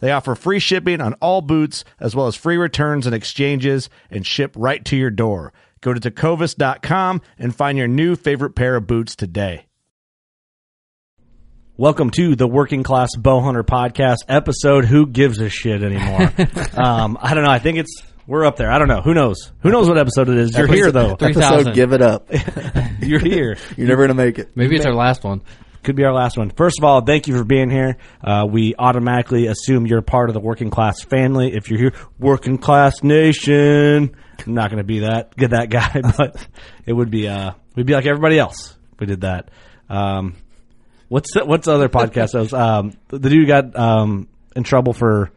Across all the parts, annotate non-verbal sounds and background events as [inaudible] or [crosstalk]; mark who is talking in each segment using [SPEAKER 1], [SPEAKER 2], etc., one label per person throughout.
[SPEAKER 1] They offer free shipping on all boots, as well as free returns and exchanges, and ship right to your door. Go to tecovas.com and find your new favorite pair of boots today.
[SPEAKER 2] Welcome to the Working Class Bowhunter Podcast episode. Who gives a shit anymore? um, I don't know. I think it's we're up there. I don't know. Who knows? Who knows what episode it is? You're here though.
[SPEAKER 3] Episode
[SPEAKER 4] 3,000.
[SPEAKER 3] give it up.
[SPEAKER 2] [laughs] You're here.
[SPEAKER 3] You're never gonna make it.
[SPEAKER 4] Maybe it's our last one.
[SPEAKER 2] Could be our last one. First of all, thank you for being here. Uh, we automatically assume you're part of the working class family if you're here. Working class nation. I'm not going to be that get that guy, [laughs] but it would be uh, we'd be like everybody else. If we did that. Um, what's the, what's the other podcast? that was, um, the dude who got um, in trouble for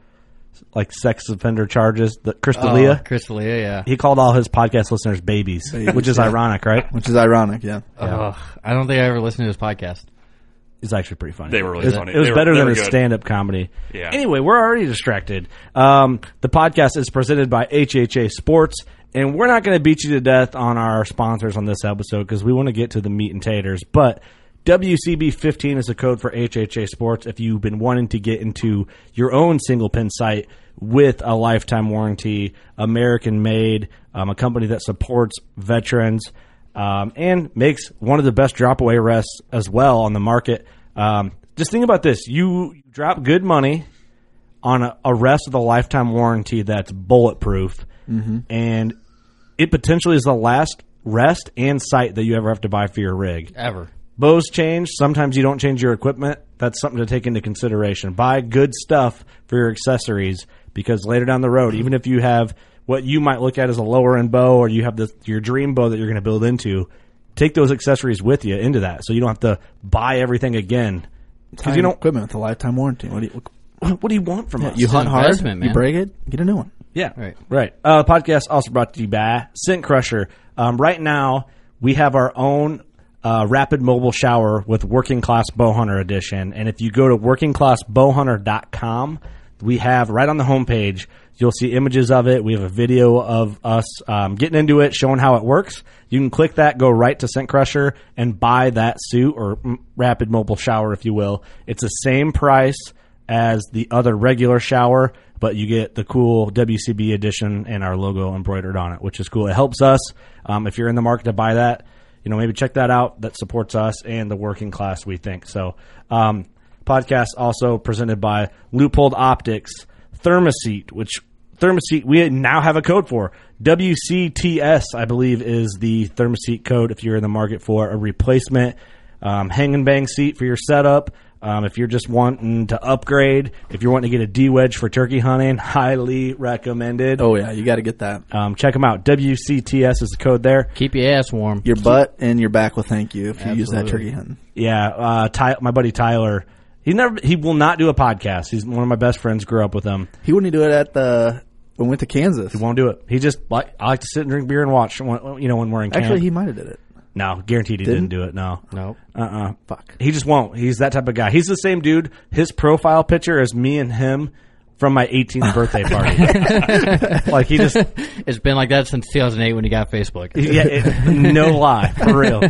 [SPEAKER 2] like sex offender charges. The Chris D'Elia.
[SPEAKER 4] Oh, Chris D'Elia, yeah.
[SPEAKER 2] he called all his podcast listeners babies, which is ironic, right?
[SPEAKER 3] Which is ironic, yeah.
[SPEAKER 4] Ugh, I don't think I ever listened to his podcast.
[SPEAKER 2] It's actually pretty funny.
[SPEAKER 5] They were really
[SPEAKER 2] it was,
[SPEAKER 5] funny.
[SPEAKER 2] It was
[SPEAKER 5] They were-
[SPEAKER 2] better
[SPEAKER 5] they
[SPEAKER 2] than
[SPEAKER 5] were
[SPEAKER 2] his
[SPEAKER 5] good.
[SPEAKER 2] stand-up comedy.
[SPEAKER 5] Yeah.
[SPEAKER 2] Anyway, we're already distracted. Um, the podcast is presented by HHA Sports, and we're not going to beat you to death on our sponsors on this episode because we want to get to the meat and taters. But WCB15 is a code for HHA Sports if you've been wanting to get into your own single pin site with a lifetime warranty, American made, um, a company that supports veterans um, and makes one of the best drop away rests as well on the market. Um, just think about this: you drop good money on a, a rest with a lifetime warranty that's bulletproof, and it potentially is the last rest and sight that you ever have to buy for your rig.
[SPEAKER 4] Ever.
[SPEAKER 2] Bows change. Sometimes you don't change your equipment. That's something to take into consideration. Buy good stuff for your accessories because later down the road, even if you have what you might look at as a lower end bow or you have the, your dream bow that you're going to build into, take those accessories with you into that so you don't have to buy everything again. Because you
[SPEAKER 3] Time
[SPEAKER 2] don't.
[SPEAKER 3] equipment with a lifetime warranty. What do you,
[SPEAKER 2] What do you want from us?
[SPEAKER 3] you hunt hard,
[SPEAKER 4] investment,
[SPEAKER 3] you
[SPEAKER 4] man.
[SPEAKER 3] break it, get a new one.
[SPEAKER 2] Yeah.
[SPEAKER 4] Right.
[SPEAKER 2] Right. Uh, podcast also brought to you by Scent Crusher. Um, right now, we have our own uh, rapid mobile shower with Working Class Bowhunter Edition. And if you go to workingclassbowhunter.com, we have right on the homepage, you'll see images of it. We have a video of us um, getting into it, showing how it works. You can click that, go right to Scent Crusher, and buy that suit or mm, rapid mobile shower, if you will. It's the same price as the other regular shower, but you get the cool WCB edition and our logo embroidered on it, which is cool. It helps us. Um, if you're in the market to buy that, you know, maybe check that out. That supports us and the working class, we think. So, um, podcast also presented by Leupold Optics, Thermoseat, which Thermoseat, we now have a code for. WCTS, I believe, is the Thermoseat code if you're in the market for a replacement um, hang and bang seat for your setup. Um, if you're just wanting to upgrade, if you're wanting to get a D wedge for turkey hunting, [laughs] highly recommended.
[SPEAKER 3] Oh yeah, you got to get that.
[SPEAKER 4] Uh,
[SPEAKER 2] Um, check them out. WCTS is the code there.
[SPEAKER 4] Keep your ass warm.
[SPEAKER 3] Your butt and your back will thank you if you use that
[SPEAKER 4] Absolutely.
[SPEAKER 3] turkey hunting.
[SPEAKER 2] Yeah, uh, Ty- my buddy Tyler. He never. He will not do a podcast. He's one of my best friends. Grew up with him.
[SPEAKER 3] He wouldn't do it at the when we went to Kansas.
[SPEAKER 2] Won't do it. He just like I like to sit and drink beer and watch. When, you know when we're in camp.
[SPEAKER 3] Actually, he might have did it.
[SPEAKER 2] no, guaranteed he didn't,
[SPEAKER 3] Didn't?
[SPEAKER 2] do it. No,
[SPEAKER 4] Nope.
[SPEAKER 2] Uh uh
[SPEAKER 3] Fuck.
[SPEAKER 2] He just won't. He's that type of guy. He's the same dude. His profile picture is me and him from my 18th birthday party. like he just
[SPEAKER 4] It's been like that since 2008 when you got Facebook.
[SPEAKER 2] yeah, it, no lie, for real.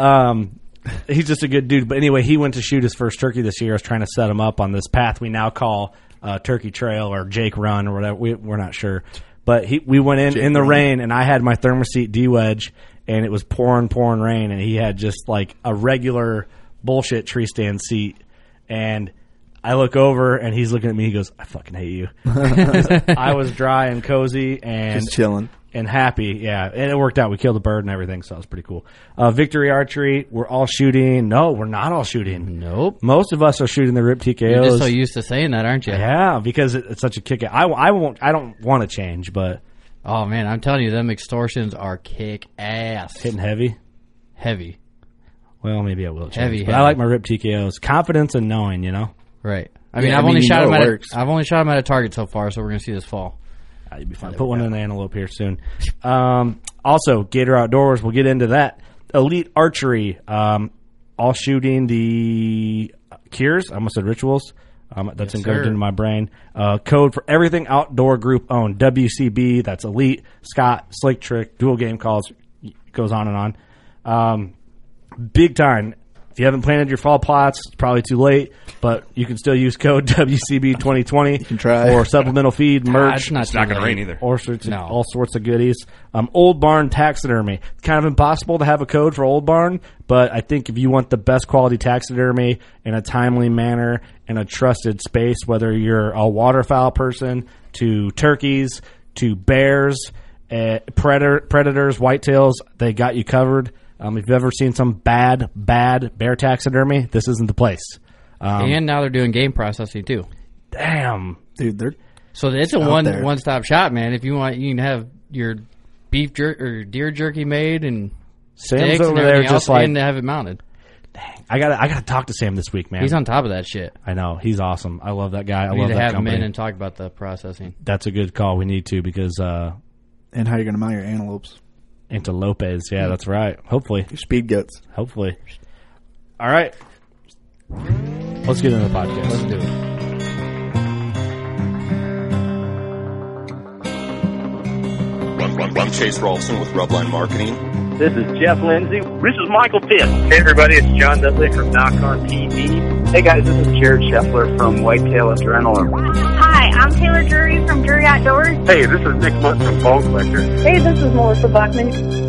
[SPEAKER 2] Um, he's just a good dude. But anyway, he went to shoot his first turkey this year. I was trying to set him up on this path we now call uh, Turkey Trail or Jake Run or whatever. We, we're not sure. But he, we went in in the rain, and I had my thermoset D wedge, and it was pouring, pouring rain, and he had just like a regular bullshit tree stand seat, and. I look over and he's looking at me. He goes, "I fucking hate you." [laughs] I was dry and cozy and
[SPEAKER 3] Just chilling.
[SPEAKER 2] and happy. Yeah, and it worked out. We killed a bird and everything, so it was pretty cool. Uh, victory archery. We're all shooting. No, we're not all shooting.
[SPEAKER 4] Nope.
[SPEAKER 2] Most of us are shooting the rip
[SPEAKER 4] You're
[SPEAKER 2] TKOs.
[SPEAKER 4] just so used to saying that, aren't you?
[SPEAKER 2] yeah, because it, it's such a kick. I, I won't. I don't want to change, but
[SPEAKER 4] Oh man, I'm telling you, them extortions are kick ass.
[SPEAKER 2] hitting heavy.
[SPEAKER 4] Heavy.
[SPEAKER 2] Well, maybe I will change.
[SPEAKER 4] Heavy,
[SPEAKER 2] but I
[SPEAKER 4] heavy.
[SPEAKER 2] like my rip TKOs. Confidence and knowing, you know,
[SPEAKER 4] Right. I mean,
[SPEAKER 3] Yeah, I
[SPEAKER 4] I've
[SPEAKER 3] mean,
[SPEAKER 4] only
[SPEAKER 3] you
[SPEAKER 4] shot
[SPEAKER 3] know
[SPEAKER 4] him
[SPEAKER 3] it
[SPEAKER 4] at a,
[SPEAKER 3] works.
[SPEAKER 4] I've only shot him at a target so far, so we're gonna see this fall.
[SPEAKER 2] Ah, you'd be fine. Put one in the antelope here soon. Um, also, Gator Outdoors. We'll get into that. Elite archery. Um, all shooting the cures. I almost said rituals. Um, that's engraved
[SPEAKER 4] sir.
[SPEAKER 2] into my brain. Uh, code for everything outdoor group owned. WCB. That's elite. Scott Slick Trick. Dual game calls. Goes on and on. Um, big time. If you haven't planted your fall plots, it's probably too late, but you can still use code [laughs] WCB2020
[SPEAKER 3] can try.
[SPEAKER 2] or supplemental feed merch.
[SPEAKER 4] it's not,
[SPEAKER 5] It's not
[SPEAKER 4] too
[SPEAKER 5] going to
[SPEAKER 4] late.
[SPEAKER 5] rain either.
[SPEAKER 2] All sorts, of,
[SPEAKER 4] No.
[SPEAKER 2] all sorts of goodies. Um, Old Barn Taxidermy. It's kind of impossible to have a code for Old Barn, but I think if you want the best quality taxidermy in a timely manner in a trusted space, whether you're a waterfowl person to turkeys to bears, uh, predator, predators, whitetails, they got you covered. Um, if you've ever seen some bad, bad bear taxidermy, this isn't the place. Um,
[SPEAKER 4] And now they're doing game processing too.
[SPEAKER 2] damn.
[SPEAKER 3] Dude, they're
[SPEAKER 4] So it's a
[SPEAKER 3] out
[SPEAKER 4] one
[SPEAKER 3] there.
[SPEAKER 4] one stop shop, man. If you want, you can have your beef jerk or deer jerky made and
[SPEAKER 2] Sam's
[SPEAKER 4] steaks and
[SPEAKER 2] over there
[SPEAKER 4] everything
[SPEAKER 2] just
[SPEAKER 4] else,
[SPEAKER 2] like
[SPEAKER 4] and have it mounted.
[SPEAKER 2] I got. to I got to talk to Sam this week, man.
[SPEAKER 4] He's on top of that shit.
[SPEAKER 2] I know he's awesome. I love that guy. I
[SPEAKER 4] We
[SPEAKER 2] love
[SPEAKER 4] need to
[SPEAKER 2] that
[SPEAKER 4] have him
[SPEAKER 2] company.
[SPEAKER 4] in and talk about the processing.
[SPEAKER 2] That's a good call. We need to because uh,
[SPEAKER 3] and how you're gonna mount your antelopes?
[SPEAKER 2] into Lopez. Yeah, that's right. Hopefully,
[SPEAKER 3] Your speed guts.
[SPEAKER 2] hopefully. All right, let's get into the podcast.
[SPEAKER 4] Let's do it.
[SPEAKER 6] Run, run, run. Chase Rolfson with Rubline Marketing.
[SPEAKER 7] This is Jeff Lindsay. This is Michael Pitt. Hey, everybody, it's John Dudley from Knock on TV. Hey, guys, this is Jared Scheffler from Whitetail Adrenaline.
[SPEAKER 8] Hi, I'm Taylor Drury from Drury Outdoors.
[SPEAKER 7] Hey, this is Nick Munt from Bone Collector.
[SPEAKER 8] Hey, this is Melissa Bachman.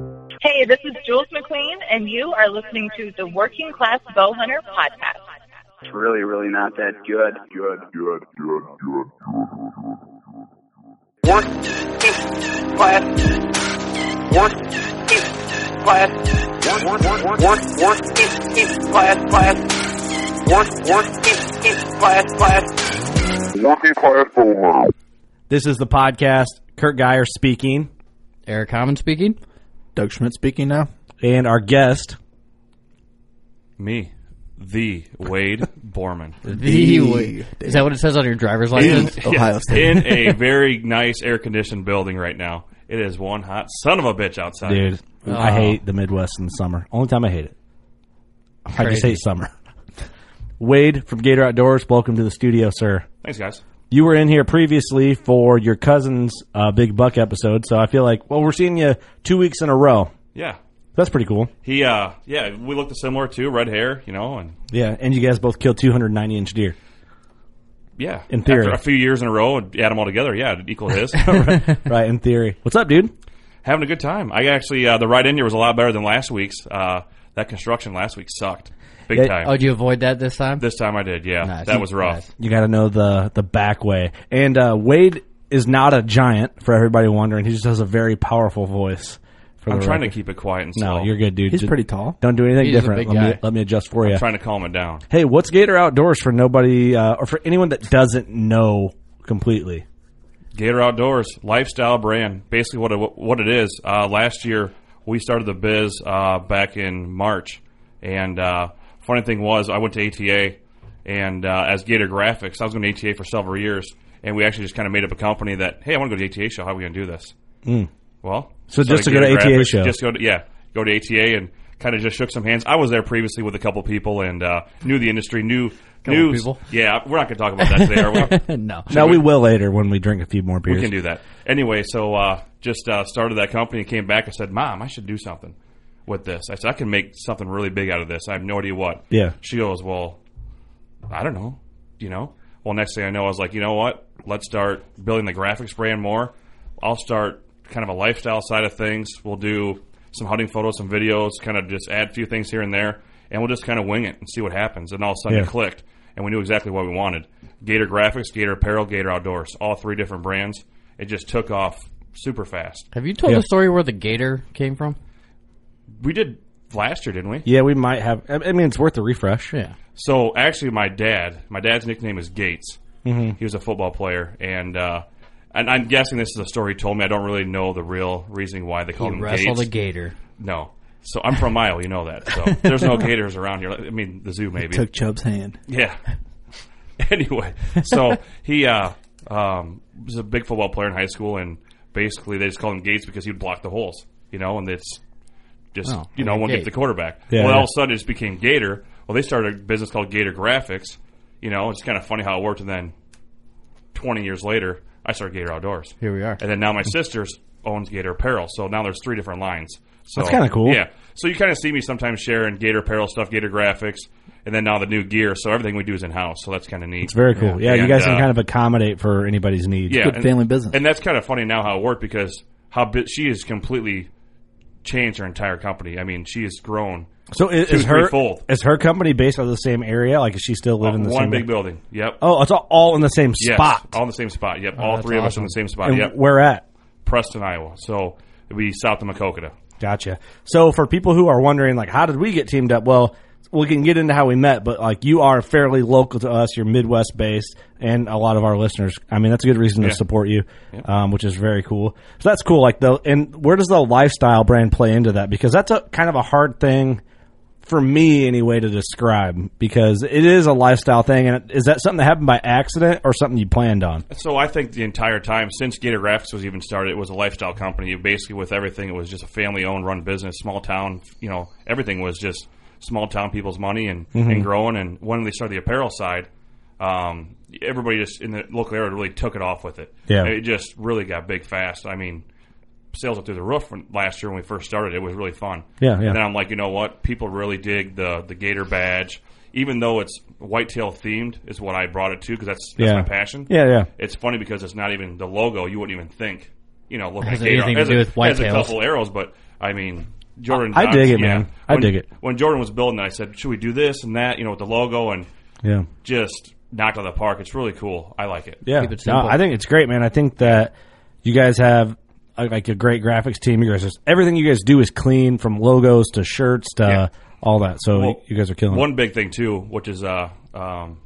[SPEAKER 8] Hey, this is Jules McQueen, and you are listening to the Working Class Bowhunter Podcast.
[SPEAKER 7] It's really, really not that good. Good, good, good, good.
[SPEAKER 9] Working class. Working class. Work, work, work, work, class, class. Work, work, class, class.
[SPEAKER 2] This is the podcast. Kurt Geyer speaking,
[SPEAKER 4] Eric Common speaking.
[SPEAKER 3] Doug Schmidt speaking now.
[SPEAKER 2] and our guest.
[SPEAKER 5] Me, the Wade
[SPEAKER 2] [laughs]
[SPEAKER 5] Borman.
[SPEAKER 4] The
[SPEAKER 3] way.
[SPEAKER 4] is that what it says on your driver's license?
[SPEAKER 3] Ohio
[SPEAKER 5] Yes,
[SPEAKER 3] State.
[SPEAKER 5] in a very nice air conditioned building right now. It is one hot son of a bitch outside.
[SPEAKER 2] Dude,
[SPEAKER 4] Uh-huh.
[SPEAKER 2] I hate the Midwest in the summer. Only time I hate it. I just
[SPEAKER 4] Crazy.
[SPEAKER 2] hate summer. [laughs] Wade from Gator Outdoors, welcome to the studio, sir.
[SPEAKER 5] Thanks, guys.
[SPEAKER 2] you were in here previously for your cousin's uh, big buck episode, so I feel like well, we're seeing you two weeks in a row.
[SPEAKER 5] Yeah,
[SPEAKER 2] That's pretty cool.
[SPEAKER 5] he. uh Yeah, we looked similar too. Red hair, you know, and
[SPEAKER 2] Yeah, and you guys both killed 290 inch [laughs] deer.
[SPEAKER 5] yeah.
[SPEAKER 2] In theory.
[SPEAKER 5] after a few years in a row, and add them all together. Yeah, it
[SPEAKER 2] [laughs]
[SPEAKER 5] equal his. [laughs]
[SPEAKER 2] right, in theory. What's up, dude?
[SPEAKER 5] Having a good time. I actually uh, the ride in here was a lot better than last week's. Uh, that construction last week sucked big
[SPEAKER 2] Yeah,
[SPEAKER 5] time.
[SPEAKER 4] Oh, did you avoid that this time?
[SPEAKER 5] this time I did. Yeah,
[SPEAKER 4] Nice.
[SPEAKER 5] that was rough.
[SPEAKER 4] Nice.
[SPEAKER 2] You got to know the the back way. And uh, Wade is not a giant for everybody wondering. He just has a very powerful voice. For
[SPEAKER 5] I'm
[SPEAKER 2] the
[SPEAKER 5] trying to
[SPEAKER 2] record.
[SPEAKER 5] keep it quiet and slow.
[SPEAKER 2] No, you're good, dude.
[SPEAKER 3] He's
[SPEAKER 2] Just
[SPEAKER 3] pretty tall.
[SPEAKER 2] Don't do anything
[SPEAKER 4] He's a
[SPEAKER 2] different.
[SPEAKER 4] big
[SPEAKER 2] Let me,
[SPEAKER 4] guy.
[SPEAKER 2] let me adjust for you.
[SPEAKER 5] trying to calm it down.
[SPEAKER 2] hey, what's Gator Outdoors for nobody uh, or for anyone that doesn't know completely?
[SPEAKER 5] Gator Outdoors, lifestyle brand. Basically, what it, what it is. Uh, last year, we started the biz uh, back in March, and uh, funny thing was, I went to ATA, and uh, as Gator Graphics, I was going to ATA for several years, and we actually just kind of made up a company that, hey, I want to go to the ATA show. How are we going to do this?
[SPEAKER 2] Mm.
[SPEAKER 5] Well,
[SPEAKER 2] So just to go
[SPEAKER 5] started
[SPEAKER 2] to
[SPEAKER 5] Gator
[SPEAKER 2] ATA
[SPEAKER 5] Graphics,
[SPEAKER 2] show.
[SPEAKER 5] just go to yeah, go to ATA and kind of just shook some hands. I was there previously with a couple people and uh, knew the industry, knew
[SPEAKER 4] Couple
[SPEAKER 5] knew-
[SPEAKER 4] people.
[SPEAKER 5] Yeah, we're not going to talk about that today, are we?
[SPEAKER 4] [laughs] no.
[SPEAKER 2] No, we will later when we drink a few more beers.
[SPEAKER 5] We can do that. Anyway, so uh, just uh, started that company and came back and said, Mom, I should do something with this. I said, I can make something really big out of this. I have no idea what.
[SPEAKER 2] Yeah.
[SPEAKER 5] She goes, Well, I don't know. You know? Well, next thing I know, I was like, You know what? Let's start building the graphics brand more. I'll start kind of a lifestyle side of things. We'll do some hunting photos, some videos, kind of just add a few things here and there, and we'll just kind of wing it and see what happens. And all of a sudden,
[SPEAKER 2] Yeah.
[SPEAKER 5] it clicked, and we knew exactly what we wanted. Gator Graphics, Gator Apparel, Gator Outdoors, all three different brands. It just took off super fast.
[SPEAKER 4] Have you told
[SPEAKER 2] Yeah.
[SPEAKER 4] the story where the gator came from?
[SPEAKER 5] We did last year, didn't we?
[SPEAKER 2] Yeah, we might have. I I mean, it's worth a refresh.
[SPEAKER 4] Yeah.
[SPEAKER 5] So actually, my dad, my dad's nickname is Gates. Mm-hmm. He was a football player, and uh, and I'm guessing this is a story he told me. I don't really know the real reason why they
[SPEAKER 4] He
[SPEAKER 2] Oh,
[SPEAKER 5] called him
[SPEAKER 4] wrestled
[SPEAKER 5] Gates.
[SPEAKER 4] a gator.
[SPEAKER 5] no. So I'm from Iowa, you know that. So there's no gators around here. I mean, the zoo maybe.
[SPEAKER 3] Took Chubb's hand.
[SPEAKER 5] Yeah. [laughs] anyway, so he uh, um, was a big football player in high school, and basically they just called him Gates because he'd block the holes, you know, and it's just,
[SPEAKER 4] Oh,
[SPEAKER 5] you know,
[SPEAKER 4] like a
[SPEAKER 5] won't get
[SPEAKER 4] gate.
[SPEAKER 5] the quarterback.
[SPEAKER 2] Yeah,
[SPEAKER 5] well,
[SPEAKER 2] yeah.
[SPEAKER 5] all of a sudden it just became Gator. Well, they started a business called Gator Graphics. You know, it's kind of funny how it worked, and then 20 years later, I started Gator Outdoors.
[SPEAKER 4] Here we are.
[SPEAKER 5] And then now my sister's owns Gator Apparel, so now there's three different lines. So,
[SPEAKER 2] That's kinda cool.
[SPEAKER 5] Yeah. So you kind of see me sometimes sharing Gator Apparel stuff, Gator Graphics, and then now the new gear. So everything we do is in house. So that's kind of neat.
[SPEAKER 2] It's very cool. Yeah, you
[SPEAKER 5] And,
[SPEAKER 2] guys
[SPEAKER 5] uh,
[SPEAKER 2] can kind of accommodate for anybody's needs.
[SPEAKER 5] yeah,
[SPEAKER 3] good
[SPEAKER 5] and-
[SPEAKER 3] family business.
[SPEAKER 5] And that's kind of funny now how it worked because how bi- she has completely changed her entire company. I mean, she has grown.
[SPEAKER 2] So is,
[SPEAKER 5] Two,
[SPEAKER 2] is her
[SPEAKER 5] threefold.
[SPEAKER 2] is her company based out of the same area? Like, is she still living in the
[SPEAKER 5] Uh, one
[SPEAKER 2] same
[SPEAKER 5] big building. Yep.
[SPEAKER 2] Oh, it's all, all in the same
[SPEAKER 5] Yes,
[SPEAKER 2] spot. Oh,
[SPEAKER 5] All in the same spot. Yep. all
[SPEAKER 4] that's
[SPEAKER 5] three of us in
[SPEAKER 4] awesome.
[SPEAKER 5] the same spot.
[SPEAKER 2] and
[SPEAKER 5] yep.
[SPEAKER 2] where at?
[SPEAKER 5] Preston, Iowa. So it'd be south of Makokata.
[SPEAKER 2] Gotcha. So for people who are wondering, like, how did we get teamed up? Well, we can get into how we met, but like, you are fairly local to us. You're Midwest based, and a lot of our listeners. I mean, that's a good reason to support you, um, which is very cool. So that's cool. Like the and where does the lifestyle brand play into that? Because that's a kind of a hard thing for me anyway to describe because it is a lifestyle thing. And is that something that happened by accident or something you planned on?
[SPEAKER 5] So I think the entire time since Gator Graphics was even started, it was a lifestyle company. Basically, with everything, it was just a family-owned, run business, small town. You know, everything was just small town people's money and,
[SPEAKER 2] Mm-hmm.
[SPEAKER 5] and growing. And when they started the apparel side, um, everybody just in the local area really took it off with it.
[SPEAKER 2] Yeah.
[SPEAKER 5] it just really got big fast. I mean, sales went through the roof when, last year when we first started. It was really fun.
[SPEAKER 2] Yeah, yeah.
[SPEAKER 5] And then I'm like, you know what? People really dig the the Gator badge. Even though it's whitetail themed, is what I brought it to because that's, that's
[SPEAKER 2] Yeah.
[SPEAKER 5] my passion
[SPEAKER 2] Yeah, yeah.
[SPEAKER 5] it's funny because it's not even the logo. You wouldn't even think, you know, look
[SPEAKER 4] Has
[SPEAKER 5] at Gator.
[SPEAKER 4] anything to
[SPEAKER 5] has
[SPEAKER 4] do
[SPEAKER 5] a,
[SPEAKER 4] with
[SPEAKER 5] has a
[SPEAKER 4] whitetails.
[SPEAKER 5] couple arrows, but I mean, Jordan.
[SPEAKER 2] I- I dig
[SPEAKER 5] Johnson-
[SPEAKER 2] it, man.
[SPEAKER 5] yeah.
[SPEAKER 2] I
[SPEAKER 5] When-
[SPEAKER 2] dig it.
[SPEAKER 5] When Jordan was building it, I said, "Should we do this and that?" You know, with the logo and
[SPEAKER 2] Yeah.
[SPEAKER 5] just knocked out of the park. It's really cool. I like it.
[SPEAKER 2] Yeah,
[SPEAKER 4] Keep it simple.
[SPEAKER 2] No, I think it's great, man. I think that you guys have uh like a great graphics team. You guys, just, everything you guys do is clean from logos to shirts to
[SPEAKER 5] Yeah.
[SPEAKER 2] all that. So
[SPEAKER 5] Well,
[SPEAKER 2] you, you guys are killing.
[SPEAKER 5] One
[SPEAKER 2] it.
[SPEAKER 5] big thing too, which is uh, um,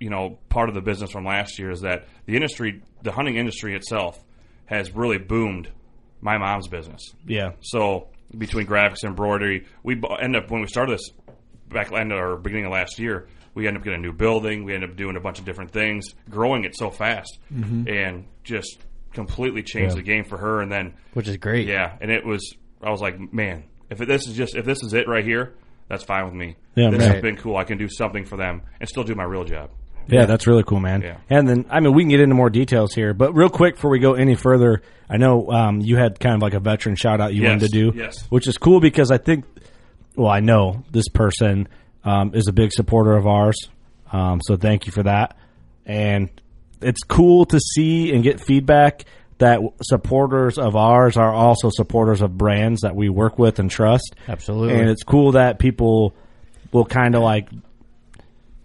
[SPEAKER 5] you know, part of the business from last year is that the industry, the hunting industry itself, has really boomed my mom's business.
[SPEAKER 2] Yeah,
[SPEAKER 5] So between graphics and embroidery, we bu- end up when we started this back end or beginning of last year, we end up getting a new building. We end up doing a bunch of different things, growing it so fast,
[SPEAKER 2] Mm-hmm.
[SPEAKER 5] and just completely changed the game for her. And then
[SPEAKER 4] Which is great.
[SPEAKER 5] yeah, and it was I was like, man, if this is just if this is it right here, that's fine with me.
[SPEAKER 2] Yeah,
[SPEAKER 5] this
[SPEAKER 2] man.
[SPEAKER 5] has been cool. I can do something for them and still do my real job.
[SPEAKER 2] yeah, that's really cool, man.
[SPEAKER 5] Yeah.
[SPEAKER 2] And then I mean, we can get into more details here, but real quick before we go any further, I know um, you had kind of like a veteran shout out you
[SPEAKER 5] Yes,
[SPEAKER 2] wanted to do,
[SPEAKER 5] yes.
[SPEAKER 2] which is cool because I think, well, I know this person um, is a big supporter of ours, um, so thank you for that. And it's cool to see and get feedback that w- supporters of ours are also supporters of brands that we work with and trust.
[SPEAKER 4] Absolutely.
[SPEAKER 2] And it's cool that people will kind of like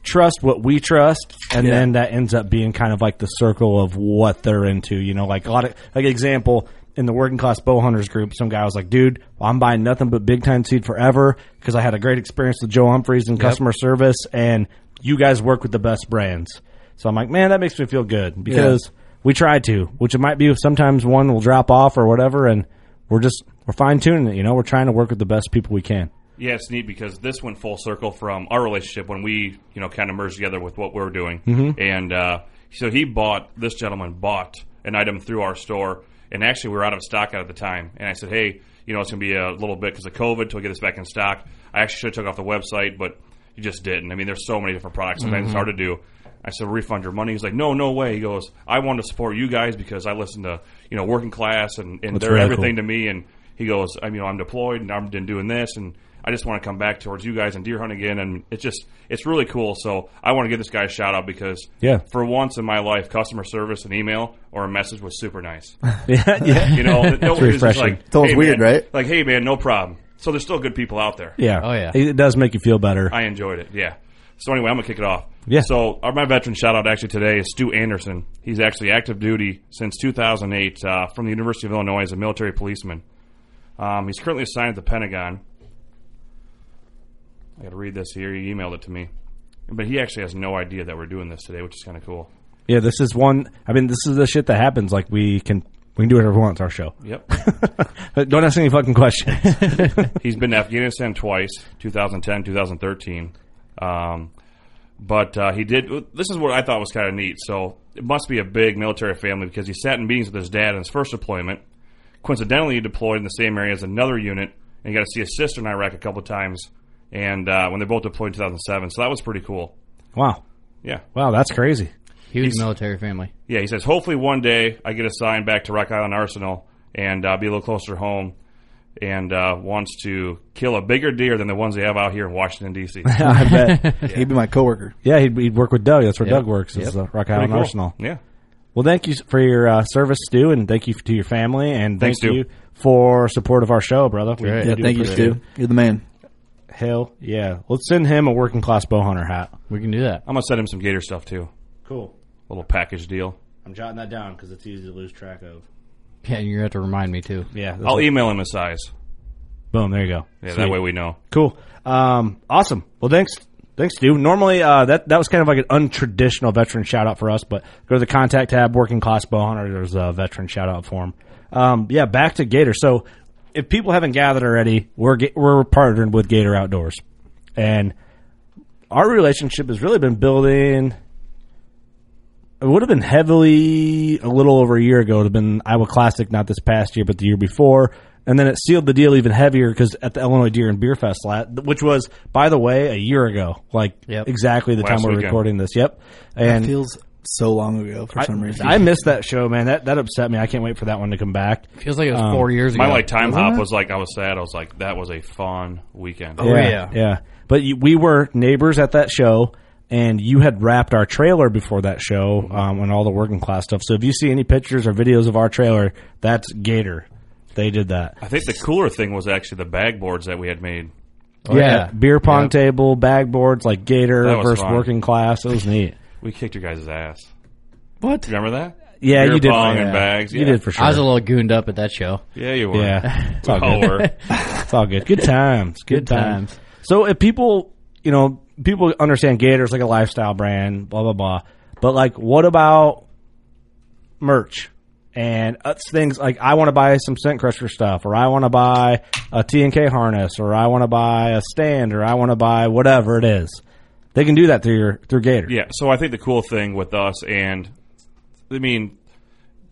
[SPEAKER 2] trust what we trust and then that ends up being kind of like the circle of what they're into you know like a lot of like example in the working class bow hunters group some guy was like dude i'm buying nothing but big time seed forever because i had a great experience with joe humphreys in customer service and you guys work with the best brands so i'm like man that makes me feel good because We try to, which it might be sometimes one will drop off or whatever, and we're just we're fine tuning it. You know, we're trying to work with the best people we can.
[SPEAKER 5] Yeah, it's neat because this went full circle from our relationship when we, you know, kind of merged together with what we were doing.
[SPEAKER 2] Mhm.
[SPEAKER 5] And uh, so he bought, this gentleman bought an item through our store. And actually, we were out of stock at the time. And I said, hey, you know, it's going to be a little bit because of COVID till we get this back in stock. I actually should have took off the website, but you just didn't. I mean, there's so many different products. Sometimes it's
[SPEAKER 10] Mhm.
[SPEAKER 5] hard to do. I said, refund your money. He's like, no, no way. He goes, I want to support you guys because I listen to, you know, working class and, and
[SPEAKER 10] That's
[SPEAKER 5] they're
[SPEAKER 10] really
[SPEAKER 5] everything
[SPEAKER 10] cool.
[SPEAKER 5] to to me and he goes, I'm you know, I'm deployed and I'm been doing this and I just want to come back towards you guys and deer hunt again and it's just it's really cool. So I want to give this guy a shout out because
[SPEAKER 2] Yeah.
[SPEAKER 5] for once in my life customer service an email or a message was super nice.
[SPEAKER 2] [laughs] Yeah, yeah.
[SPEAKER 5] You
[SPEAKER 2] [laughs]
[SPEAKER 5] know,
[SPEAKER 2] It's
[SPEAKER 5] no it's
[SPEAKER 2] refreshing.
[SPEAKER 5] like
[SPEAKER 2] It's always
[SPEAKER 5] "Hey,
[SPEAKER 2] weird,
[SPEAKER 5] man,"
[SPEAKER 2] right?
[SPEAKER 5] Like, hey man, no problem. So there's still good people out there.
[SPEAKER 2] Yeah. It does make you feel better.
[SPEAKER 5] I enjoyed it. Yeah. So anyway, I'm gonna kick it off.
[SPEAKER 2] Yeah.
[SPEAKER 5] So our, my veteran shout out actually today is Stu Anderson. He's actually active duty since 2008 uh, from the University of Illinois as a military policeman. Um, he's currently assigned at the Pentagon. I got to read this here. He emailed it to me, but he actually has no idea that we're doing this today, which is kind of cool.
[SPEAKER 2] Yeah, this is one. I mean, this is the shit that happens. Like we can we can do whatever we want. It's our [laughs] show.
[SPEAKER 5] Yep. [laughs]
[SPEAKER 2] But Don't ask any fucking questions. [laughs]
[SPEAKER 5] He's been to Afghanistan twice, 2010, 2013. Um, but uh, he did. This is what I thought was kind of neat. So it must be a big military family because he sat in meetings with his dad in his first deployment. Coincidentally, he deployed in the same area as another unit, and he got to see his sister in Iraq a couple times. And uh, when they both deployed in 2007, so that was pretty cool.
[SPEAKER 2] wow.
[SPEAKER 5] Yeah.
[SPEAKER 2] Wow, that's crazy.
[SPEAKER 4] Huge
[SPEAKER 5] He's-
[SPEAKER 4] military family.
[SPEAKER 5] Yeah, he says, hopefully one day I get assigned back to Rock Island Arsenal and uh, be a little closer to home and uh, wants to kill a bigger deer than the ones they have out here in
[SPEAKER 2] [laughs]
[SPEAKER 5] Washington, D.C.
[SPEAKER 2] [laughs] I bet.
[SPEAKER 3] He'd be my coworker.
[SPEAKER 2] Yeah, he'd, he'd work with Doug. That's where
[SPEAKER 5] Yep.
[SPEAKER 2] Doug works. Is
[SPEAKER 5] Yep.
[SPEAKER 2] uh, Rock
[SPEAKER 5] Pretty
[SPEAKER 2] Island
[SPEAKER 5] cool.
[SPEAKER 2] Arsenal.
[SPEAKER 5] Yeah.
[SPEAKER 2] Well, thank you for your uh, service, Stu, and thank you to your family, and
[SPEAKER 5] Thanks,
[SPEAKER 2] thank
[SPEAKER 5] Stu.
[SPEAKER 2] you for support of our show, brother. We-
[SPEAKER 3] Yeah,
[SPEAKER 2] we do
[SPEAKER 3] thank you,
[SPEAKER 2] appreciate
[SPEAKER 3] Stu. You're the man.
[SPEAKER 2] it. Hell yeah! Let's send him a working class bow hunter hat.
[SPEAKER 4] We can do that.
[SPEAKER 5] I'm going to send him some gator stuff, too.
[SPEAKER 2] Cool.
[SPEAKER 5] little package deal.
[SPEAKER 2] I'm jotting that down because it's easy to lose track of.
[SPEAKER 4] Yeah, and you have to remind me too.
[SPEAKER 2] Yeah, that's
[SPEAKER 5] I'll
[SPEAKER 2] what-
[SPEAKER 5] email him a size.
[SPEAKER 2] Boom! There you go.
[SPEAKER 5] Yeah,
[SPEAKER 2] Sweet.
[SPEAKER 5] that way we know.
[SPEAKER 2] Cool. Um, awesome. Well, thanks. Thanks, Stu. Normally, uh, that that was kind of like an untraditional veteran shout out for us, but go to the contact tab, working class bow hunter. There's a veteran shout out form. Um, yeah, back to Gator. So, if people haven't gathered already, we're ga- we're partnered with Gator Outdoors, and our relationship has really been building. It would have been heavily a little over a year ago. It would have been Iowa Classic, not this past year, but the year before. And then it sealed the deal even heavier because at the Illinois Deer and Beer Fest, la- which was, by the way, a year ago. Like
[SPEAKER 4] Yep.
[SPEAKER 2] exactly the
[SPEAKER 5] Last
[SPEAKER 2] time we're
[SPEAKER 5] weekend.
[SPEAKER 2] recording this. Yep.
[SPEAKER 3] It
[SPEAKER 2] And
[SPEAKER 3] feels so long ago for some reason.
[SPEAKER 2] I missed that show, man. That that upset me. I can't wait for that one to come back.
[SPEAKER 4] Feels like it was
[SPEAKER 2] Um,
[SPEAKER 4] four years ago.
[SPEAKER 5] My like time
[SPEAKER 3] Wasn't
[SPEAKER 5] hop
[SPEAKER 3] it?
[SPEAKER 5] was like I was sad. I was like that was a fun weekend.
[SPEAKER 2] Oh.
[SPEAKER 4] Oh, yeah.
[SPEAKER 2] yeah. But you, we were neighbors at that show, and you had wrapped our trailer before that show um, and all the working class stuff. So if you see any pictures or videos of our trailer, that's Gator. They did that.
[SPEAKER 5] I think the cooler thing was actually the bag boards that we had made.
[SPEAKER 2] beer pong table, bag boards, like Gator
[SPEAKER 5] That was
[SPEAKER 2] versus
[SPEAKER 5] fun.
[SPEAKER 2] working class. It was neat.
[SPEAKER 5] We kicked your guys' ass.
[SPEAKER 4] What?
[SPEAKER 5] Do you remember that?
[SPEAKER 2] Yeah,
[SPEAKER 5] Beer
[SPEAKER 2] you did.
[SPEAKER 5] pong
[SPEAKER 2] yeah.
[SPEAKER 5] and bags. Yeah.
[SPEAKER 2] You did for sure.
[SPEAKER 4] I was a little gooned up at that show.
[SPEAKER 5] Yeah, you were.
[SPEAKER 4] [laughs]
[SPEAKER 2] yeah, it's
[SPEAKER 5] We
[SPEAKER 2] all
[SPEAKER 5] all
[SPEAKER 2] good. [laughs]
[SPEAKER 5] were.
[SPEAKER 2] It's all good. Good times. Good,
[SPEAKER 4] Good
[SPEAKER 2] times.
[SPEAKER 4] times.
[SPEAKER 2] So if people, you know, people understand Gator's like a lifestyle brand, blah blah blah. But like, what about merch and uh, things like I want to buy some scent crusher stuff, or I want to buy a T and K harness, or I want to buy a stand, or I want to buy whatever it is. They can do that through your through Gator.
[SPEAKER 5] Yeah. So I think the cool thing with us and, I mean,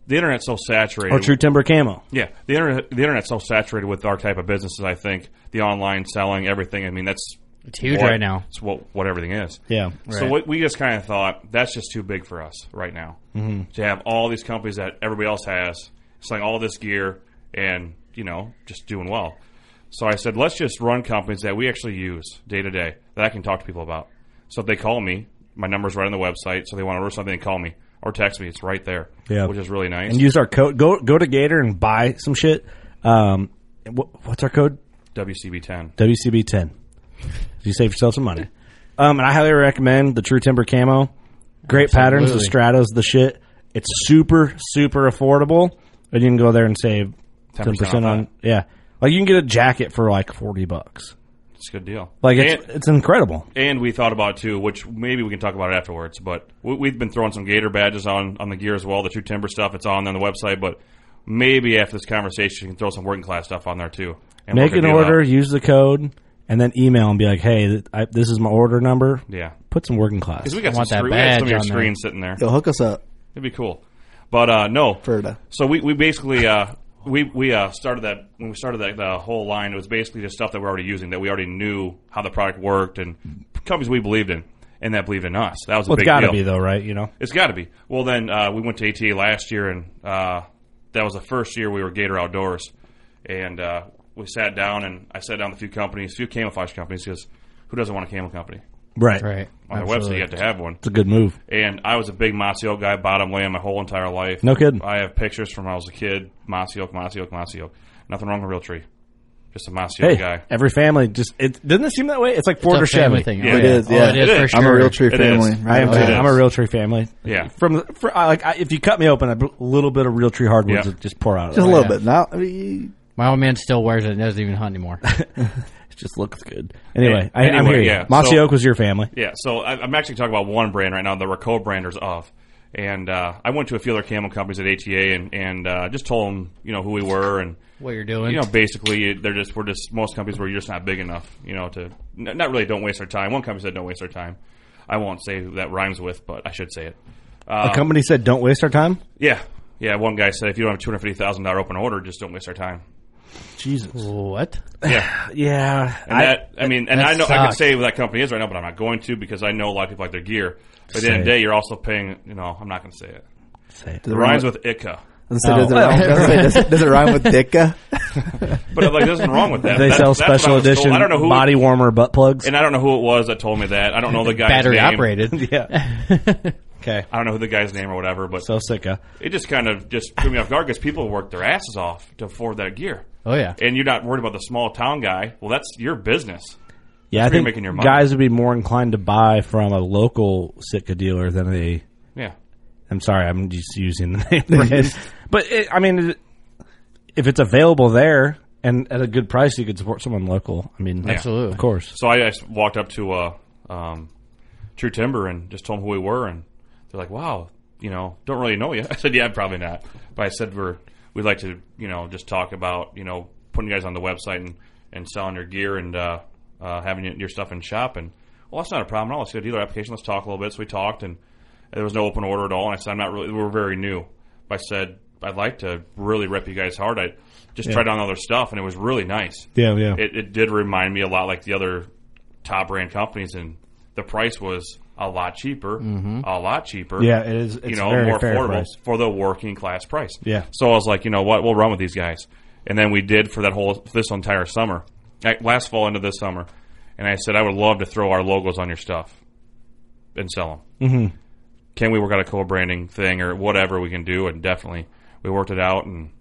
[SPEAKER 5] the internet's so saturated.
[SPEAKER 2] Or Oh, True Timber Camo.
[SPEAKER 5] Yeah, the internet, the internet's so saturated with our type of businesses. I think the online selling, everything. I mean, that's
[SPEAKER 4] It's huge
[SPEAKER 5] what-
[SPEAKER 4] right now.
[SPEAKER 5] It's what what everything is.
[SPEAKER 2] Yeah.
[SPEAKER 5] So what we just kind of thought that's just too big for us right now mm-hmm. to have all these companies that everybody else has selling all this gear and you know just doing well. So I said, let's just run companies that we actually use day to day that I can talk to people about. So if they call me, my number's right on the website. So they want to order something, they call me or text me. It's right there,
[SPEAKER 2] Yeah.
[SPEAKER 5] which is really nice.
[SPEAKER 2] And use our code. Go go to Gator and buy some shit. Um, what, what's our code?
[SPEAKER 5] WCB10.
[SPEAKER 2] WCB 10. You save yourself some money. [laughs] Um, and I highly recommend the True Timber Camo. Great patterns. The
[SPEAKER 4] Absolutely.
[SPEAKER 2] Stratos, the shit. It's super, super affordable. And you can go there and save 10%,
[SPEAKER 5] 10% off
[SPEAKER 2] on.
[SPEAKER 5] that.
[SPEAKER 2] Yeah. Like you can get a jacket for like 40 bucks.
[SPEAKER 5] It's a good deal.
[SPEAKER 2] Like it's
[SPEAKER 5] And-
[SPEAKER 2] it's incredible.
[SPEAKER 5] and we thought about too, which maybe we can talk about it afterwards. But we, we've been throwing some Gator badges on on the gear as well. The True Timber stuff, it's on on the website. But maybe after this conversation, you can throw some working class stuff on there too. and
[SPEAKER 2] Make
[SPEAKER 5] work a
[SPEAKER 2] an
[SPEAKER 5] deal
[SPEAKER 2] order,
[SPEAKER 5] out.
[SPEAKER 2] use the code, and then email and be like, "Hey, th- I, this is my order number."
[SPEAKER 5] Yeah.
[SPEAKER 2] Put some working class.
[SPEAKER 5] Because we got
[SPEAKER 4] I
[SPEAKER 5] some,
[SPEAKER 4] want that
[SPEAKER 5] screen, we got some
[SPEAKER 4] badge
[SPEAKER 5] of your
[SPEAKER 4] on there.
[SPEAKER 5] screens sitting there.
[SPEAKER 3] Yo, hook us up.
[SPEAKER 5] It'd be cool. But uh, no,
[SPEAKER 3] Ferda.
[SPEAKER 5] so we, we basically uh, we we uh, started that when we started that the whole line. It was basically just stuff that we're already using that we already knew how the product worked and companies we believed in and that believed in us. That was a
[SPEAKER 2] Well, it's
[SPEAKER 5] big
[SPEAKER 2] got to
[SPEAKER 5] deal.
[SPEAKER 2] be though, right? You know,
[SPEAKER 5] It's got to be. Well, then uh, we went to ATA last year, and uh, that was the first year we were Gator Outdoors, and uh, we sat down and I sat down with a few companies, a few camouflage companies, because who doesn't want a camo company?
[SPEAKER 2] right?
[SPEAKER 4] Right.
[SPEAKER 5] On their website, you have to have one.
[SPEAKER 2] It's a good move.
[SPEAKER 5] And I was a big Mossy Oak guy, bottom laying my whole entire life.
[SPEAKER 2] No kidding.
[SPEAKER 5] I have pictures from when I was a kid. Mossy Oak, Mossy Oak, Mossy Oak. Nothing wrong with real tree. Just a Mossy Oak
[SPEAKER 2] Hey,
[SPEAKER 5] guy.
[SPEAKER 2] every family just it doesn't it seem that way? It's like Ford
[SPEAKER 4] It's
[SPEAKER 2] or
[SPEAKER 4] a family
[SPEAKER 2] Chevy.
[SPEAKER 4] thing.
[SPEAKER 5] Yeah.
[SPEAKER 4] Oh,
[SPEAKER 5] It
[SPEAKER 3] is, yeah.
[SPEAKER 4] Oh, it is
[SPEAKER 5] It
[SPEAKER 4] for
[SPEAKER 5] is.
[SPEAKER 4] sure.
[SPEAKER 3] I'm a real tree
[SPEAKER 5] It
[SPEAKER 3] family.
[SPEAKER 5] is.
[SPEAKER 2] I am.
[SPEAKER 3] Right.
[SPEAKER 5] It
[SPEAKER 2] too. I'm a
[SPEAKER 5] is.
[SPEAKER 2] real tree family.
[SPEAKER 5] Yeah.
[SPEAKER 2] From the, for, I, like I, if you cut me open, a bl- little bit of real tree hardwoods
[SPEAKER 5] Yeah.
[SPEAKER 2] would just pour out. of
[SPEAKER 3] Just a
[SPEAKER 2] it.
[SPEAKER 3] little bit. Now, I mean,
[SPEAKER 4] My old man still wears it and doesn't even
[SPEAKER 5] [laughs]
[SPEAKER 4] hunt anymore.
[SPEAKER 2] It just looks good. Anyway, I, I'm
[SPEAKER 5] anyway,
[SPEAKER 2] here.
[SPEAKER 5] yeah,
[SPEAKER 2] Yeah. Mossy
[SPEAKER 5] so-
[SPEAKER 2] Oak was your family.
[SPEAKER 5] Yeah, so I, I'm actually talking about one brand right now that we're co-branders of, and uh, I went to a few other camo companies at ATA and and uh, just told them you know who we were and
[SPEAKER 4] what you're doing.
[SPEAKER 5] you know basically they're just we're just most companies where you're just not big enough you know to n- not really don't waste our time. One company said don't waste our time. I won't say who that rhymes with, but I should say it. uh,
[SPEAKER 2] A company said, "Don't waste our time."
[SPEAKER 5] Yeah, yeah. One guy said if you don't have two hundred fifty thousand dollar open order, just don't waste our time.
[SPEAKER 2] Jesus. Uh,
[SPEAKER 4] what?
[SPEAKER 5] Yeah,
[SPEAKER 2] Yeah.
[SPEAKER 5] and
[SPEAKER 2] I-
[SPEAKER 5] that I mean, and
[SPEAKER 4] that
[SPEAKER 5] I know I can
[SPEAKER 4] sucks.
[SPEAKER 5] say who that company is right now, but I'm not going to because I know a lot of people like their gear. But at the end of the
[SPEAKER 2] Say.
[SPEAKER 5] day, you're also paying. You know, I'm not going to say it.
[SPEAKER 2] say-
[SPEAKER 5] It rhymes with Ica.
[SPEAKER 3] does, it, does, it
[SPEAKER 5] Oh.
[SPEAKER 3] rhyme,
[SPEAKER 5] [laughs]
[SPEAKER 3] does, it, does it rhyme with [laughs] Dicka?
[SPEAKER 5] But I'm like, there's nothing wrong with that.
[SPEAKER 2] they
[SPEAKER 5] That's-
[SPEAKER 2] sell
[SPEAKER 5] that's what I
[SPEAKER 2] special
[SPEAKER 5] was told.
[SPEAKER 2] edition
[SPEAKER 5] I don't know who,
[SPEAKER 2] body warmer butt plugs.
[SPEAKER 5] and I don't know who it was that told me that. I don't know the guy's
[SPEAKER 4] Battery
[SPEAKER 5] name. [laughs]
[SPEAKER 4] operated.
[SPEAKER 2] [laughs] yeah. okay.
[SPEAKER 5] I don't know who the guy's name or whatever, but
[SPEAKER 2] So sicka.
[SPEAKER 5] it just kind of just threw me off guard because people work their asses off to afford that gear,
[SPEAKER 4] Oh yeah.
[SPEAKER 5] and you're not worried about the small town guy. Well, that's your business.
[SPEAKER 2] Yeah, I
[SPEAKER 5] where you're
[SPEAKER 2] think
[SPEAKER 5] making your money.
[SPEAKER 2] guys would be more inclined to buy from a local Sitka dealer than a.
[SPEAKER 5] Yeah,
[SPEAKER 2] I'm sorry, I'm just using the [laughs] name brand. but it, I mean, it, if it's available there and at a good price, you could support someone local. I mean,
[SPEAKER 4] Absolutely.
[SPEAKER 2] of course.
[SPEAKER 5] So I just walked up to uh, um, True Timber and just told them who we were, and they're like, "Wow, you know, don't really know you." [laughs] I said, "Yeah, probably not," but I said we're we'd like to, you know, just talk about you know putting you guys on the website and, and selling your gear and uh, uh, having your- your stuff in shop. And well, that's not a problem at all. Let's do a dealer application. Let's talk a little bit. So we talked, and there was no open order at all. And I said, "I'm not really. We're very new." I said, "I'd like to really rep you guys hard." I just tried on other stuff, and it was really nice
[SPEAKER 2] Yeah, yeah.
[SPEAKER 5] it, it did remind me a lot like the other top brand companies, and the price was a lot cheaper, a lot cheaper.
[SPEAKER 2] Mm-hmm. yeah, it is. It's
[SPEAKER 5] you know,
[SPEAKER 2] very
[SPEAKER 5] more
[SPEAKER 2] fair
[SPEAKER 5] affordable
[SPEAKER 2] price.
[SPEAKER 5] for the working class price.
[SPEAKER 2] Yeah.
[SPEAKER 5] So I was like, you know what, we'll run with these guys, and then we did for that whole this entire summer, like, last fall into this summer, and I said I would love to throw our logos on your stuff and sell them. Mm-hmm. Can we work out a co-branding thing or whatever we can do? And definitely, we worked it out, and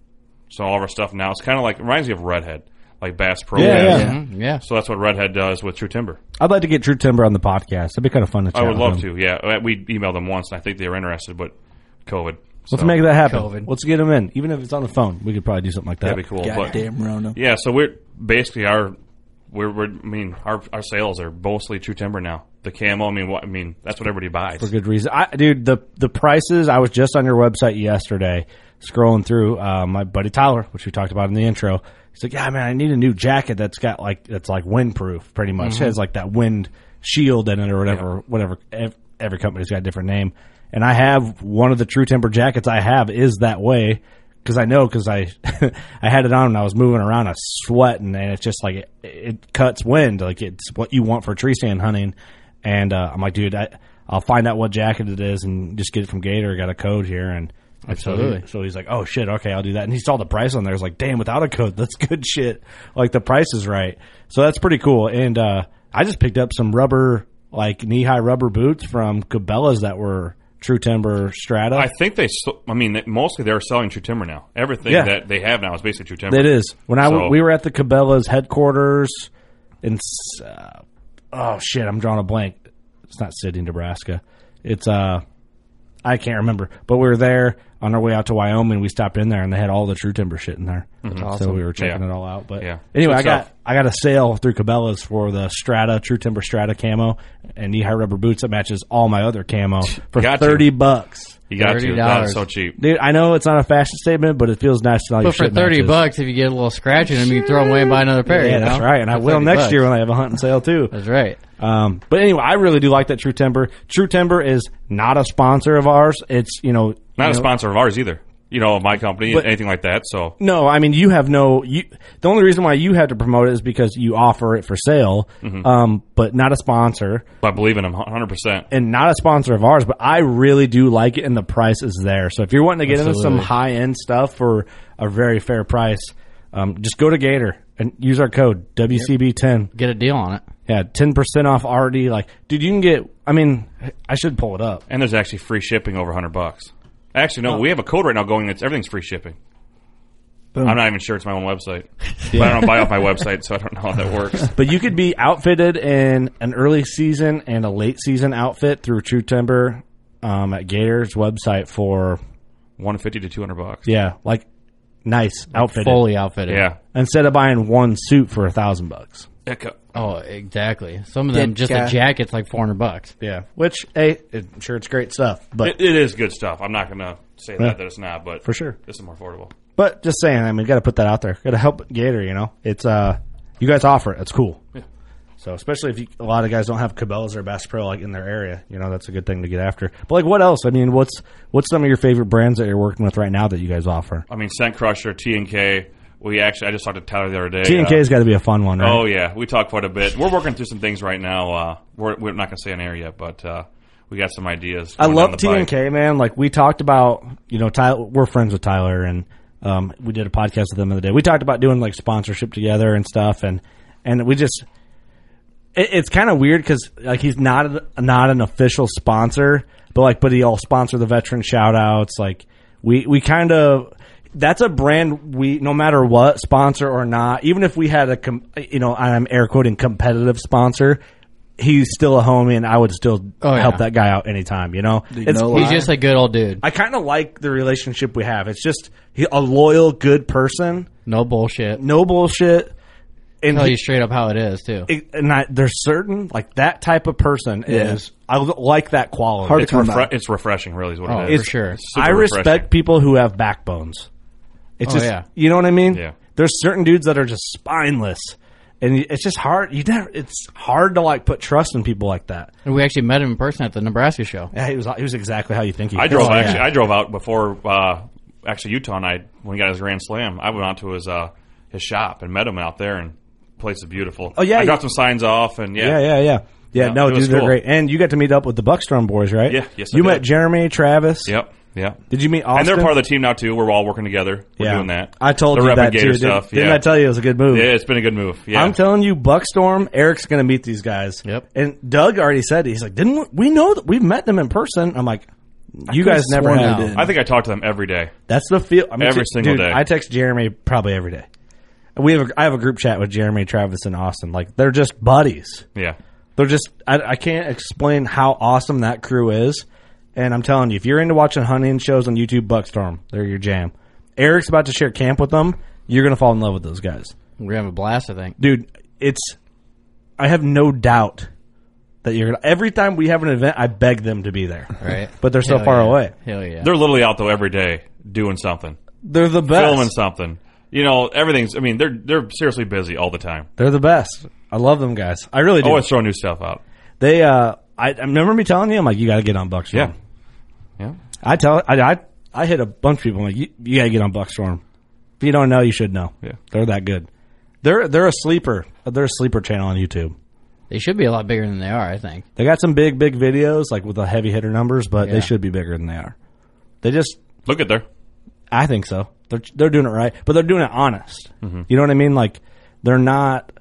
[SPEAKER 5] so all of our stuff now it's kind of like it reminds me of Redhead, like Bass Pro.
[SPEAKER 2] Yeah,
[SPEAKER 5] Bass.
[SPEAKER 2] yeah.
[SPEAKER 4] Mhm, yeah.
[SPEAKER 5] So that's what Redhead does with True Timber.
[SPEAKER 2] I'd like to get Drew Timber on the podcast. That'd be kind of fun to chat
[SPEAKER 5] I would
[SPEAKER 2] with
[SPEAKER 5] love
[SPEAKER 2] him.
[SPEAKER 5] to. Yeah, we emailed them once, and I think they were interested, but COVID.
[SPEAKER 2] Let's
[SPEAKER 5] So
[SPEAKER 2] make that happen.
[SPEAKER 4] COVID.
[SPEAKER 2] Let's get him in, even if it's on the phone. We could probably do something like that.
[SPEAKER 5] that'd be cool. but
[SPEAKER 3] Goddamn Rona.
[SPEAKER 5] yeah, so we're basically our we're, we're I mean our our sales are mostly True Timber now. The camo, I mean, what I mean that's what everybody buys.
[SPEAKER 2] for good reason. I, dude, the the prices. I was just on your website yesterday, scrolling through. Uh, my buddy Tyler, which we talked about in the intro, he's like, "Yeah, man, I need a new jacket that's got like that's like windproof, pretty much. It has like that wind shield in it or whatever, whatever. Ev- Every company's got a different name, and I have one of the True Timber jackets I have is that way. Because I know, because I [laughs] I had it on and I was moving around, I was sweating, and it's just like it, it cuts wind, like it's what you want for tree stand hunting. And uh, I'm like, dude, I, I'll find out what jacket it is and just get it from Gator. I got a code here. And and so he-
[SPEAKER 4] Absolutely.
[SPEAKER 2] So, he's like, oh, shit, okay, I'll do that. And he saw the price on there. He's like, damn, without a code, [laughs] that's good shit. Like, the price is right. So that's pretty cool. And uh, I just picked up some rubber, like knee high rubber boots from Cabela's that were True Timber Strata.
[SPEAKER 5] I think they. s- I mean, mostly they're selling True Timber now. Everything
[SPEAKER 2] Yeah.
[SPEAKER 5] that they have now is basically True Timber.
[SPEAKER 2] It is. When I w-
[SPEAKER 5] So-
[SPEAKER 2] we were at the Cabela's headquarters in S- uh, oh shit, I'm drawing a blank. It's not Sidney, Nebraska. It's uh I can't remember, but we were there. on our way out to Wyoming, we stopped in there and they had all the true timber shit in there.
[SPEAKER 5] That's
[SPEAKER 2] So
[SPEAKER 5] Mm-hmm. awesome.
[SPEAKER 2] we were checking
[SPEAKER 5] Yeah.
[SPEAKER 2] it all out. But
[SPEAKER 5] Yeah.
[SPEAKER 2] anyway,
[SPEAKER 5] Good
[SPEAKER 2] I got
[SPEAKER 5] stuff.
[SPEAKER 2] I got a sale through Cabela's for the Strata True Timber Strata camo and knee high rubber boots that matches all my other camo for
[SPEAKER 5] Got to.
[SPEAKER 2] thirty bucks.
[SPEAKER 5] You got to. That's
[SPEAKER 4] $30.
[SPEAKER 5] so cheap.
[SPEAKER 2] Dude, I know it's not a fashion statement, but it feels nice to know.
[SPEAKER 4] But for thirty bucks, if you get a little scratch in them, you can throw them away and buy another pair.
[SPEAKER 2] yeah,
[SPEAKER 4] you
[SPEAKER 2] that's
[SPEAKER 4] know?
[SPEAKER 2] right. And I
[SPEAKER 4] For
[SPEAKER 2] will
[SPEAKER 4] 30
[SPEAKER 2] next
[SPEAKER 4] bucks.
[SPEAKER 2] year when I have a hunting sale too.
[SPEAKER 4] That's right.
[SPEAKER 2] Um, but anyway, I really do like that True Timber. True Timber is not a sponsor of ours. It's you know
[SPEAKER 5] Not
[SPEAKER 2] you know-
[SPEAKER 5] a sponsor of ours either. You know, my company,
[SPEAKER 2] But-
[SPEAKER 5] anything like that. So
[SPEAKER 2] No, I mean you have no. You, the only reason why you had to promote it is because you offer it for sale,
[SPEAKER 4] Mm-hmm.
[SPEAKER 2] um, but not a sponsor
[SPEAKER 5] I believe in them 100%.
[SPEAKER 2] and not a sponsor of ours. But I really do like it, and the price is there. So if you're wanting to get into some
[SPEAKER 4] Absolutely.
[SPEAKER 2] high end stuff for a very fair price, um, just go to Gator and use our code WCB10.
[SPEAKER 4] Get a deal on it.
[SPEAKER 2] Yeah, ten percent off already. Like, dude, you can get. I mean, I should pull it up.
[SPEAKER 5] And there's actually free shipping over 100 bucks. Actually,
[SPEAKER 2] Uh,
[SPEAKER 5] no, we have a code right now going that's everything's free shipping. I'm not even sure it's my
[SPEAKER 2] [laughs]
[SPEAKER 5] own website. But I don't buy off my website, so I don't know how that works.
[SPEAKER 2] But you could be outfitted in an early season and a late season outfit through True Timber um, at Gator's website for
[SPEAKER 5] 150 to 200 bucks.
[SPEAKER 2] yeah, like nice outfitted
[SPEAKER 4] Fully outfitted.
[SPEAKER 5] Yeah.
[SPEAKER 2] instead of buying one suit for a thousand bucks.
[SPEAKER 5] That co-
[SPEAKER 4] Oh, exactly. Some of them
[SPEAKER 3] Dead
[SPEAKER 4] just
[SPEAKER 3] guy.
[SPEAKER 4] a jacket's like four hundred bucks.
[SPEAKER 2] Yeah, which hey, I'm sure it's great stuff, but
[SPEAKER 5] It, it is good stuff. I'm not going to say
[SPEAKER 2] Yeah.
[SPEAKER 5] that, that it's not, but
[SPEAKER 2] For sure.
[SPEAKER 5] this is more affordable.
[SPEAKER 2] but just saying, I mean, got to put that out there. Got to help Gator. You know, it's uh, you guys offer it. It's cool. So especially if you, a lot of guys don't have Cabela's or Bass Pro like in their area, you know that's a good thing to get after. But like, what else? I mean, what's what's some of your favorite brands that you're working with right now that you guys offer?
[SPEAKER 5] I mean, Scent Crusher, T&K. We actually, I just talked to Tyler the other day. uh,
[SPEAKER 2] T and K's got to be a fun one, right?
[SPEAKER 5] Oh yeah, we talk quite a bit. We're working through some things right now. Uh, we're, we're not going to say an area, but uh, we got some ideas.
[SPEAKER 2] I
[SPEAKER 5] going
[SPEAKER 2] love
[SPEAKER 5] down the
[SPEAKER 2] T
[SPEAKER 5] pipe.
[SPEAKER 2] and K, man. Like we talked about, you know, Tyler. We're friends with Tyler, and um, we did a podcast with them the other day. We talked about doing like sponsorship together and stuff, and and we just. It, it's kind of weird because like he's not a, not an official sponsor, but like, but he'll sponsor the veteran shout outs. Like we we kind of. That's a brand we, no matter what, sponsor or not, even if we had a, com- you know, I'm air quoting competitive sponsor, he's still a homie and I would still
[SPEAKER 4] Oh, yeah.
[SPEAKER 2] help that guy out anytime, you know? It's-
[SPEAKER 3] no
[SPEAKER 2] he-
[SPEAKER 4] He's just a good old dude.
[SPEAKER 2] I kind of like the relationship we have. It's just he, a loyal, good person,
[SPEAKER 4] No bullshit.
[SPEAKER 2] no bullshit. And
[SPEAKER 4] Tell
[SPEAKER 2] he-
[SPEAKER 4] you straight up how it is too.
[SPEAKER 2] it- and I, there's certain like that type of person
[SPEAKER 3] Yeah.
[SPEAKER 2] is I l- like that quality.
[SPEAKER 3] Hard to
[SPEAKER 5] It's,
[SPEAKER 3] come
[SPEAKER 5] refre-
[SPEAKER 3] by.
[SPEAKER 5] it's refreshing, really, is what
[SPEAKER 4] Oh,
[SPEAKER 5] it is.
[SPEAKER 4] for sure.
[SPEAKER 5] super
[SPEAKER 2] I respect
[SPEAKER 5] refreshing.
[SPEAKER 2] people who have backbones. It's
[SPEAKER 4] Oh,
[SPEAKER 2] just
[SPEAKER 4] yeah.
[SPEAKER 2] you know what I mean.
[SPEAKER 5] Yeah.
[SPEAKER 2] There's certain dudes that are just spineless, and y- it's just hard. You never. It's hard to like put trust in people like that.
[SPEAKER 4] And we actually met him in person at the Nebraska show.
[SPEAKER 2] Yeah, he was. He was exactly how you think he.
[SPEAKER 5] I
[SPEAKER 2] is.
[SPEAKER 5] drove
[SPEAKER 4] Oh, yeah.
[SPEAKER 5] actually. I drove out before uh, actually Utah, and I when he got his grand slam, I went out to his uh, his shop and met him out there, and the place is beautiful.
[SPEAKER 2] Oh, yeah,
[SPEAKER 5] I
[SPEAKER 2] you-
[SPEAKER 5] dropped some signs off, and
[SPEAKER 2] Yeah,
[SPEAKER 5] yeah,
[SPEAKER 2] yeah, yeah. Yeah,
[SPEAKER 5] Yeah,
[SPEAKER 2] no,
[SPEAKER 5] it was
[SPEAKER 2] dude, they're
[SPEAKER 5] cool.
[SPEAKER 2] great. And you got to meet up with the Buckstrom boys, right?
[SPEAKER 5] Yeah, yes, I
[SPEAKER 2] You
[SPEAKER 5] did.
[SPEAKER 2] met Jeremy, Travis.
[SPEAKER 5] yep, yep.
[SPEAKER 2] Did you meet Austin?
[SPEAKER 5] and they're part of the team now too. We're all working together. We're doing that.
[SPEAKER 2] I told
[SPEAKER 5] the
[SPEAKER 2] you
[SPEAKER 5] Rep
[SPEAKER 2] that
[SPEAKER 5] and Gator
[SPEAKER 2] too.
[SPEAKER 5] Stuff.
[SPEAKER 2] Didn't, didn't
[SPEAKER 5] yeah.
[SPEAKER 2] I tell you it was a good move?
[SPEAKER 5] Yeah, it's been a good move. Yeah,
[SPEAKER 2] I'm telling you, Buckstorm, Eric's going to meet these guys.
[SPEAKER 4] Yep.
[SPEAKER 2] And Doug already said he's like, didn't we, we know that we've met them in person? I'm like, you guys never
[SPEAKER 3] sworn we
[SPEAKER 2] have.
[SPEAKER 3] did.
[SPEAKER 5] I think I talk to them every day.
[SPEAKER 2] That's the feel. I mean,
[SPEAKER 5] Every
[SPEAKER 2] dude,
[SPEAKER 5] single day.
[SPEAKER 2] I text Jeremy probably every day. We have a, I have a group chat with Jeremy, Travis, and Austin. Like they're just buddies.
[SPEAKER 5] Yeah,
[SPEAKER 2] They're just I, I can't explain how awesome that crew is. And I'm telling you, if you're into watching hunting shows on YouTube, Buckstorm, they're your jam. Eric's about to share camp with them. You're gonna fall in love with those guys,
[SPEAKER 4] We're having a blast, I think.
[SPEAKER 2] dude. It's I have no doubt that you're gonna. Every time we have an event, I beg them to be there.
[SPEAKER 4] Right.
[SPEAKER 2] But they're so
[SPEAKER 4] Hell
[SPEAKER 2] far
[SPEAKER 4] yeah.
[SPEAKER 2] away.
[SPEAKER 4] Hell yeah.
[SPEAKER 5] they're literally out though every day doing something,
[SPEAKER 2] They're the best.
[SPEAKER 5] filming something. You know, everything's. I mean, they're they're seriously busy all the time.
[SPEAKER 2] They're the best. I love them guys. I really do.
[SPEAKER 5] Always throwing new stuff out.
[SPEAKER 2] They. uh I, I remember me telling you, I'm like, you got to get on Buckstorm.
[SPEAKER 5] Yeah, yeah.
[SPEAKER 2] I tell I I, I hit a bunch of people. I'm like, you, you got to get on Buckstorm. If you don't know, you should know.
[SPEAKER 5] Yeah.
[SPEAKER 2] they're that good. They're they're a sleeper. They're a sleeper channel on YouTube.
[SPEAKER 4] They should be a lot bigger than they are, I think.
[SPEAKER 2] They got some big big videos like with the heavy hitter numbers, but
[SPEAKER 4] Yeah.
[SPEAKER 2] they should be bigger than they are. They just
[SPEAKER 5] Look at there.
[SPEAKER 2] I think so. They're they're doing it right, but they're doing it honest.
[SPEAKER 5] Mm-hmm.
[SPEAKER 2] You know what I mean? Like they're not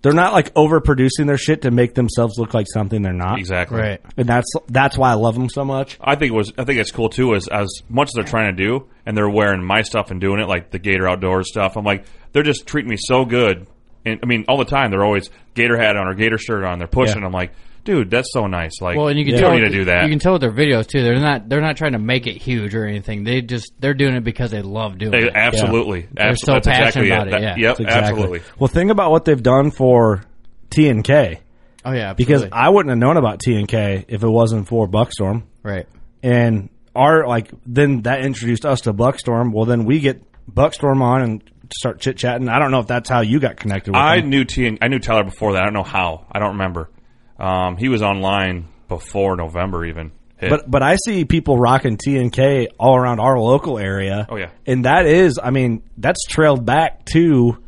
[SPEAKER 2] they're not like overproducing their shit to make themselves look like something they're not.
[SPEAKER 5] Exactly.
[SPEAKER 4] Right.
[SPEAKER 2] And that's that's why I love them so much.
[SPEAKER 5] I think it was. I think it's cool too. Is as much as they're trying to do, and they're wearing my stuff and doing it like the Gator Outdoors stuff. I'm like, they're just treating me so good, and I mean, all the time they're always gator hat on or gator shirt on. They're pushing.
[SPEAKER 4] Yeah.
[SPEAKER 5] I'm like, dude, that's so nice. Like,
[SPEAKER 4] well, and you can tell
[SPEAKER 5] don't need to do that.
[SPEAKER 4] You can tell with their videos too. They're not they're not trying to make it huge or anything. They just they're doing it because they love doing
[SPEAKER 5] They-
[SPEAKER 4] it.
[SPEAKER 5] absolutely.
[SPEAKER 4] they're
[SPEAKER 5] Abso-
[SPEAKER 4] so
[SPEAKER 5] that's
[SPEAKER 4] passionate
[SPEAKER 5] exactly it.
[SPEAKER 4] about it.
[SPEAKER 5] That-
[SPEAKER 4] yeah,
[SPEAKER 5] yep.
[SPEAKER 2] That's exactly.
[SPEAKER 5] absolutely.
[SPEAKER 2] Well, think about what they've done for T and K.
[SPEAKER 4] Oh, yeah,
[SPEAKER 2] because
[SPEAKER 4] absolutely.
[SPEAKER 2] I wouldn't have known about T and K if it wasn't for Buckstorm,
[SPEAKER 4] right.
[SPEAKER 2] and our like then that introduced us to Buckstorm. Well, then we get Buckstorm on and start chit chatting. I don't know if that's how you got connected. with
[SPEAKER 5] I
[SPEAKER 2] them.
[SPEAKER 5] knew T and I knew Tyler before that. I don't know how. I don't remember. Um, he was online before November even. Hit.
[SPEAKER 2] But but I see people rocking T and K all around our local area.
[SPEAKER 5] Oh, yeah.
[SPEAKER 2] and that is, I mean, that's trailed back to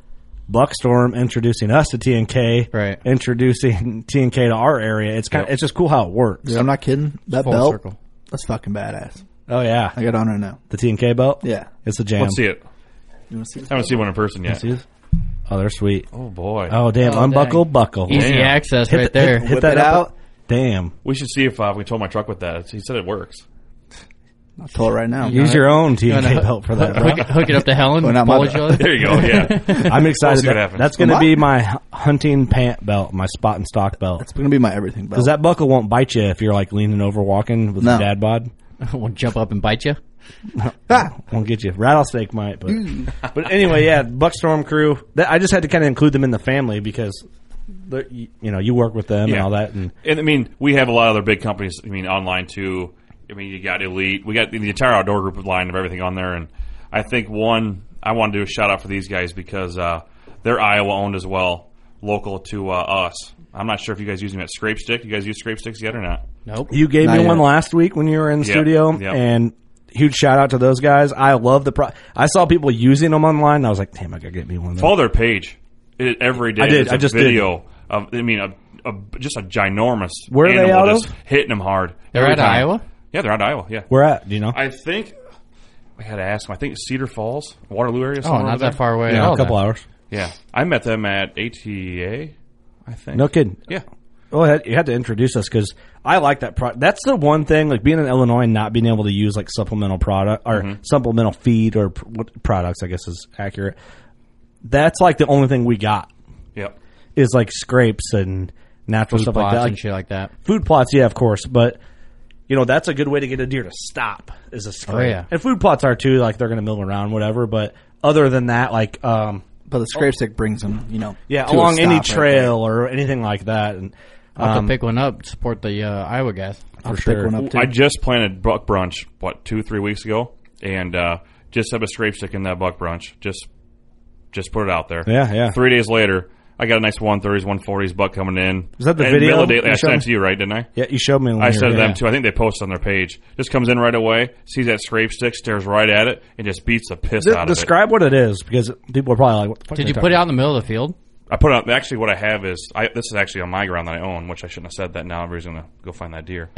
[SPEAKER 2] Buckstorm introducing us to T and K,
[SPEAKER 4] Right.
[SPEAKER 2] Introducing [laughs] T and K to our area. It's kind, of it's just cool how it works.
[SPEAKER 3] Dude, I'm not kidding. That
[SPEAKER 4] Full
[SPEAKER 3] belt,
[SPEAKER 4] circle.
[SPEAKER 3] that's fucking badass.
[SPEAKER 2] Oh yeah,
[SPEAKER 3] I got on right now.
[SPEAKER 2] the T and K belt.
[SPEAKER 3] Yeah.
[SPEAKER 2] it's a jam.
[SPEAKER 5] let's see it.
[SPEAKER 3] You want to see this?
[SPEAKER 5] I haven't seen one in person yet.
[SPEAKER 2] See this? Oh, they're sweet.
[SPEAKER 5] Oh boy.
[SPEAKER 2] Oh damn,
[SPEAKER 4] Oh,
[SPEAKER 2] unbuckle,
[SPEAKER 4] dang.
[SPEAKER 2] buckle.
[SPEAKER 4] Easy
[SPEAKER 5] Damn.
[SPEAKER 4] access
[SPEAKER 2] Hit
[SPEAKER 4] right
[SPEAKER 2] the-
[SPEAKER 4] there.
[SPEAKER 2] Hit
[SPEAKER 3] Whip
[SPEAKER 2] that
[SPEAKER 3] it
[SPEAKER 2] up.
[SPEAKER 3] out.
[SPEAKER 2] Damn.
[SPEAKER 5] We should see if uh, we told my truck with that. He said it works.
[SPEAKER 3] I'll tell it right now.
[SPEAKER 2] Use your own T
[SPEAKER 4] You
[SPEAKER 2] and K
[SPEAKER 4] wanna
[SPEAKER 2] belt for that.
[SPEAKER 4] [laughs] hook,
[SPEAKER 2] bro.
[SPEAKER 4] it- hook it up to Helen.
[SPEAKER 3] Well, not my
[SPEAKER 4] pull each
[SPEAKER 3] belt.
[SPEAKER 4] other. [laughs]
[SPEAKER 5] There you go.
[SPEAKER 2] [laughs]
[SPEAKER 5] Yeah.
[SPEAKER 2] I'm
[SPEAKER 5] We'll
[SPEAKER 2] excited.
[SPEAKER 5] see what
[SPEAKER 2] That-
[SPEAKER 5] happens.
[SPEAKER 2] that's going to
[SPEAKER 3] Well,
[SPEAKER 2] be my hu- hunting pant belt, my spot and stock belt.
[SPEAKER 3] It's going to be my everything belt.
[SPEAKER 2] Because that buckle won't bite you if you're like leaning over walking with
[SPEAKER 3] No.
[SPEAKER 2] your dad bod.
[SPEAKER 4] Won't jump up and bite you.
[SPEAKER 2] Won't get you. Rattlesnake might, but [laughs] but anyway, yeah. Buckstorm crew. That, I just had to kind of include them in the family because they're- you, you know you work with them and
[SPEAKER 5] Yeah.
[SPEAKER 2] all that. And
[SPEAKER 5] And I mean, we have a lot of other big companies. I mean, online too. I mean, you got Elite. We got the entire outdoor group line of everything on there. And I think one I want to do a shout out for these guys because uh, they're Iowa owned as well, local to uh, us. I'm not sure if you guys use them at Scrape Stick. You guys use Scrape Sticks yet or not?
[SPEAKER 4] Nope.
[SPEAKER 2] you gave
[SPEAKER 3] Not
[SPEAKER 2] me
[SPEAKER 3] yet.
[SPEAKER 2] one last week when you were in the
[SPEAKER 5] Yep,
[SPEAKER 2] studio,
[SPEAKER 5] yep.
[SPEAKER 2] and huge shout out to those guys. I love the pro. I saw people using them online. and I was like, damn, I gotta get me one. Of those.
[SPEAKER 5] Follow their page it, every day.
[SPEAKER 2] I did.
[SPEAKER 5] There's
[SPEAKER 2] I
[SPEAKER 5] a
[SPEAKER 2] just did.
[SPEAKER 5] video of. I mean, a, a, just a ginormous
[SPEAKER 2] Where are they
[SPEAKER 5] animal
[SPEAKER 2] out
[SPEAKER 5] just
[SPEAKER 2] of?
[SPEAKER 5] hitting them hard.
[SPEAKER 4] They're
[SPEAKER 5] Every
[SPEAKER 4] out of
[SPEAKER 5] time.
[SPEAKER 4] Iowa?
[SPEAKER 5] Yeah, they're out of Iowa. Yeah,
[SPEAKER 2] Where at? Do you know?
[SPEAKER 5] I think I had to ask them. I think Cedar Falls, Waterloo area.
[SPEAKER 4] Oh,
[SPEAKER 5] somewhere over
[SPEAKER 4] not
[SPEAKER 5] there.
[SPEAKER 4] that far away.
[SPEAKER 2] Yeah,
[SPEAKER 4] at all
[SPEAKER 2] a couple
[SPEAKER 4] then.
[SPEAKER 2] hours.
[SPEAKER 5] Yeah, I met them at ATA. I think.
[SPEAKER 2] No kidding.
[SPEAKER 5] Yeah.
[SPEAKER 2] Well, you had- you had to introduce us because I like that product. That's the one thing, like being in Illinois and not being able to use like supplemental product or
[SPEAKER 5] Mm-hmm.
[SPEAKER 2] supplemental feed or pr- what products, I guess is accurate. That's like the only thing we got
[SPEAKER 5] Yep.
[SPEAKER 2] is like scrapes and natural
[SPEAKER 4] Food
[SPEAKER 2] stuff
[SPEAKER 4] plots
[SPEAKER 2] like that.
[SPEAKER 4] and
[SPEAKER 2] Like,
[SPEAKER 4] shit like that.
[SPEAKER 2] food plots, yeah, of course, but you know that's a good way to get a deer to stop is a
[SPEAKER 3] Oh,
[SPEAKER 2] scrape.
[SPEAKER 4] yeah.
[SPEAKER 2] And food plots are too, like they're going to mill around, whatever. But other than that, like um,
[SPEAKER 3] but the scrape stick brings them, you know.
[SPEAKER 2] yeah,
[SPEAKER 3] to a
[SPEAKER 2] along any
[SPEAKER 3] stop right there.
[SPEAKER 2] trail or anything like that, and
[SPEAKER 4] I'll have
[SPEAKER 2] um,
[SPEAKER 4] to pick one up. Support the uh, Iowa guys.
[SPEAKER 3] I'll pick
[SPEAKER 2] sure.
[SPEAKER 3] one up too.
[SPEAKER 5] I just planted buck brunch what two three weeks ago, and uh, just have a scrape stick in that buck brunch. Just just put it out there.
[SPEAKER 2] Yeah, yeah.
[SPEAKER 5] Three days later, I got a nice one thirties, one forties buck coming in.
[SPEAKER 2] Is that the
[SPEAKER 5] and
[SPEAKER 2] video
[SPEAKER 5] middle of the day-
[SPEAKER 2] you
[SPEAKER 5] I
[SPEAKER 2] showed
[SPEAKER 5] sent it
[SPEAKER 2] me?
[SPEAKER 5] to you, right? Didn't I?
[SPEAKER 2] Yeah, you showed me. When
[SPEAKER 5] I
[SPEAKER 2] you were
[SPEAKER 5] said to
[SPEAKER 2] there.
[SPEAKER 5] them too. I think they posted on their page. Just comes in right away, sees that scrape stick, stares right at it, and just beats the piss
[SPEAKER 2] De-
[SPEAKER 5] out of it.
[SPEAKER 2] describe what it is because people are probably like, what the fuck
[SPEAKER 4] Did
[SPEAKER 2] are
[SPEAKER 4] you
[SPEAKER 2] they
[SPEAKER 4] put it
[SPEAKER 2] talking
[SPEAKER 4] out in the middle of the field?
[SPEAKER 5] I put up actually what I have is I, this is actually on my ground that I own, which I shouldn't have said that. Now everybody's gonna go find that deer.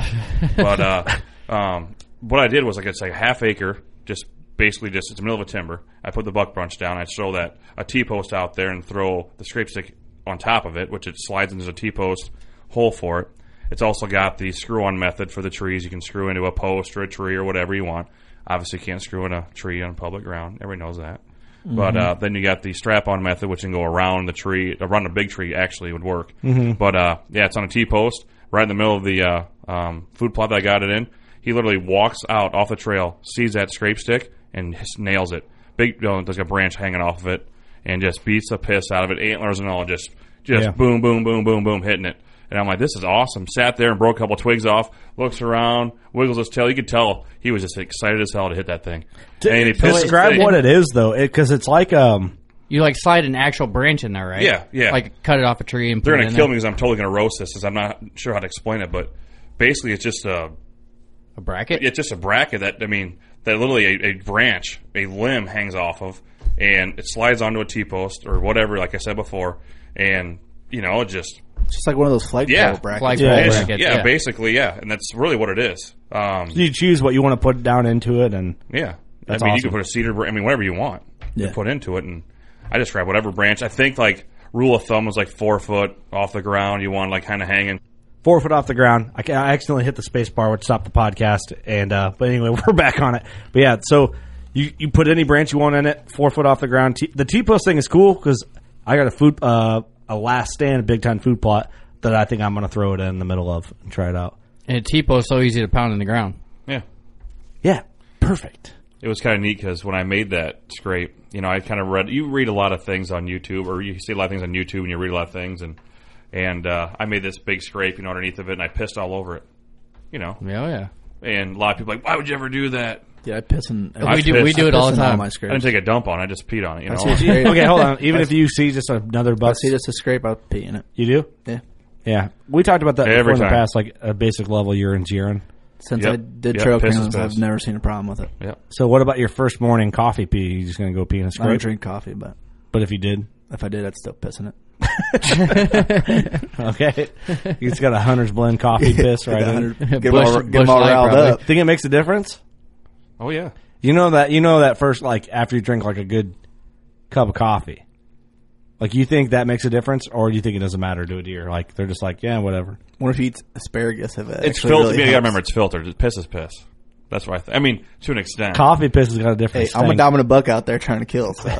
[SPEAKER 5] but uh, um, what I did was like it's like a half acre, just basically just it's the middle of a timber. I put the buck brunch down. I throw that a T post out there and throw the scrape stick on top of it, which it slides into a T post hole for it. It's also got the screw on method for the trees. You can screw into a post or a tree or whatever you want. Obviously, you can't screw in a tree on public ground. Everybody knows that. But
[SPEAKER 2] Mm-hmm.
[SPEAKER 5] uh, then you got the strap-on method, which can go around the tree, around a big tree. Actually, would work.
[SPEAKER 2] Mm-hmm.
[SPEAKER 5] But uh, yeah, it's on a T post, right in the middle of the uh, um, food plot that I got it in. He literally walks out off the trail, sees that scrape stick, and just nails it. Big, you know, there's like a branch hanging off of it, and just beats the piss out of it, antlers and all. Just, just
[SPEAKER 2] Yeah.
[SPEAKER 5] boom, boom, boom, boom, boom, hitting it. And I'm like, this is awesome. Sat there and broke a couple twigs off. Looks around, wiggles his tail. You could tell he was just excited as hell to hit that thing. and he
[SPEAKER 2] about?
[SPEAKER 5] pissed
[SPEAKER 2] Describe
[SPEAKER 5] his-
[SPEAKER 2] what it is though, because it's like um,
[SPEAKER 4] You like slide an actual branch in there, right?
[SPEAKER 5] Yeah, yeah.
[SPEAKER 4] Like cut it off a tree and
[SPEAKER 5] They're
[SPEAKER 4] put
[SPEAKER 5] going
[SPEAKER 4] it in
[SPEAKER 5] to kill me
[SPEAKER 4] there.
[SPEAKER 5] because I'm totally going to roast this. Since I'm not sure how to explain it, but basically, it's just a
[SPEAKER 4] a bracket.
[SPEAKER 5] it's just a bracket that I mean that literally a, a branch, a limb hangs off of, and it slides onto a T post or whatever, like I said before, and you know, it just
[SPEAKER 3] It's just like one of those flight
[SPEAKER 5] Yeah.
[SPEAKER 3] pole brackets.
[SPEAKER 4] Like
[SPEAKER 2] Yeah.
[SPEAKER 4] yeah,
[SPEAKER 2] Yeah.
[SPEAKER 4] bracket.
[SPEAKER 5] yeah, basically, yeah, and that's really what it is. Um,
[SPEAKER 2] you choose what you want to put down into it, and
[SPEAKER 5] yeah,
[SPEAKER 2] That's
[SPEAKER 5] I mean, you
[SPEAKER 2] awesome.
[SPEAKER 5] can put a cedar, br- I mean, whatever you want, you
[SPEAKER 3] Yeah.
[SPEAKER 5] put into it, and I just grab whatever branch. I think like rule of thumb was like four foot off the ground. You want like kind of hanging.
[SPEAKER 2] four foot off the ground. I, ca- I accidentally hit the space bar, which stopped the podcast. And uh, but anyway, [laughs] we're back on it. But yeah, so you you put any branch you want in it, four foot off the ground. T- the T post thing is cool because I got a food uh, a last stand big time food plot that I think I'm going to throw it in the middle of and try it out.
[SPEAKER 4] And a Tipo is so easy to pound in the ground.
[SPEAKER 5] Yeah.
[SPEAKER 2] Yeah, perfect.
[SPEAKER 5] It was kind of neat because when I made that scrape, you know, I kind of read. You read a lot of things on YouTube, or you see a lot of things on YouTube, and you read a lot of things, and and uh, I made this big scrape, you know, underneath of it, and I pissed all over it, you know.
[SPEAKER 4] Yeah, oh yeah.
[SPEAKER 5] And a lot of people are like, why would you ever do that?
[SPEAKER 3] Yeah, I piss in.
[SPEAKER 4] We do- we do it
[SPEAKER 3] I
[SPEAKER 4] all
[SPEAKER 3] piss
[SPEAKER 4] the
[SPEAKER 3] in
[SPEAKER 4] time.
[SPEAKER 3] my
[SPEAKER 5] I
[SPEAKER 3] scrapes.
[SPEAKER 5] didn't take a dump on. it, I just peed on it. You
[SPEAKER 3] I
[SPEAKER 5] know.
[SPEAKER 3] see a scrape.
[SPEAKER 2] Okay, hold on. Even
[SPEAKER 3] I
[SPEAKER 2] if you see just another
[SPEAKER 3] I
[SPEAKER 2] buck,
[SPEAKER 3] [laughs] see just a scrape, I'll pee in it.
[SPEAKER 2] you do.
[SPEAKER 3] Yeah.
[SPEAKER 2] Yeah, we talked about that before
[SPEAKER 5] Every
[SPEAKER 2] in the
[SPEAKER 5] time.
[SPEAKER 2] past, like a basic level urine's urine.
[SPEAKER 3] Since
[SPEAKER 5] Yep.
[SPEAKER 3] I did
[SPEAKER 5] Yep,
[SPEAKER 3] trail
[SPEAKER 5] piss is
[SPEAKER 3] cams, I've
[SPEAKER 5] best.
[SPEAKER 3] never seen a problem with it.
[SPEAKER 5] Yep.
[SPEAKER 2] So, what about your first morning coffee pee? You just gonna go pee in a
[SPEAKER 3] I don't
[SPEAKER 2] scrape?
[SPEAKER 3] drink coffee, but
[SPEAKER 2] But if you did,
[SPEAKER 3] if I did, I'd still piss in it.
[SPEAKER 2] [laughs] okay, you just got a hunter's blend coffee piss right in.
[SPEAKER 3] Get them
[SPEAKER 4] Bush-
[SPEAKER 3] all, get 'em
[SPEAKER 4] Bush
[SPEAKER 3] all
[SPEAKER 4] Light,
[SPEAKER 3] riled
[SPEAKER 4] probably.
[SPEAKER 3] up.
[SPEAKER 2] Think it makes a difference?
[SPEAKER 5] Oh yeah.
[SPEAKER 2] You know that you know that first like after you drink like a good cup of coffee. Like you think that makes a difference or you think it doesn't matter to a deer? Like they're just like, yeah, whatever.
[SPEAKER 3] What if he eats asparagus? If it
[SPEAKER 5] It's
[SPEAKER 3] actually
[SPEAKER 5] filtered.
[SPEAKER 3] really
[SPEAKER 5] yeah, you gotta
[SPEAKER 3] helps?
[SPEAKER 5] remember it's filtered. It piss is piss. That's what I. Th- I mean, to an extent.
[SPEAKER 2] Coffee piss has got a
[SPEAKER 3] Hey,
[SPEAKER 2] different
[SPEAKER 3] I'm a
[SPEAKER 2] stink.
[SPEAKER 3] dominant buck out there trying to kill. [laughs] So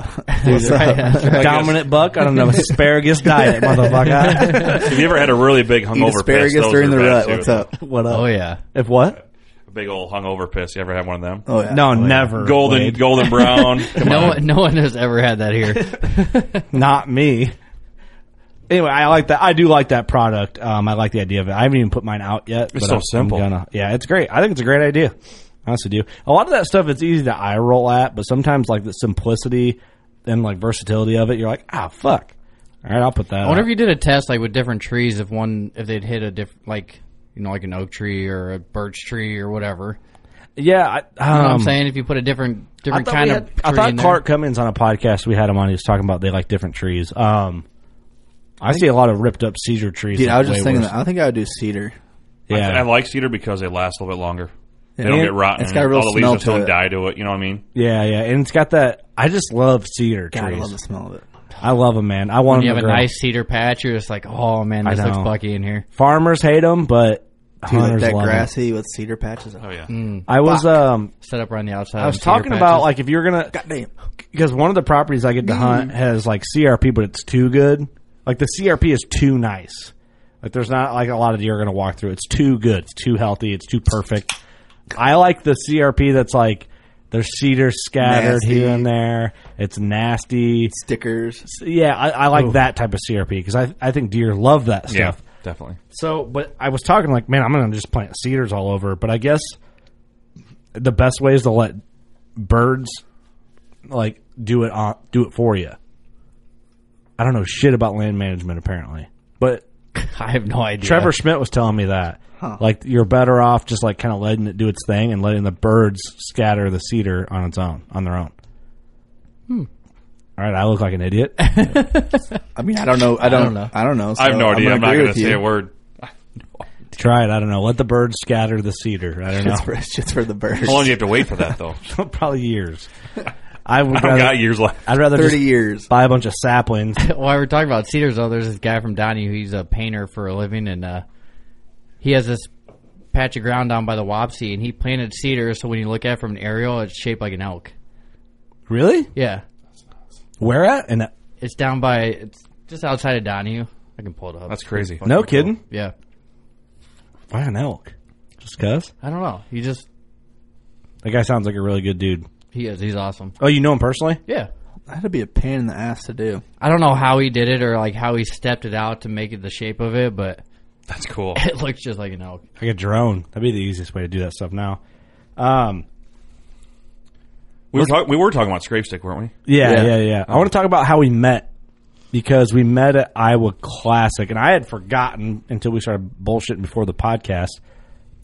[SPEAKER 3] What's up?
[SPEAKER 2] dominant buck on an asparagus diet, [laughs] motherfucker.
[SPEAKER 5] [laughs] Have you ever had a really
[SPEAKER 3] [laughs]
[SPEAKER 5] big
[SPEAKER 3] eat
[SPEAKER 5] hungover piss?
[SPEAKER 3] asparagus
[SPEAKER 5] Those
[SPEAKER 3] during
[SPEAKER 5] are
[SPEAKER 3] the
[SPEAKER 5] bad,
[SPEAKER 3] rut.
[SPEAKER 5] too.
[SPEAKER 3] What's [laughs] up?
[SPEAKER 2] what up?
[SPEAKER 4] Oh yeah.
[SPEAKER 2] If what?
[SPEAKER 5] A big old hungover piss. You ever had one of them?
[SPEAKER 3] Oh yeah.
[SPEAKER 2] No, never.
[SPEAKER 5] golden,
[SPEAKER 2] Wade.
[SPEAKER 3] [laughs]
[SPEAKER 5] golden brown. Come
[SPEAKER 4] No,
[SPEAKER 5] on.
[SPEAKER 4] one- no one has ever had that here.
[SPEAKER 2] Not me. Anyway, I like that. I do like that product. Um, I like the idea of it. I haven't even put mine out yet.
[SPEAKER 5] It's
[SPEAKER 2] but
[SPEAKER 5] so
[SPEAKER 2] I'm- I'm
[SPEAKER 5] simple.
[SPEAKER 2] gonna- yeah, it's great. I think it's a great idea. I honestly do. A lot of that stuff, it's easy to eye roll at, but sometimes like the simplicity and like versatility of it, you're like, ah, fuck. All right, I'll put that.
[SPEAKER 4] I wonder
[SPEAKER 2] out.
[SPEAKER 4] if you did a test like with different trees, if one if they'd hit a different like you know like an oak tree or a birch tree or whatever.
[SPEAKER 2] yeah, I,
[SPEAKER 4] You know what
[SPEAKER 2] um,
[SPEAKER 4] I'm saying if you put a different
[SPEAKER 2] I
[SPEAKER 4] different
[SPEAKER 2] thought,
[SPEAKER 4] kind
[SPEAKER 2] we
[SPEAKER 4] of
[SPEAKER 2] had-
[SPEAKER 4] tree
[SPEAKER 2] I thought
[SPEAKER 4] in there.
[SPEAKER 2] Clark Cummins on a podcast we had him on. He was talking about they like different trees. Um, I see a lot of ripped up cedar trees.
[SPEAKER 3] Dude,
[SPEAKER 2] like,
[SPEAKER 3] I was
[SPEAKER 2] way
[SPEAKER 3] just thinking.
[SPEAKER 2] worse.
[SPEAKER 3] That. I think I would do cedar.
[SPEAKER 5] I,
[SPEAKER 2] yeah,
[SPEAKER 5] I like cedar because they last a little bit longer. They
[SPEAKER 3] Yeah.
[SPEAKER 5] don't
[SPEAKER 3] And
[SPEAKER 5] get rotten.
[SPEAKER 3] it's got a real
[SPEAKER 5] All the leaves
[SPEAKER 3] smell
[SPEAKER 5] just
[SPEAKER 3] to
[SPEAKER 5] don't
[SPEAKER 3] it.
[SPEAKER 5] die to it. You know what I mean?
[SPEAKER 2] yeah, yeah, and it's got that. I just love cedar
[SPEAKER 3] God, I
[SPEAKER 2] trees.
[SPEAKER 3] love the smell of it.
[SPEAKER 2] I love them, man. I want
[SPEAKER 4] you
[SPEAKER 2] them
[SPEAKER 4] have
[SPEAKER 2] to
[SPEAKER 4] a
[SPEAKER 2] grow.
[SPEAKER 4] nice cedar patch. You're just like, oh man,
[SPEAKER 2] I
[SPEAKER 4] this looks
[SPEAKER 2] know.
[SPEAKER 4] bucky in here.
[SPEAKER 2] Farmers hate them, but
[SPEAKER 3] Dude, like
[SPEAKER 2] hunters
[SPEAKER 3] that
[SPEAKER 2] love 'em.
[SPEAKER 3] grassy with cedar patches. Oh
[SPEAKER 5] yeah.
[SPEAKER 2] I was um,
[SPEAKER 4] Set up around the outside.
[SPEAKER 2] I was
[SPEAKER 4] of cedar
[SPEAKER 2] talking about
[SPEAKER 4] patches.
[SPEAKER 2] like if you're gonna
[SPEAKER 3] Goddamn.
[SPEAKER 2] because one of the properties I get to hunt has like CRP, but it's too good. Like the CRP is too nice. Like there's not like a lot of deer are gonna walk through. It's too good. It's too healthy. It's too perfect. I like the CRP that's like there's cedar scattered
[SPEAKER 3] Nasty.
[SPEAKER 2] here and there. It's nasty.
[SPEAKER 3] Stickers.
[SPEAKER 2] Yeah, I, I like that type of CRP because I I think deer love that stuff.
[SPEAKER 5] Yeah, definitely.
[SPEAKER 2] So, but I was talking like, man, I'm gonna just plant cedars all over. But I guess the best way is to let birds like do it on do it for you. I don't know shit about land management apparently, but
[SPEAKER 4] [laughs] I have no idea.
[SPEAKER 2] Trevor Schmidt was telling me that like you're better off just like kind of letting it do its thing and letting the birds scatter the cedar on its own on their own. All right, I look like an idiot. [laughs]
[SPEAKER 3] I mean, I don't know. I don't,
[SPEAKER 4] know.
[SPEAKER 3] know. I don't know.
[SPEAKER 5] I have
[SPEAKER 3] so
[SPEAKER 5] no idea.
[SPEAKER 3] gonna
[SPEAKER 5] I'm, not
[SPEAKER 3] agree
[SPEAKER 5] going
[SPEAKER 3] with
[SPEAKER 5] to say
[SPEAKER 3] you.
[SPEAKER 5] a word.
[SPEAKER 2] Try it. I don't know. Let the birds scatter the cedar. I don't know.
[SPEAKER 3] It's for, it's just for the birds.
[SPEAKER 5] How long do you have to wait for
[SPEAKER 3] [laughs]
[SPEAKER 5] that though?
[SPEAKER 2] [laughs] Probably years. I would
[SPEAKER 5] I don't
[SPEAKER 2] rather,
[SPEAKER 5] got years left.
[SPEAKER 2] I'd rather
[SPEAKER 3] Thirty
[SPEAKER 2] just
[SPEAKER 3] years.
[SPEAKER 2] buy a bunch of
[SPEAKER 5] [laughs]
[SPEAKER 2] saplings.
[SPEAKER 4] While we're talking about cedars, though, there's this guy from Donnie. He's a painter for a living, and uh, he has this patch of ground down by the Wapsie, and he planted cedars. So when you look at it from an aerial, it's shaped like an elk.
[SPEAKER 2] really?
[SPEAKER 4] Yeah,
[SPEAKER 2] Where at? And that-
[SPEAKER 4] it's down by it's just outside of Donahue. I can pull it up.
[SPEAKER 5] That's crazy.
[SPEAKER 2] no kidding.
[SPEAKER 4] yeah.
[SPEAKER 2] Why an elk? Just cause
[SPEAKER 4] I don't know. He just
[SPEAKER 2] that guy sounds like a really good dude.
[SPEAKER 4] he is. He's awesome.
[SPEAKER 2] Oh, you know him personally?
[SPEAKER 4] Yeah.
[SPEAKER 3] That'd be a pain in the ass to do.
[SPEAKER 4] I don't know how he did it or like how he stepped it out to make it the shape of it, but [laughs]
[SPEAKER 3] [laughs]
[SPEAKER 5] That's cool.
[SPEAKER 4] it looks just like an elk.
[SPEAKER 2] Like a drone. That'd be the easiest way to do that stuff now. Um,
[SPEAKER 5] We were, talk- we were talking about scrape stick, weren't we?
[SPEAKER 2] yeah, yeah,
[SPEAKER 3] Yeah.
[SPEAKER 2] yeah. I want to talk about how we met because we met at Iowa Classic, and I had forgotten until we started bullshitting before the podcast.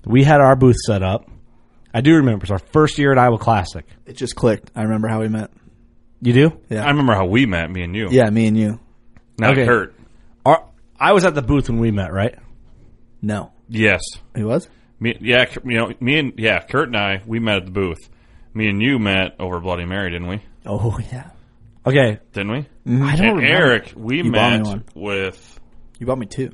[SPEAKER 2] We had our booth set up. I do remember it was our first year at Iowa Classic.
[SPEAKER 3] It just clicked. I remember how we met.
[SPEAKER 2] You do?
[SPEAKER 3] Yeah.
[SPEAKER 5] I remember how we met, me and you.
[SPEAKER 3] Yeah, me and you.
[SPEAKER 5] Not
[SPEAKER 2] Okay.
[SPEAKER 5] Kurt.
[SPEAKER 2] Our, I was at the booth when we met, right?
[SPEAKER 3] No,
[SPEAKER 5] Yes.
[SPEAKER 3] he was.
[SPEAKER 5] Me, yeah. K- You know, me and yeah, Kurt and I, we met at the booth. Me and you met over Bloody Mary, didn't we?
[SPEAKER 3] Oh yeah.
[SPEAKER 2] Okay,
[SPEAKER 5] Didn't we?
[SPEAKER 3] Mm-hmm.
[SPEAKER 4] I don't
[SPEAKER 5] And
[SPEAKER 4] remember.
[SPEAKER 5] Eric, we
[SPEAKER 3] bought
[SPEAKER 5] met
[SPEAKER 3] me one.
[SPEAKER 5] with
[SPEAKER 3] You bought me two.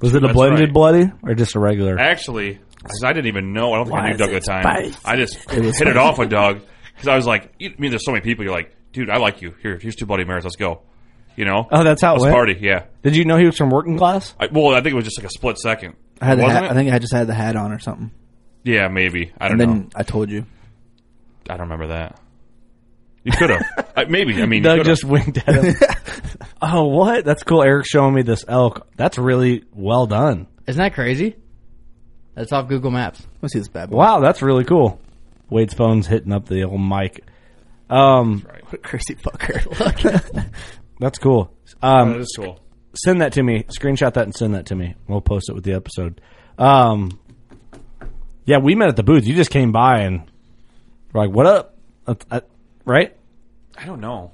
[SPEAKER 2] was it a
[SPEAKER 5] That's
[SPEAKER 2] blended
[SPEAKER 5] right.
[SPEAKER 2] bloody or just a regular?
[SPEAKER 5] Actually, 'cause I didn't even know. I don't think I knew Doug at the time. I just
[SPEAKER 3] was
[SPEAKER 5] hit it off with Doug because I was like, you- I mean, there's so many people. You're like, dude, I like you. Here, here's two Bloody Marys. Let's go. you know.
[SPEAKER 2] Oh, that's how it
[SPEAKER 5] House
[SPEAKER 2] went?
[SPEAKER 5] party. Yeah.
[SPEAKER 2] Did you know he was from working class?
[SPEAKER 5] I, well, I think it was just like a split second.
[SPEAKER 3] I had the
[SPEAKER 5] Wasn't
[SPEAKER 3] hat,
[SPEAKER 5] it?
[SPEAKER 3] I think I just had the hat on or something.
[SPEAKER 5] Yeah, maybe. I don't
[SPEAKER 3] and then
[SPEAKER 5] know.
[SPEAKER 3] I told you.
[SPEAKER 5] I don't remember that. You could
[SPEAKER 2] [laughs]
[SPEAKER 5] have. I maybe. I mean, you
[SPEAKER 2] Doug
[SPEAKER 5] could've.
[SPEAKER 2] just [laughs] winked at
[SPEAKER 5] [laughs]
[SPEAKER 2] him. oh, what? That's cool. Eric's showing me this elk. That's really well done.
[SPEAKER 4] Isn't that crazy? That's off Google Maps.
[SPEAKER 3] Let's see this bad boy.
[SPEAKER 2] Wow, that's really cool. Wade's phone's hitting up the old mic. Um,
[SPEAKER 3] What a
[SPEAKER 2] [laughs]
[SPEAKER 3] crazy fucker.
[SPEAKER 2] that's cool.
[SPEAKER 5] Oh,
[SPEAKER 2] Um,
[SPEAKER 5] that is cool.
[SPEAKER 2] send that to me. Screenshot that and send that to me. We'll post it with the episode. Um, yeah, we met at the booth. You just came by and were like, "What up?" That's- I- right?
[SPEAKER 5] I don't know.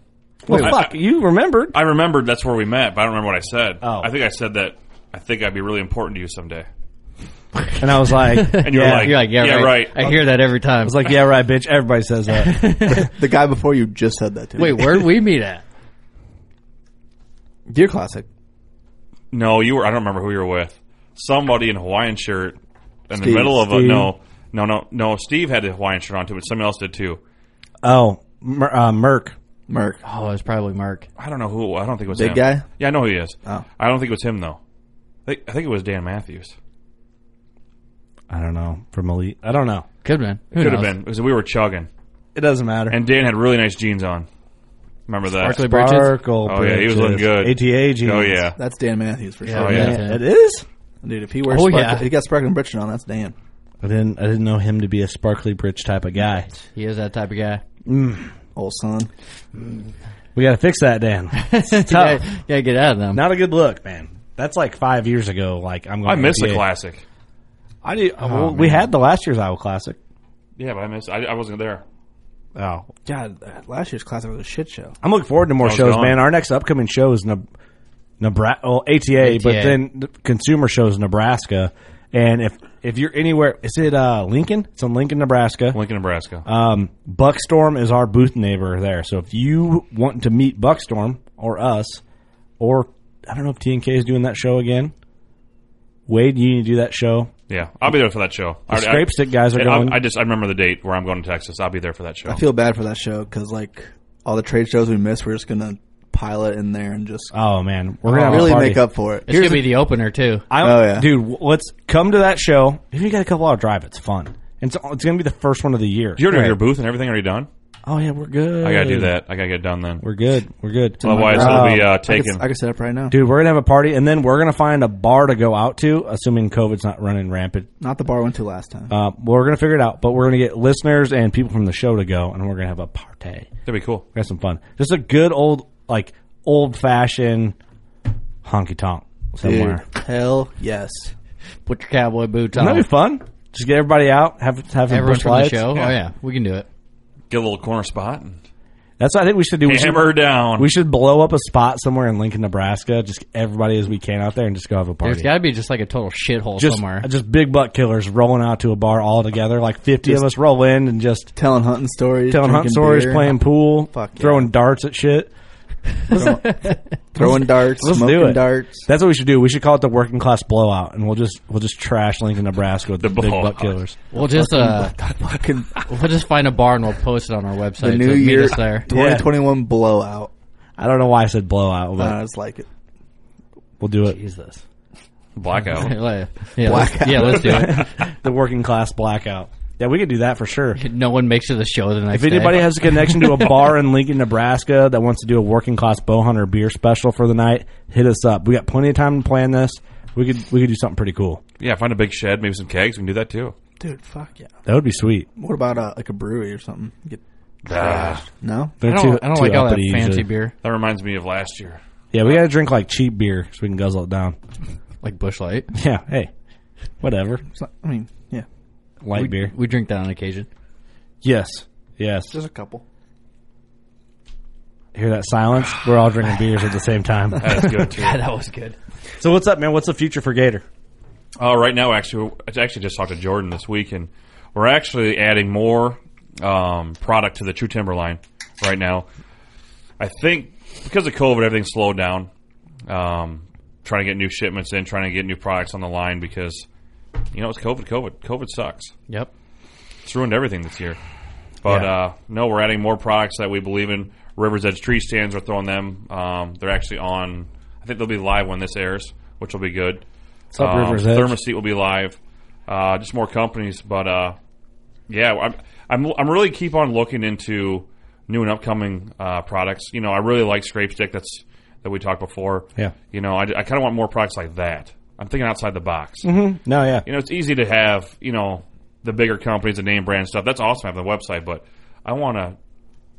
[SPEAKER 2] Well,
[SPEAKER 5] I-
[SPEAKER 2] fuck,
[SPEAKER 5] I-
[SPEAKER 2] you remembered.
[SPEAKER 5] I remembered that's where we met, but I don't remember what I said.
[SPEAKER 2] Oh.
[SPEAKER 5] I think I said that I think I'd be really important to you someday.
[SPEAKER 2] And I was like,
[SPEAKER 5] [laughs] And you
[SPEAKER 2] yeah.
[SPEAKER 5] were like,
[SPEAKER 4] You're like, yeah, right. I hear that every time.
[SPEAKER 2] I was like, yeah, right, bitch. Everybody says
[SPEAKER 5] [laughs]
[SPEAKER 2] that.
[SPEAKER 3] the guy before you just said that to
[SPEAKER 4] wait,
[SPEAKER 3] me.
[SPEAKER 4] where'd we meet at?
[SPEAKER 3] Deer Classic.
[SPEAKER 5] No, you were. I don't remember who you were with. Somebody in a Hawaiian shirt in
[SPEAKER 3] Steve.
[SPEAKER 5] the middle of
[SPEAKER 2] Steve.
[SPEAKER 5] a no, no, no, no. Steve had a Hawaiian shirt on too, but somebody else did too.
[SPEAKER 2] oh, Mer- uh, Merc.
[SPEAKER 3] Merc.
[SPEAKER 4] Oh, it's probably Mark.
[SPEAKER 5] I don't know who. I don't think it was
[SPEAKER 3] Big
[SPEAKER 5] him.
[SPEAKER 3] guy?
[SPEAKER 5] Yeah, I know who he is.
[SPEAKER 3] Oh.
[SPEAKER 5] I don't think it was him though. I think, I think it was Dan Matthews.
[SPEAKER 2] I don't know from Elite. I don't know.
[SPEAKER 4] Could have been. Who
[SPEAKER 5] Could have
[SPEAKER 4] knows?
[SPEAKER 5] been because we were chugging,
[SPEAKER 2] It doesn't matter.
[SPEAKER 5] and Dan had really nice jeans on. Remember that?
[SPEAKER 4] Sparkly britches.
[SPEAKER 2] Sparkle.
[SPEAKER 5] Oh, yeah, he was looking good.
[SPEAKER 2] britches, ATA jeans.
[SPEAKER 5] Oh yeah.
[SPEAKER 3] That's Dan Matthews for
[SPEAKER 4] Oh, Yeah,
[SPEAKER 3] sure.
[SPEAKER 5] yeah.
[SPEAKER 4] yeah.
[SPEAKER 2] it is.
[SPEAKER 3] Dude, if he wears
[SPEAKER 4] Oh,
[SPEAKER 3] sparkle-
[SPEAKER 4] yeah.
[SPEAKER 3] he got sparkling britches on, that's Dan.
[SPEAKER 2] I didn't. I didn't know him to be a sparkly bridge type of guy.
[SPEAKER 4] He is that type
[SPEAKER 2] [laughs]
[SPEAKER 4] of guy.
[SPEAKER 3] Old son.
[SPEAKER 2] We got to fix that,
[SPEAKER 5] [laughs]
[SPEAKER 2] Dan. It's
[SPEAKER 4] Yeah,
[SPEAKER 2] tough.
[SPEAKER 4] yeah, get out of them.
[SPEAKER 2] Not a good look, man. That's like five years ago. Like I'm going.
[SPEAKER 5] I missed the
[SPEAKER 2] ATA.
[SPEAKER 5] classic. Oh,
[SPEAKER 2] I do. well, we had the last year's Iowa Classic.
[SPEAKER 5] Yeah, but I missed. I, I wasn't there.
[SPEAKER 2] Oh,
[SPEAKER 3] God, uh, last year's classic was a shit show.
[SPEAKER 2] I'm looking forward to more
[SPEAKER 5] I was
[SPEAKER 2] shows,
[SPEAKER 5] gone.
[SPEAKER 2] man. Our next upcoming show is Neb- Nebraska, well, ATA, but
[SPEAKER 4] ATA.
[SPEAKER 2] then the consumer shows Nebraska. And if if you're anywhere, is it uh, Lincoln? It's in Lincoln, Nebraska.
[SPEAKER 5] Lincoln, Nebraska.
[SPEAKER 3] Uh,
[SPEAKER 2] Um, Buckstorm is our booth neighbor there. So if you want to meet Buckstorm or us, or I don't know if TNK is doing that show again. Wade, you need to do that show.
[SPEAKER 5] yeah, I'll be there for that show. I, already- I-
[SPEAKER 2] Scrape Stick guys are
[SPEAKER 5] I-
[SPEAKER 2] going.
[SPEAKER 5] I, just I remember the date where I'm going to Texas. I'll be there for that show.
[SPEAKER 3] I feel bad for that show because like all the trade shows we missed, we're just gonna pile it in there and just
[SPEAKER 2] oh man, we're gonna have a
[SPEAKER 3] really
[SPEAKER 2] party.
[SPEAKER 3] make up for it.
[SPEAKER 4] It's gonna be the opener too.
[SPEAKER 2] I,
[SPEAKER 3] Oh, yeah.
[SPEAKER 2] dude, w- let's come to that show. If you got a couple hour drive, it's fun. And it's, it's gonna be the first one of the year.
[SPEAKER 5] You already have
[SPEAKER 2] Right.
[SPEAKER 5] your booth and everything already done.
[SPEAKER 2] Oh yeah, we're good.
[SPEAKER 5] I gotta do that. I gotta get done then.
[SPEAKER 2] We're good. We're good.
[SPEAKER 5] Otherwise,
[SPEAKER 2] Um,
[SPEAKER 5] it'll be uh,
[SPEAKER 3] I could,
[SPEAKER 5] taken.
[SPEAKER 3] I could set up right now.
[SPEAKER 2] dude, we're gonna have a party, and then we're gonna find a bar to go out to, assuming COVID's not running rampant.
[SPEAKER 3] Not the bar I went to last time.
[SPEAKER 2] Uh, we're gonna figure it out, but we're gonna get listeners and people from the show to go, and we're gonna have a party.
[SPEAKER 5] That'd be cool.
[SPEAKER 2] We have some fun. Just a good old, like old fashioned honky tonk somewhere.
[SPEAKER 3] Dude, hell yes.
[SPEAKER 4] Put your cowboy boots
[SPEAKER 2] That'd
[SPEAKER 4] on.
[SPEAKER 2] be fun. Just get everybody out, have have some
[SPEAKER 4] Everyone
[SPEAKER 2] bush
[SPEAKER 4] from
[SPEAKER 2] lights.
[SPEAKER 4] the show.
[SPEAKER 5] Yeah.
[SPEAKER 4] Oh yeah, we can do it.
[SPEAKER 5] Get a little corner spot and
[SPEAKER 2] That's what I think we should do. We should-
[SPEAKER 5] hammer her down.
[SPEAKER 2] We should blow up a spot somewhere in Lincoln, Nebraska. Just everybody as we can out there and just go have a party.
[SPEAKER 4] There's got to be just like a total shithole
[SPEAKER 2] just,
[SPEAKER 4] somewhere.
[SPEAKER 2] just big butt killers rolling out to a bar all together. Like 50 of us roll in and just
[SPEAKER 3] Telling hunting stories,
[SPEAKER 2] telling hunt
[SPEAKER 3] drinking
[SPEAKER 2] stories,
[SPEAKER 3] beer,
[SPEAKER 2] playing pool,
[SPEAKER 3] Fuck yeah.
[SPEAKER 2] throwing darts at shit.
[SPEAKER 3] throwing darts,
[SPEAKER 2] Let's
[SPEAKER 3] smoking
[SPEAKER 2] do it.
[SPEAKER 3] darts.
[SPEAKER 2] That's what we should do. We should call it the working class blowout, and we'll just we'll just trash Lincoln, Nebraska with the, big
[SPEAKER 5] blowout.
[SPEAKER 2] butt killers.
[SPEAKER 4] we'll just [laughs] uh,
[SPEAKER 3] Fucking
[SPEAKER 4] we'll just find a bar and we'll post it on our website.
[SPEAKER 3] the
[SPEAKER 4] so
[SPEAKER 3] new
[SPEAKER 4] meet
[SPEAKER 3] year,
[SPEAKER 4] us
[SPEAKER 2] [laughs]
[SPEAKER 4] there. [laughs]
[SPEAKER 3] 2021 blowout.
[SPEAKER 2] I don't know why I said blowout, but
[SPEAKER 3] I just like it.
[SPEAKER 2] we'll do it.
[SPEAKER 4] Jesus. [laughs]
[SPEAKER 5] blackout.
[SPEAKER 4] yeah, let's, yeah, let's do it.
[SPEAKER 2] The working class blackout. Yeah, we could do that for sure. [laughs]
[SPEAKER 4] No one makes it to the show the next
[SPEAKER 2] If anybody
[SPEAKER 4] day.
[SPEAKER 2] has a connection [laughs] to a bar in Lincoln, Nebraska that wants to do a working class bow hunter beer special for the night, hit us up. We got plenty of time to plan this. We could we could do something pretty cool.
[SPEAKER 5] yeah, find a big shed, maybe some kegs. We can do that too.
[SPEAKER 3] Dude, fuck yeah.
[SPEAKER 2] That would be sweet.
[SPEAKER 3] What about uh, like a brewery or something? Get,
[SPEAKER 5] Ah,
[SPEAKER 3] no?
[SPEAKER 2] They're
[SPEAKER 4] I don't,
[SPEAKER 2] too-
[SPEAKER 4] I don't
[SPEAKER 2] too
[SPEAKER 4] like all that
[SPEAKER 2] uppity
[SPEAKER 4] fancy
[SPEAKER 2] usually.
[SPEAKER 4] beer
[SPEAKER 5] that reminds me of last year.
[SPEAKER 2] Yeah, we gotta drink like cheap beer so we can guzzle it down. [laughs]
[SPEAKER 4] like Bush Light.
[SPEAKER 2] Yeah, hey, whatever,
[SPEAKER 3] It's not- I mean, yeah.
[SPEAKER 2] light beer.
[SPEAKER 4] We drink that on occasion.
[SPEAKER 2] Yes, yes.
[SPEAKER 3] Just a couple.
[SPEAKER 2] Hear that silence? We're all drinking beers at the same time.
[SPEAKER 5] That's good too.
[SPEAKER 4] God, that was good.
[SPEAKER 2] [laughs] so what's up, man? What's the future for Gator?
[SPEAKER 5] Uh, right now, actually, I actually just talked to Jordan this week, and we're actually adding more um, product to the True Timber line right now. I think because of COVID, everything slowed down. Um, trying to get new shipments in, trying to get new products on the line because you know it's COVID. COVID. COVID sucks.
[SPEAKER 4] Yep.
[SPEAKER 5] It's ruined everything this year. But
[SPEAKER 2] Yeah.
[SPEAKER 5] uh, no, we're adding more products that we believe in. River's Edge tree stands. We're throwing them. Um, they're actually on. I think they'll be live when this airs, which will be good.
[SPEAKER 2] It's up River's Edge.
[SPEAKER 5] Thermoset will be live. Uh, just more companies, but uh, yeah, I'm, I'm I'm really keep on looking into new and upcoming uh, products. You know, I really like Scrape Stick. That's that we talked before.
[SPEAKER 2] Yeah.
[SPEAKER 5] You know, I, kind of want more products like that. I'm thinking outside the box.
[SPEAKER 2] Mhm. No, yeah.
[SPEAKER 5] You know, it's easy to have, you know, the bigger companies, the name brand stuff. That's awesome having the website, but I want to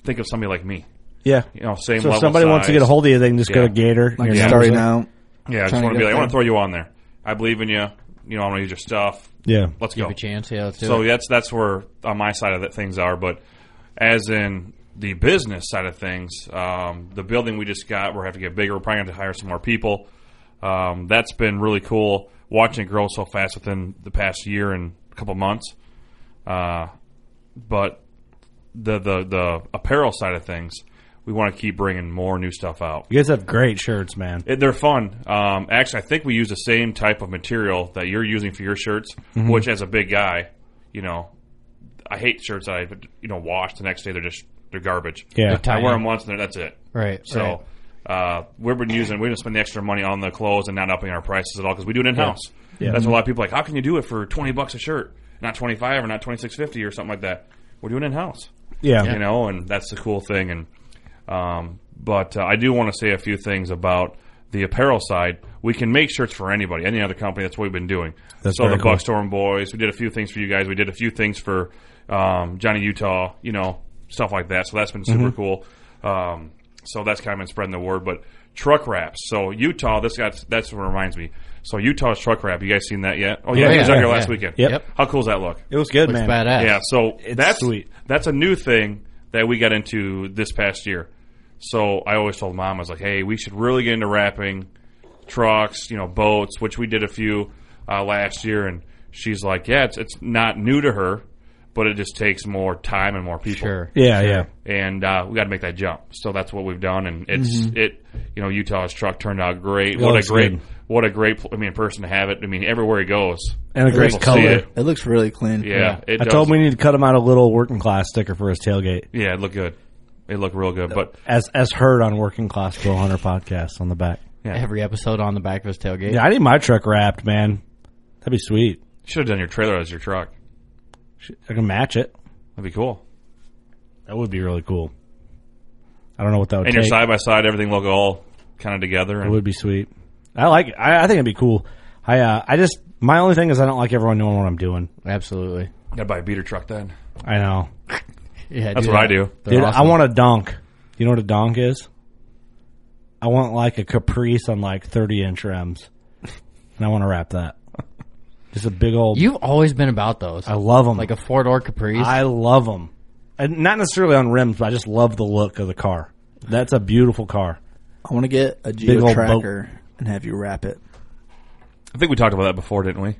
[SPEAKER 5] think of somebody like me.
[SPEAKER 2] Yeah.
[SPEAKER 5] You know, same
[SPEAKER 2] So if
[SPEAKER 5] level
[SPEAKER 2] somebody wants to
[SPEAKER 5] size.
[SPEAKER 2] get a hold of you, they can just go
[SPEAKER 5] Yeah.
[SPEAKER 2] to Gator.
[SPEAKER 3] Like
[SPEAKER 2] your
[SPEAKER 3] yeah.
[SPEAKER 2] numbers
[SPEAKER 3] starting
[SPEAKER 2] are-
[SPEAKER 3] out.
[SPEAKER 5] Yeah, I just
[SPEAKER 3] Trying
[SPEAKER 5] want to
[SPEAKER 3] get
[SPEAKER 5] be like, I
[SPEAKER 3] there.
[SPEAKER 5] want to throw you on there. I believe in you. You know, I want to use your stuff.
[SPEAKER 2] Yeah.
[SPEAKER 5] Let's
[SPEAKER 4] Give
[SPEAKER 5] go.
[SPEAKER 4] a chance. Yeah, let's do
[SPEAKER 5] So
[SPEAKER 4] it.
[SPEAKER 5] that's that's where on my side of that things are, but as in the business side of things, um, the building we just got, we're gonna have to get bigger. We're probably gonna have to hire some more people. Um, that's been really cool watching it grow so fast within the past year and a couple months. Uh, but the the the apparel side of things, we want to keep bringing more new stuff out.
[SPEAKER 2] You guys have great shirts, man.
[SPEAKER 5] It, they're fun. Um, actually, I think we use the same type of material that you're using for your shirts.
[SPEAKER 2] Mhm.
[SPEAKER 5] Which, as a big guy, you know, I hate shirts that I you know wash the next day. They're just they're garbage.
[SPEAKER 2] Yeah.
[SPEAKER 4] They're
[SPEAKER 5] I wear
[SPEAKER 4] tiny.
[SPEAKER 5] them once and they're- that's it.
[SPEAKER 4] Right,
[SPEAKER 5] So Uh, we've been using we didn't spend the extra money on the clothes and not upping our prices at all because we do it in house.
[SPEAKER 2] Yeah.
[SPEAKER 5] That's what a lot of people are like. How can you do it for twenty bucks a shirt, not twenty five or not twenty six fifty or something like that? We're doing it in house
[SPEAKER 2] Yeah.
[SPEAKER 5] you know, and that's the cool thing. And um, but uh, I do want to say a few things about the apparel side. We can make shirts for anybody, any other company. That's what we've been doing.
[SPEAKER 2] That's
[SPEAKER 5] so the
[SPEAKER 2] very cool.
[SPEAKER 5] Buckstorm Boys, we did a few things for you guys. We did a few things for um, Johnny Utah, you know, stuff like that. So that's been
[SPEAKER 2] Mm-hmm.
[SPEAKER 5] super cool. Um, so that's kind of been spreading the word. But truck wraps. So Utah, this got that's what reminds me. So Utah's truck wrap. You guys seen that yet? Oh yeah,
[SPEAKER 4] Yeah,
[SPEAKER 5] he was out
[SPEAKER 4] yeah,
[SPEAKER 5] here last
[SPEAKER 4] yeah.
[SPEAKER 5] weekend.
[SPEAKER 2] Yep.
[SPEAKER 5] How cool does that look?
[SPEAKER 2] It was good,
[SPEAKER 4] Looks
[SPEAKER 2] man.
[SPEAKER 4] badass.
[SPEAKER 5] Yeah, so
[SPEAKER 2] It's
[SPEAKER 5] that's
[SPEAKER 2] sweet.
[SPEAKER 5] That's a new thing that we got into this past year. So I always told mom, I was like, "Hey, we should really get into wrapping trucks, you know, boats, which we did a few uh, last year." And she's like, "Yeah, it's it's not new to her, but it just takes more time and more people."
[SPEAKER 4] Sure.
[SPEAKER 2] Yeah, yeah.
[SPEAKER 5] and uh, we got to make that jump. So that's what we've done, and it's it. You know, Utah's truck turned out great.
[SPEAKER 2] Yeah,
[SPEAKER 5] what a
[SPEAKER 2] looks
[SPEAKER 5] great,
[SPEAKER 2] Mm-hmm. good.
[SPEAKER 5] what a great. pl- I mean, person to have it. I mean, everywhere he goes,
[SPEAKER 2] And a great
[SPEAKER 5] people see
[SPEAKER 2] color.
[SPEAKER 5] it.
[SPEAKER 3] It looks really clean.
[SPEAKER 5] Yeah, It
[SPEAKER 2] I
[SPEAKER 5] does.
[SPEAKER 2] told him we need to cut him out a little working class sticker for his tailgate,
[SPEAKER 5] Yeah, it looked good. It looked real good, but
[SPEAKER 2] as as heard on Working Class Bill Hunter podcast on the back.
[SPEAKER 4] Every episode on the back of his tailgate.
[SPEAKER 2] Yeah, I need my truck wrapped, man. That'd be sweet.
[SPEAKER 5] should have done your trailer as your truck.
[SPEAKER 2] I can match it.
[SPEAKER 5] That'd be cool.
[SPEAKER 2] That would be really cool. I don't know what that would
[SPEAKER 5] And
[SPEAKER 2] take.
[SPEAKER 5] your side by side, everything look all kind of together.
[SPEAKER 2] It
[SPEAKER 5] And
[SPEAKER 2] would be sweet. I like. It. I, I think it'd be cool. I uh, I just my only thing is I don't like everyone knowing what I'm doing.
[SPEAKER 4] Absolutely.
[SPEAKER 5] gotta buy a beater truck then.
[SPEAKER 2] I know,
[SPEAKER 4] Yeah,
[SPEAKER 5] That's what I do.
[SPEAKER 4] They're
[SPEAKER 2] dude.
[SPEAKER 4] awesome.
[SPEAKER 2] I want a donk. You know what a donk is? I want like a caprice on like 30 inch rims, and I want to wrap that. Just a big old.
[SPEAKER 4] You've always been about those.
[SPEAKER 2] I love them.
[SPEAKER 4] like a four door Caprice.
[SPEAKER 2] I love them, and not necessarily on rims, but I just love the look of the car. That's a beautiful car.
[SPEAKER 3] I want to get a
[SPEAKER 2] old
[SPEAKER 3] Geo
[SPEAKER 2] boat.
[SPEAKER 3] tracker and have you wrap it.
[SPEAKER 5] I think we talked about that before, didn't we?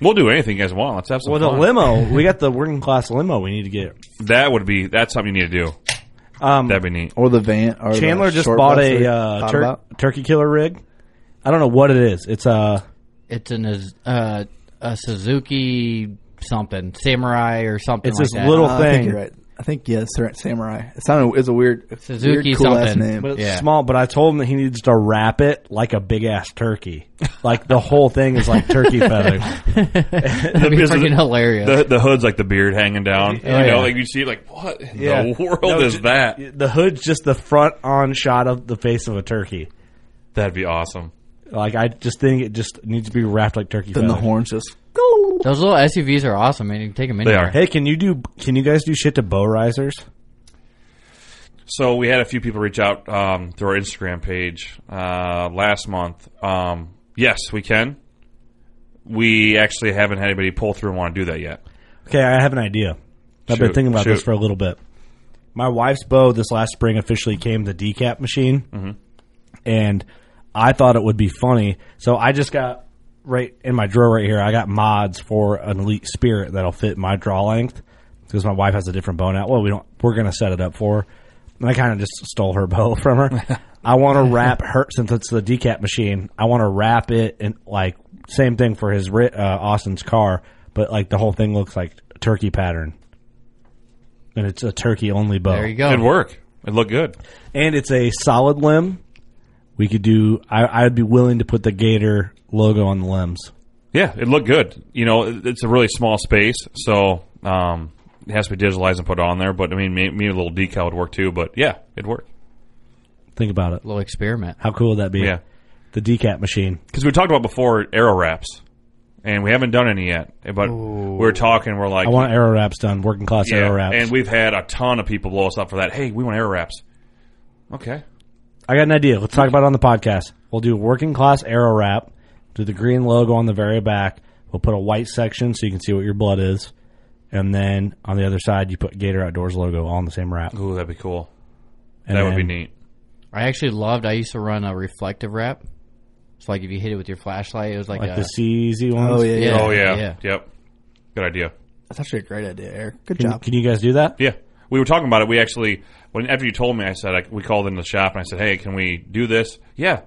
[SPEAKER 5] We'll do anything you guys want. Let's have some
[SPEAKER 2] Well, the
[SPEAKER 5] fun.
[SPEAKER 2] limo, we got the working class limo. We need to get.
[SPEAKER 5] that would be that's something you need to do.
[SPEAKER 2] Um,
[SPEAKER 5] That'd be neat.
[SPEAKER 3] Or the van. Or the
[SPEAKER 2] Chandler just
[SPEAKER 3] short
[SPEAKER 2] bought
[SPEAKER 3] bus that we
[SPEAKER 2] a uh,
[SPEAKER 3] thought
[SPEAKER 2] tur-
[SPEAKER 3] about.
[SPEAKER 2] turkey killer rig. I don't know what it is. It's uh,
[SPEAKER 4] it's an uh, a Suzuki something samurai or something.
[SPEAKER 2] it's
[SPEAKER 4] like
[SPEAKER 2] this
[SPEAKER 4] that. [laughs]
[SPEAKER 2] little
[SPEAKER 3] Uh, I think
[SPEAKER 2] thing,
[SPEAKER 3] you're right. I think yeah, Sur- samurai. It sounded it's a weird it's a
[SPEAKER 4] Suzuki
[SPEAKER 3] weird, cool ass
[SPEAKER 4] something.
[SPEAKER 3] name.
[SPEAKER 2] but it's
[SPEAKER 4] Yeah.
[SPEAKER 2] small. But I told him that he needs to wrap it like a big ass turkey. like the whole thing is like
[SPEAKER 3] [laughs]
[SPEAKER 2] turkey feathers.
[SPEAKER 4] That'd be
[SPEAKER 5] Because the-
[SPEAKER 4] freaking hilarious.
[SPEAKER 5] The, the hood's like the beard hanging down. you know, like you see, it like what in the [laughs] world
[SPEAKER 2] No,
[SPEAKER 5] is
[SPEAKER 2] ju-
[SPEAKER 5] that?
[SPEAKER 2] The hood's just the front on shot of the face of a turkey.
[SPEAKER 5] That'd be awesome.
[SPEAKER 2] Like I just think it just needs to be wrapped like turkey.
[SPEAKER 3] Then the
[SPEAKER 2] feathers.
[SPEAKER 3] horns just
[SPEAKER 4] Those little SUVs are awesome, man. You can take them anywhere.
[SPEAKER 5] are.
[SPEAKER 2] Hey, can you do? Can you guys do shit to bow risers?
[SPEAKER 5] So we had a few people reach out um, through our Instagram page uh, last month. Um, yes, we can. We actually haven't had anybody pull through and want to do that yet.
[SPEAKER 2] Okay, I have an idea. I've been
[SPEAKER 5] Shoot,
[SPEAKER 2] thinking about this
[SPEAKER 5] shoot.
[SPEAKER 2] for a little bit. My wife's bow this last spring officially came the decap machine, and I thought it would be funny. So I just got right in my drawer right here. I got mods for an elite spirit that'll fit my draw length because my wife has a different bow now. Well, we don't. We're gonna set it up for. her. And I kind of just stole her [laughs] bow from
[SPEAKER 4] [laughs]
[SPEAKER 2] her. I want to wrap her since it's the decap machine. I want to wrap it and like same thing for his ri- uh, Austin's car, but like the whole thing looks like a turkey pattern, and it's a turkey only bow.
[SPEAKER 4] There you go.
[SPEAKER 5] Good work. It looked good.
[SPEAKER 2] and it's a solid limb. We could do. I, I'd be willing to put the Gator logo on the limbs.
[SPEAKER 5] Yeah, it looked good. You know, it- it's a really small space, so um, it has to be digitalized and put on there. But I mean, maybe, maybe a little decal would work too. But yeah, it'd work.
[SPEAKER 2] Think about it.
[SPEAKER 4] little experiment.
[SPEAKER 2] How cool would that be?
[SPEAKER 5] Yeah.
[SPEAKER 2] The decap machine.
[SPEAKER 5] Because we talked about before arrow wraps, and we haven't done any yet. But we were talking, we're like,
[SPEAKER 2] I want arrow wraps done. Working class
[SPEAKER 5] yeah,
[SPEAKER 2] arrow wraps.
[SPEAKER 5] and we've had a ton of people blow us up for that. Hey, we want arrow wraps. Okay,
[SPEAKER 2] I got an idea. Let's talk about it on the podcast. We'll do a working class arrow wrap. Do the green logo on the very back. We'll put a white section so you can see what your blood is, and then on the other side you put Gator Outdoors logo all on the same wrap.
[SPEAKER 5] ooh, that'd be cool.
[SPEAKER 2] And
[SPEAKER 5] that would be
[SPEAKER 2] then-
[SPEAKER 5] neat.
[SPEAKER 4] I actually loved. I used to run a reflective wrap. It's like if you hit it with your flashlight, it was like,
[SPEAKER 2] Like
[SPEAKER 4] a
[SPEAKER 2] the CZ ones.
[SPEAKER 3] Oh yeah, yeah.
[SPEAKER 4] yeah,
[SPEAKER 5] Oh yeah.
[SPEAKER 4] yeah.
[SPEAKER 5] yep. Good idea.
[SPEAKER 3] That's actually a great idea, Eric. Good
[SPEAKER 2] Can,
[SPEAKER 3] job.
[SPEAKER 2] can you guys do that?
[SPEAKER 5] Yeah, we were talking about it. We actually, when after you told me, I said I, we called in the shop and I said, "Hey, can we do this?" Yeah,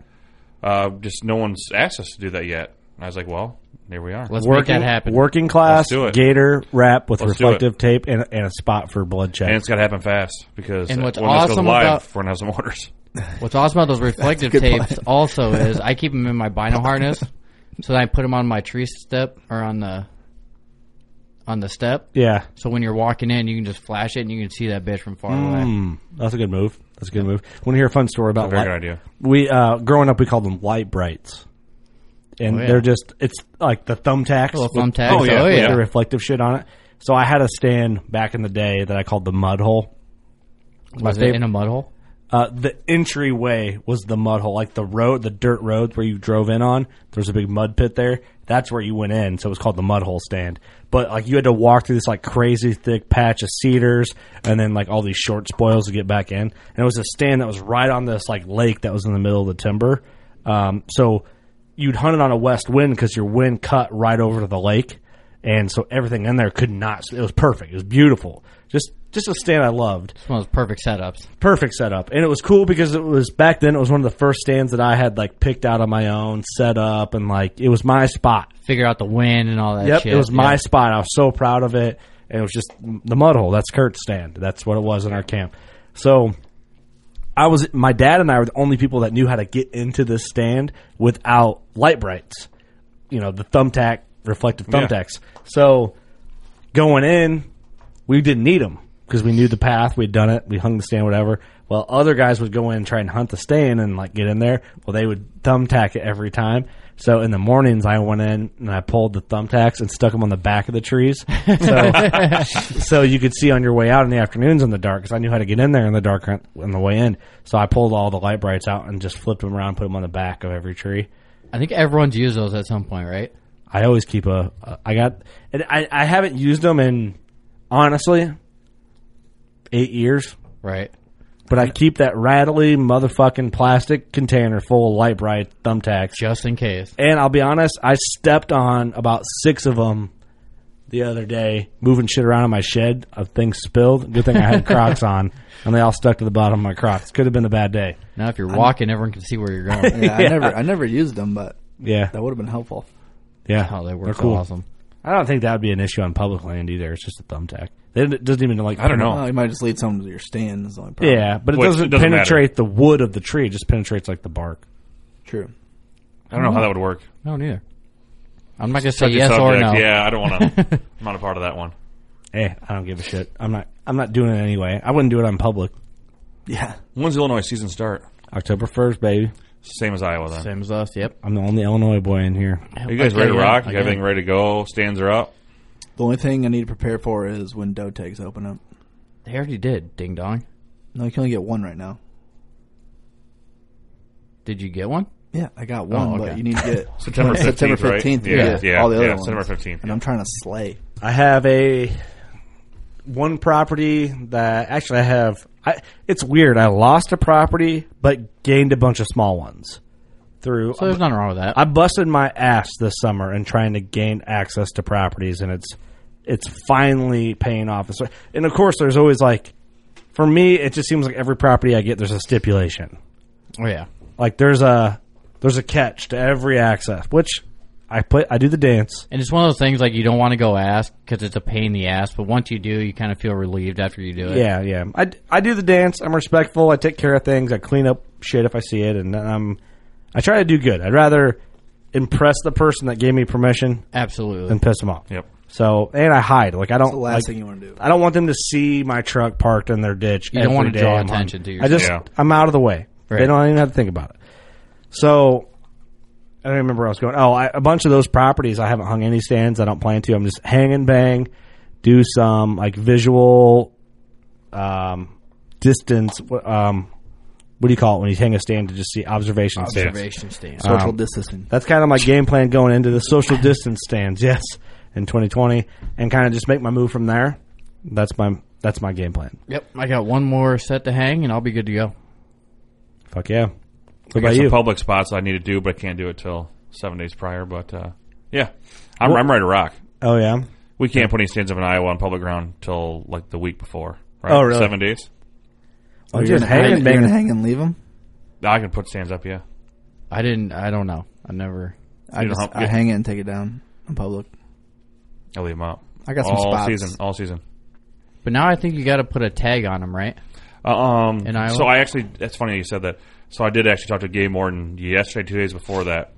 [SPEAKER 5] uh, just no one's asked us to do that yet. And I was like, "Well, here we are."
[SPEAKER 4] Let's
[SPEAKER 2] working,
[SPEAKER 4] make that happen.
[SPEAKER 2] Working class
[SPEAKER 5] Let's do it.
[SPEAKER 2] gator wrap with
[SPEAKER 5] Let's do it.
[SPEAKER 2] reflective tape and, and a spot for blood check.
[SPEAKER 5] and it's got to happen fast because
[SPEAKER 4] And what's
[SPEAKER 5] when this goes
[SPEAKER 4] awesome
[SPEAKER 5] live,
[SPEAKER 4] about-
[SPEAKER 5] we're gonna have some [laughs] orders.
[SPEAKER 4] What's awesome about those reflective
[SPEAKER 3] good
[SPEAKER 4] tapes
[SPEAKER 5] [laughs]
[SPEAKER 4] also is I keep them in my bino harness, so then I put them on my tree step or on the on the step.
[SPEAKER 2] yeah,
[SPEAKER 4] So when you're walking in, you can just flash it and you can see that bitch from far
[SPEAKER 5] Mm,
[SPEAKER 4] away.
[SPEAKER 2] Hmm. that's a good move. That's a good move. Want to hear a fun story about?
[SPEAKER 5] Very
[SPEAKER 2] light-
[SPEAKER 5] good idea.
[SPEAKER 2] We uh, growing up, we called them light brights, and
[SPEAKER 4] Oh, yeah.
[SPEAKER 2] they're just it's like the thumbtacks.
[SPEAKER 4] Little
[SPEAKER 2] with-
[SPEAKER 4] thumbtacks. Oh, yeah.
[SPEAKER 2] with
[SPEAKER 4] Yeah.
[SPEAKER 2] the reflective shit on it. So I had a stand back in the day that I called the mud hole.
[SPEAKER 4] Was
[SPEAKER 2] favorite-
[SPEAKER 4] it in a mud hole?
[SPEAKER 2] Uh, the entryway was the mud hole, like the road, the dirt roads where you drove in on. There was a big mud pit there. That's where you went in, so it was called the mud hole stand. But like you had to walk through this like crazy thick patch of cedars, and then like all these short spoils to get back in. And it was a stand that was right on this like lake that was in the middle of the timber. Um, so you'd hunt it on a west wind because your wind cut right over to the lake, and so everything in there could not. It was perfect. It was beautiful. Just just a stand I loved
[SPEAKER 4] It's one of those perfect setups.
[SPEAKER 2] perfect setup and it was cool because it was back then it was one of the first stands that i had like picked out on my own set up and like it was my spot
[SPEAKER 4] Figure out the win and all that.
[SPEAKER 2] yep
[SPEAKER 4] shit.
[SPEAKER 2] it was my
[SPEAKER 4] Yeah.
[SPEAKER 2] spot i was so proud of it and it was just the mud hole that's kurt's stand that's what it was in our camp so i was my dad and i were the only people that knew how to get into this stand without light brights you know the thumbtack reflective
[SPEAKER 5] Yeah.
[SPEAKER 2] thumbtacks so going in we didn't need them because we knew the path. We'd done it. We hung the stand, whatever. Well, other guys would go in and try and hunt the stand and like get in there. Well, they would thumbtack it every time. So in the mornings, I went in and I pulled the thumbtacks and stuck them on the back of the trees, so, so you could see on your way out in the afternoons in the dark. Because I knew how to get in there in the dark on on the way in. So I pulled all the light brights out and just flipped them around, put them on the back of every tree.
[SPEAKER 4] I think everyone's used those at some point, right?
[SPEAKER 2] I always keep a. I got. And I I haven't used them in honestly eight years,
[SPEAKER 4] Right.
[SPEAKER 2] but I keep that rattly motherfucking plastic container full of light bright thumbtacks.
[SPEAKER 4] Just in case.
[SPEAKER 2] And I'll be honest, I stepped on about six of them the other day, moving shit around in my shed. Of things spilled. Good thing I had Crocs on, and they all stuck to the bottom of my Crocs. Could have been a bad day.
[SPEAKER 4] Now, if you're walking, everyone can see where
[SPEAKER 5] [laughs]
[SPEAKER 4] you're going.
[SPEAKER 2] [laughs]
[SPEAKER 3] yeah, I never, I never used them, but
[SPEAKER 2] Yeah,
[SPEAKER 3] that would have been helpful.
[SPEAKER 2] yeah.
[SPEAKER 4] oh, they
[SPEAKER 2] They're
[SPEAKER 4] work
[SPEAKER 2] cool.
[SPEAKER 4] awesome.
[SPEAKER 2] I don't think that would be an issue on public land either. It's just a thumbtack. They- It doesn't even like.
[SPEAKER 5] I don't know.
[SPEAKER 3] Oh, you might just lead someone to your stand. Is the only problem.
[SPEAKER 2] Yeah, but it
[SPEAKER 5] Which
[SPEAKER 2] doesn't,
[SPEAKER 5] doesn't
[SPEAKER 2] penetrate the wood of the tree. It just penetrates like the bark.
[SPEAKER 3] true.
[SPEAKER 5] I don't know how that would work.
[SPEAKER 4] No, neither. I'm not gonna say
[SPEAKER 5] Such a
[SPEAKER 4] yes or
[SPEAKER 5] subject.
[SPEAKER 4] no.
[SPEAKER 5] Yeah, I don't want
[SPEAKER 4] [laughs]
[SPEAKER 5] to. I'm not a part of that one.
[SPEAKER 2] Hey, Eh, I don't give a shit. I'm not. I'm not doing it anyway. I wouldn't do it on public.
[SPEAKER 3] Yeah,
[SPEAKER 5] When's the Illinois season start?
[SPEAKER 2] October first, baby.
[SPEAKER 5] Same as Iowa then.
[SPEAKER 4] Same as us. Yep.
[SPEAKER 2] I'm the only Illinois boy in here.
[SPEAKER 5] Are you guys
[SPEAKER 4] Okay,
[SPEAKER 5] ready to
[SPEAKER 4] yeah,
[SPEAKER 5] rock? You got
[SPEAKER 4] I get it.
[SPEAKER 5] everything ready to go? Stands are up.
[SPEAKER 3] the only thing I need to prepare for is when doe tags open up.
[SPEAKER 4] They already did. Ding dong.
[SPEAKER 3] No, you can only get one right now.
[SPEAKER 4] Did you get one?
[SPEAKER 3] Yeah, I got one,
[SPEAKER 4] okay.
[SPEAKER 3] but you need to get
[SPEAKER 5] Oh, [laughs] September
[SPEAKER 3] [laughs]
[SPEAKER 5] 15th,
[SPEAKER 3] September
[SPEAKER 5] right?
[SPEAKER 3] 15th, you
[SPEAKER 5] Yeah,
[SPEAKER 3] get
[SPEAKER 5] yeah,
[SPEAKER 3] all the other
[SPEAKER 5] yeah,
[SPEAKER 3] ones.
[SPEAKER 5] September 15th.
[SPEAKER 3] and I'm trying to slay.
[SPEAKER 2] I have a one property that actually I have. I, it's weird. I lost a property, but gained a bunch of small ones through.
[SPEAKER 4] So there's nothing wrong with that.
[SPEAKER 2] I busted my ass this summer in trying to gain access to properties, and it's it's finally paying off. So- And of course, there's always like, for me, it just seems like every property I get, there's a stipulation.
[SPEAKER 4] oh yeah.
[SPEAKER 2] Like there's a there's a catch to every access, which I play. I do the dance.
[SPEAKER 4] And it's one of those things like you don't want to go ask because it's a pain in the ass, but once you do, you kind of feel relieved after you do it.
[SPEAKER 2] Yeah, yeah. I, I do the dance. I'm respectful. I take care of things. I clean up shit if I see it, and um, I try to do good. I'd rather impress the person that gave me permission
[SPEAKER 4] absolutely
[SPEAKER 2] than piss them off.
[SPEAKER 5] Yep.
[SPEAKER 2] So and I hide. Like I don't.
[SPEAKER 3] the last
[SPEAKER 2] like,
[SPEAKER 3] thing you wanna do.
[SPEAKER 2] I don't want them to see my truck parked in their ditch.
[SPEAKER 4] You don't
[SPEAKER 2] every
[SPEAKER 4] wanna
[SPEAKER 2] day
[SPEAKER 4] draw
[SPEAKER 2] I'm on.
[SPEAKER 4] attention to
[SPEAKER 2] I just
[SPEAKER 5] yourself. Yeah.
[SPEAKER 2] I'm out of the way. They
[SPEAKER 4] Right.
[SPEAKER 2] don't even have to think about it. So I don't remember where I was going. Oh, I, a bunch of those properties I haven't hung any stands. I don't plan to. I'm just hang and bang, do some like visual um, distance. wh- Um, what do you call it when you hang a stand to just see observation stands?
[SPEAKER 4] Observation stance.
[SPEAKER 5] um,
[SPEAKER 3] Social distancing.
[SPEAKER 2] That's kind of my game plan going into the social distance stands, yes, in 2020, and kind of just make my move from there. That's my that's my game plan.
[SPEAKER 4] Yep. I got one more set to hang, and I'll be good to go.
[SPEAKER 2] Fuck yeah. What
[SPEAKER 5] I got
[SPEAKER 2] about
[SPEAKER 5] some
[SPEAKER 2] you?
[SPEAKER 5] public spots I need to do, but I can't do it till seven days prior. But uh, yeah, I'm, I'm ready to rock.
[SPEAKER 2] oh yeah,
[SPEAKER 5] We can't put any stands up in Iowa on public ground till like the week before. Right?
[SPEAKER 2] Oh, really?
[SPEAKER 5] Seven days.
[SPEAKER 2] oh, you're
[SPEAKER 3] You're gonna
[SPEAKER 2] hanging,
[SPEAKER 3] hang, you're gonna
[SPEAKER 2] banging.
[SPEAKER 3] hang and leave them.
[SPEAKER 5] I can put stands up. Yeah.
[SPEAKER 4] I didn't. I don't know. I never.
[SPEAKER 3] I
[SPEAKER 5] You know
[SPEAKER 3] just
[SPEAKER 5] how-
[SPEAKER 3] I
[SPEAKER 5] yeah.
[SPEAKER 3] hang it and take it down in public.
[SPEAKER 5] I leave them out.
[SPEAKER 3] I got some
[SPEAKER 5] all
[SPEAKER 3] spots.
[SPEAKER 5] season. All season.
[SPEAKER 4] But now I think you got to put a tag on them, right?
[SPEAKER 5] Uh, um.
[SPEAKER 4] In Iowa?
[SPEAKER 5] So I actually. That's funny you said that. So I did actually talk to Gabe Morton yesterday, two days before that.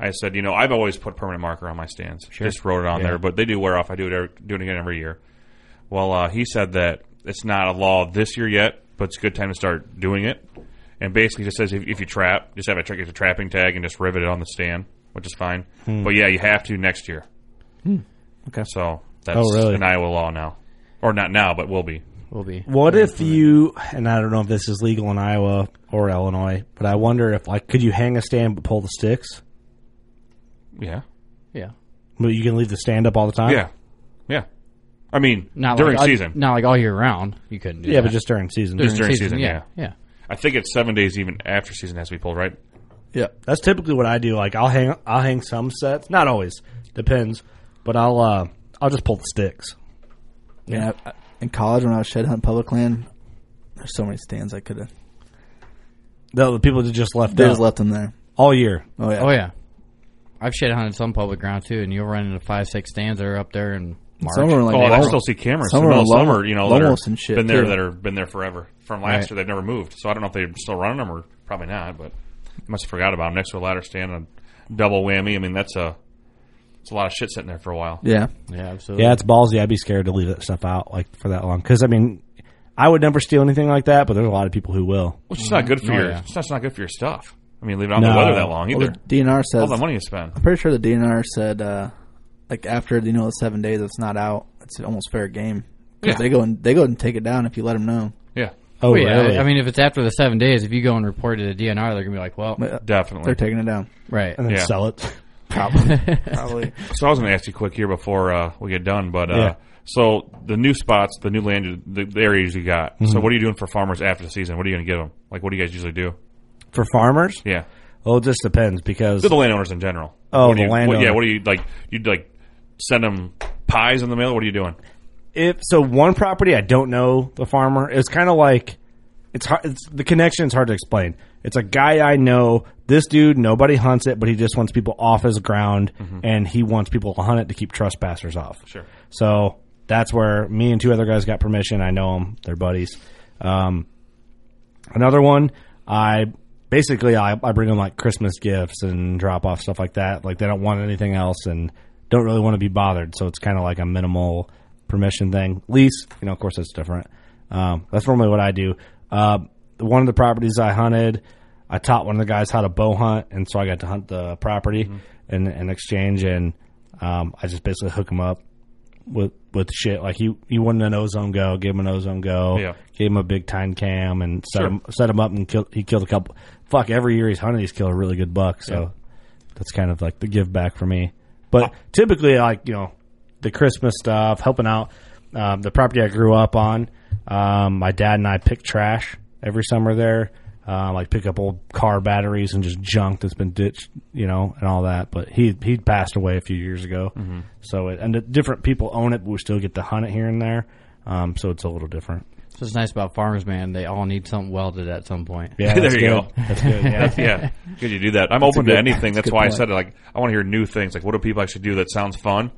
[SPEAKER 5] I said, you know, I've always put permanent marker on my stands. Just wrote it on there, but they do wear off. I do it every, doing it again every year. Well, uh, he said that it's not a law this year yet, but it's a good time to start doing it. And basically, just says if, if you trap, just have a trick it's a trapping tag and just rivet it on the stand, which is fine. But yeah, you have to next year. Okay. So that's
[SPEAKER 2] Oh, really?
[SPEAKER 5] an Iowa law now, or not now, but will be.
[SPEAKER 4] Will be.
[SPEAKER 2] What if you? And I don't know if this is legal in Iowa or Illinois, but I wonder if like could you hang a stand but pull the sticks?
[SPEAKER 5] Yeah.
[SPEAKER 4] Yeah.
[SPEAKER 2] But you can leave the stand up all the time.
[SPEAKER 5] Yeah, yeah. I mean,
[SPEAKER 4] Not
[SPEAKER 5] during
[SPEAKER 4] like,
[SPEAKER 5] season.
[SPEAKER 4] Not like all year round. You couldn't. Do
[SPEAKER 2] yeah,
[SPEAKER 4] that.
[SPEAKER 2] but just during season.
[SPEAKER 5] Just during season,
[SPEAKER 4] Yeah. Yeah.
[SPEAKER 5] I think it's seven days even after season has to be pulled, right?
[SPEAKER 3] Yeah,
[SPEAKER 2] That's typically what I do. Like I'll hang, I'll hang some sets. Not always, depends. But I'll, uh, I'll just pull the sticks.
[SPEAKER 3] yeah. I- in college, when I was shed hunting public land, there's so many stands I could have.
[SPEAKER 2] The, the people that just left
[SPEAKER 3] They
[SPEAKER 2] out
[SPEAKER 3] just left them there.
[SPEAKER 2] all year.
[SPEAKER 3] Oh yeah.
[SPEAKER 4] Oh yeah. I've shed hunted some public ground too, and you'll run into five, six stands that are up there in March.
[SPEAKER 3] Some were like
[SPEAKER 5] Oh, and I
[SPEAKER 3] Lom-
[SPEAKER 5] still see cameras.
[SPEAKER 3] some
[SPEAKER 5] Some,
[SPEAKER 3] are
[SPEAKER 5] of
[SPEAKER 3] Lom-
[SPEAKER 5] some are, you know, that are,
[SPEAKER 3] Lomos and shit,
[SPEAKER 5] been there
[SPEAKER 3] too.
[SPEAKER 5] that are been there forever from last
[SPEAKER 4] Right.
[SPEAKER 5] year. They've never moved, so I don't know if they're still running them or probably not. But I must have forgot about them. Next to a ladder stand, a double whammy. I mean, that's a it's a lot of shit sitting there for a while.
[SPEAKER 3] Yeah.
[SPEAKER 4] Yeah, absolutely.
[SPEAKER 2] Yeah, it's ballsy. I'd be scared to leave that stuff out like for that long. Because I mean, I would never steal anything like that, but there's a lot of people who will.
[SPEAKER 5] Which is not good for
[SPEAKER 4] Oh,
[SPEAKER 5] your.
[SPEAKER 4] yeah.
[SPEAKER 5] It's just not good for your stuff. I mean, leave it out in
[SPEAKER 2] No.
[SPEAKER 5] the weather that long
[SPEAKER 3] Well,
[SPEAKER 5] either.
[SPEAKER 3] the DNR
[SPEAKER 5] All
[SPEAKER 3] says.
[SPEAKER 5] the money you spend.
[SPEAKER 3] I'm pretty sure the DNR said, uh, like after you know the seven days, it's not out. It's almost fair game. 'Cause
[SPEAKER 5] Yeah.
[SPEAKER 3] They go and they go and take it down if you let them know.
[SPEAKER 5] Yeah,
[SPEAKER 2] Oh,
[SPEAKER 4] Well, yeah,
[SPEAKER 2] really?
[SPEAKER 4] I, I mean, if it's after the seven days, if you go and report it to the DNR, they're gonna be like, "Well,
[SPEAKER 3] But, uh,
[SPEAKER 5] definitely.
[SPEAKER 3] They're taking it down.
[SPEAKER 4] right."
[SPEAKER 2] and then
[SPEAKER 5] yeah.
[SPEAKER 2] sell it.
[SPEAKER 3] Probably. Probably.
[SPEAKER 5] So I was going to ask you quick here before uh, we get done, but uh,
[SPEAKER 2] Yeah.
[SPEAKER 5] so the new spots, the new land, the, the areas you got.
[SPEAKER 4] Mm-hmm.
[SPEAKER 5] So what are you doing for farmers after the season? What are you going to give them? Like, what do you guys usually do?
[SPEAKER 2] [laughs] for farmers.
[SPEAKER 5] Yeah,
[SPEAKER 2] Well, it just depends because
[SPEAKER 5] to the landowners in general.
[SPEAKER 2] Oh,
[SPEAKER 5] What do
[SPEAKER 2] the
[SPEAKER 5] you, what-
[SPEAKER 2] landowner.
[SPEAKER 5] Yeah, what do you like? You like send them pies in the mail? What are you doing?
[SPEAKER 2] if so, one property I don't know the farmer. It's kind of like it's hard. It's, the connection is hard to explain. It's a guy I know. This dude, nobody hunts it, but he just wants people off his ground, and he wants people to hunt it to keep trespassers off.
[SPEAKER 5] Sure.
[SPEAKER 2] So that's where me and two other guys got permission. I know them; they're buddies. Um, another one, I basically I, I bring them like Christmas gifts and drop off stuff like that. Like they don't want anything else and don't really want to be bothered. So it's kind of like a minimal permission thing. Lease, you know, of course that's different. Um, that's normally what I do. Uh, one of the properties I hunted, I taught one of the guys how to bow hunt, and so I got to hunt the property and in, in exchange, and um, I just basically hook him up with with shit. Like he he wanted an ozone go, gave him an ozone go,
[SPEAKER 5] Yeah.
[SPEAKER 2] gave him a big time cam, and set
[SPEAKER 5] Sure.
[SPEAKER 2] him set him up and killed. He killed a couple. Fuck, every year he's hunted, he's killed a really good buck. So that's kind of like the give back for me. But typically, like you know, the Christmas stuff, helping out um, the property I grew up on. Um, my dad and I pick trash every summer there. Uh, like pick up old car batteries and just junk that's been ditched, you know, and all that. But he he passed away a few years ago,
[SPEAKER 5] Mm-hmm.
[SPEAKER 2] so it, and the different people own it, but we still get to hunt it here and there. Um, so it's a little different.
[SPEAKER 4] what's nice about farmers, man. They all need something welded at some point.
[SPEAKER 5] [laughs] there you go. [laughs] That's-
[SPEAKER 4] [laughs]
[SPEAKER 5] yeah, good you do that. I'm
[SPEAKER 4] That's a
[SPEAKER 5] open
[SPEAKER 4] good-
[SPEAKER 5] to anything.
[SPEAKER 4] that's
[SPEAKER 5] That's
[SPEAKER 4] a good
[SPEAKER 5] why
[SPEAKER 4] point.
[SPEAKER 5] I said it. Like, I want to hear new things. Like, what do people actually do that sounds fun?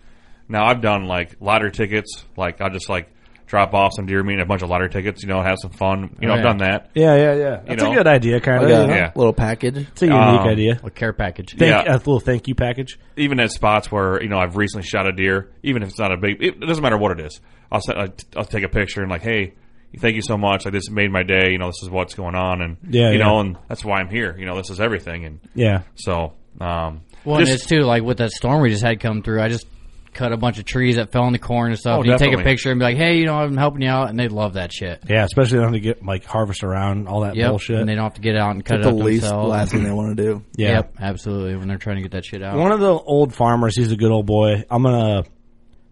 [SPEAKER 5] Now, I've done like lottery tickets. Like, I just like drop off some deer meat and a bunch of lottery tickets. You know, have some fun. You know,
[SPEAKER 4] Yeah.
[SPEAKER 5] I've done that.
[SPEAKER 2] Yeah, yeah, yeah. Oh,
[SPEAKER 5] You
[SPEAKER 2] That's a
[SPEAKER 5] know?
[SPEAKER 2] good idea, kind of.
[SPEAKER 5] Like a
[SPEAKER 3] Uh, little package.
[SPEAKER 2] It's a unique
[SPEAKER 5] Um,
[SPEAKER 2] idea.
[SPEAKER 4] A care package.
[SPEAKER 2] Thank,
[SPEAKER 5] Yeah.
[SPEAKER 2] A little thank you package.
[SPEAKER 5] even at spots where you know I've recently shot a deer, even if it's not a big, it doesn't matter what it is. I'll send, I'll t- I'll take a picture and like, hey, thank you so much. Like this made my day. You know, this is what's going on, and
[SPEAKER 2] Yeah,
[SPEAKER 5] you
[SPEAKER 2] yeah.
[SPEAKER 5] know, and that's why I'm here. You know, this is everything, and
[SPEAKER 2] Yeah.
[SPEAKER 5] So, um,
[SPEAKER 4] Well,
[SPEAKER 5] just-
[SPEAKER 4] and it's too like with that storm we just had come through. I just cut a bunch of trees that fell in the corn and stuff.
[SPEAKER 5] Oh,
[SPEAKER 4] and you take a
[SPEAKER 5] definitely.
[SPEAKER 4] picture and be like, "Hey, you know, I'm helping you out," and they love that shit.
[SPEAKER 2] Yeah, especially when they get like harvest around all that
[SPEAKER 4] Yep.
[SPEAKER 2] bullshit.
[SPEAKER 4] And they don't have to get out and cut
[SPEAKER 3] It's
[SPEAKER 4] it
[SPEAKER 3] the
[SPEAKER 4] up
[SPEAKER 3] least
[SPEAKER 4] themselves.
[SPEAKER 3] last thing they want to do.
[SPEAKER 2] Yeah.
[SPEAKER 4] Yep, absolutely. When they're trying to get that shit out.
[SPEAKER 2] One of the old farmers, he's a good old boy. I'm gonna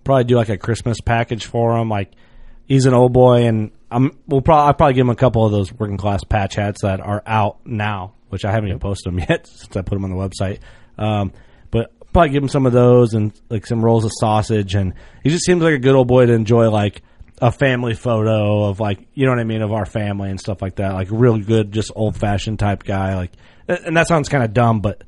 [SPEAKER 2] probably do like a Christmas package for him. Like he's an old boy, and I'm we'll probably I'll probably give him a couple of those working class patch hats that are out now, which I haven't even posted them [laughs] yet since I put them on the website. Um, but probably give him some of those and like some rolls of sausage, and he just seems like a good old boy to enjoy like a family photo of like you know what I mean of our family and stuff like that. Like real good, just old fashioned type guy. Like, and that sounds kind of dumb, but.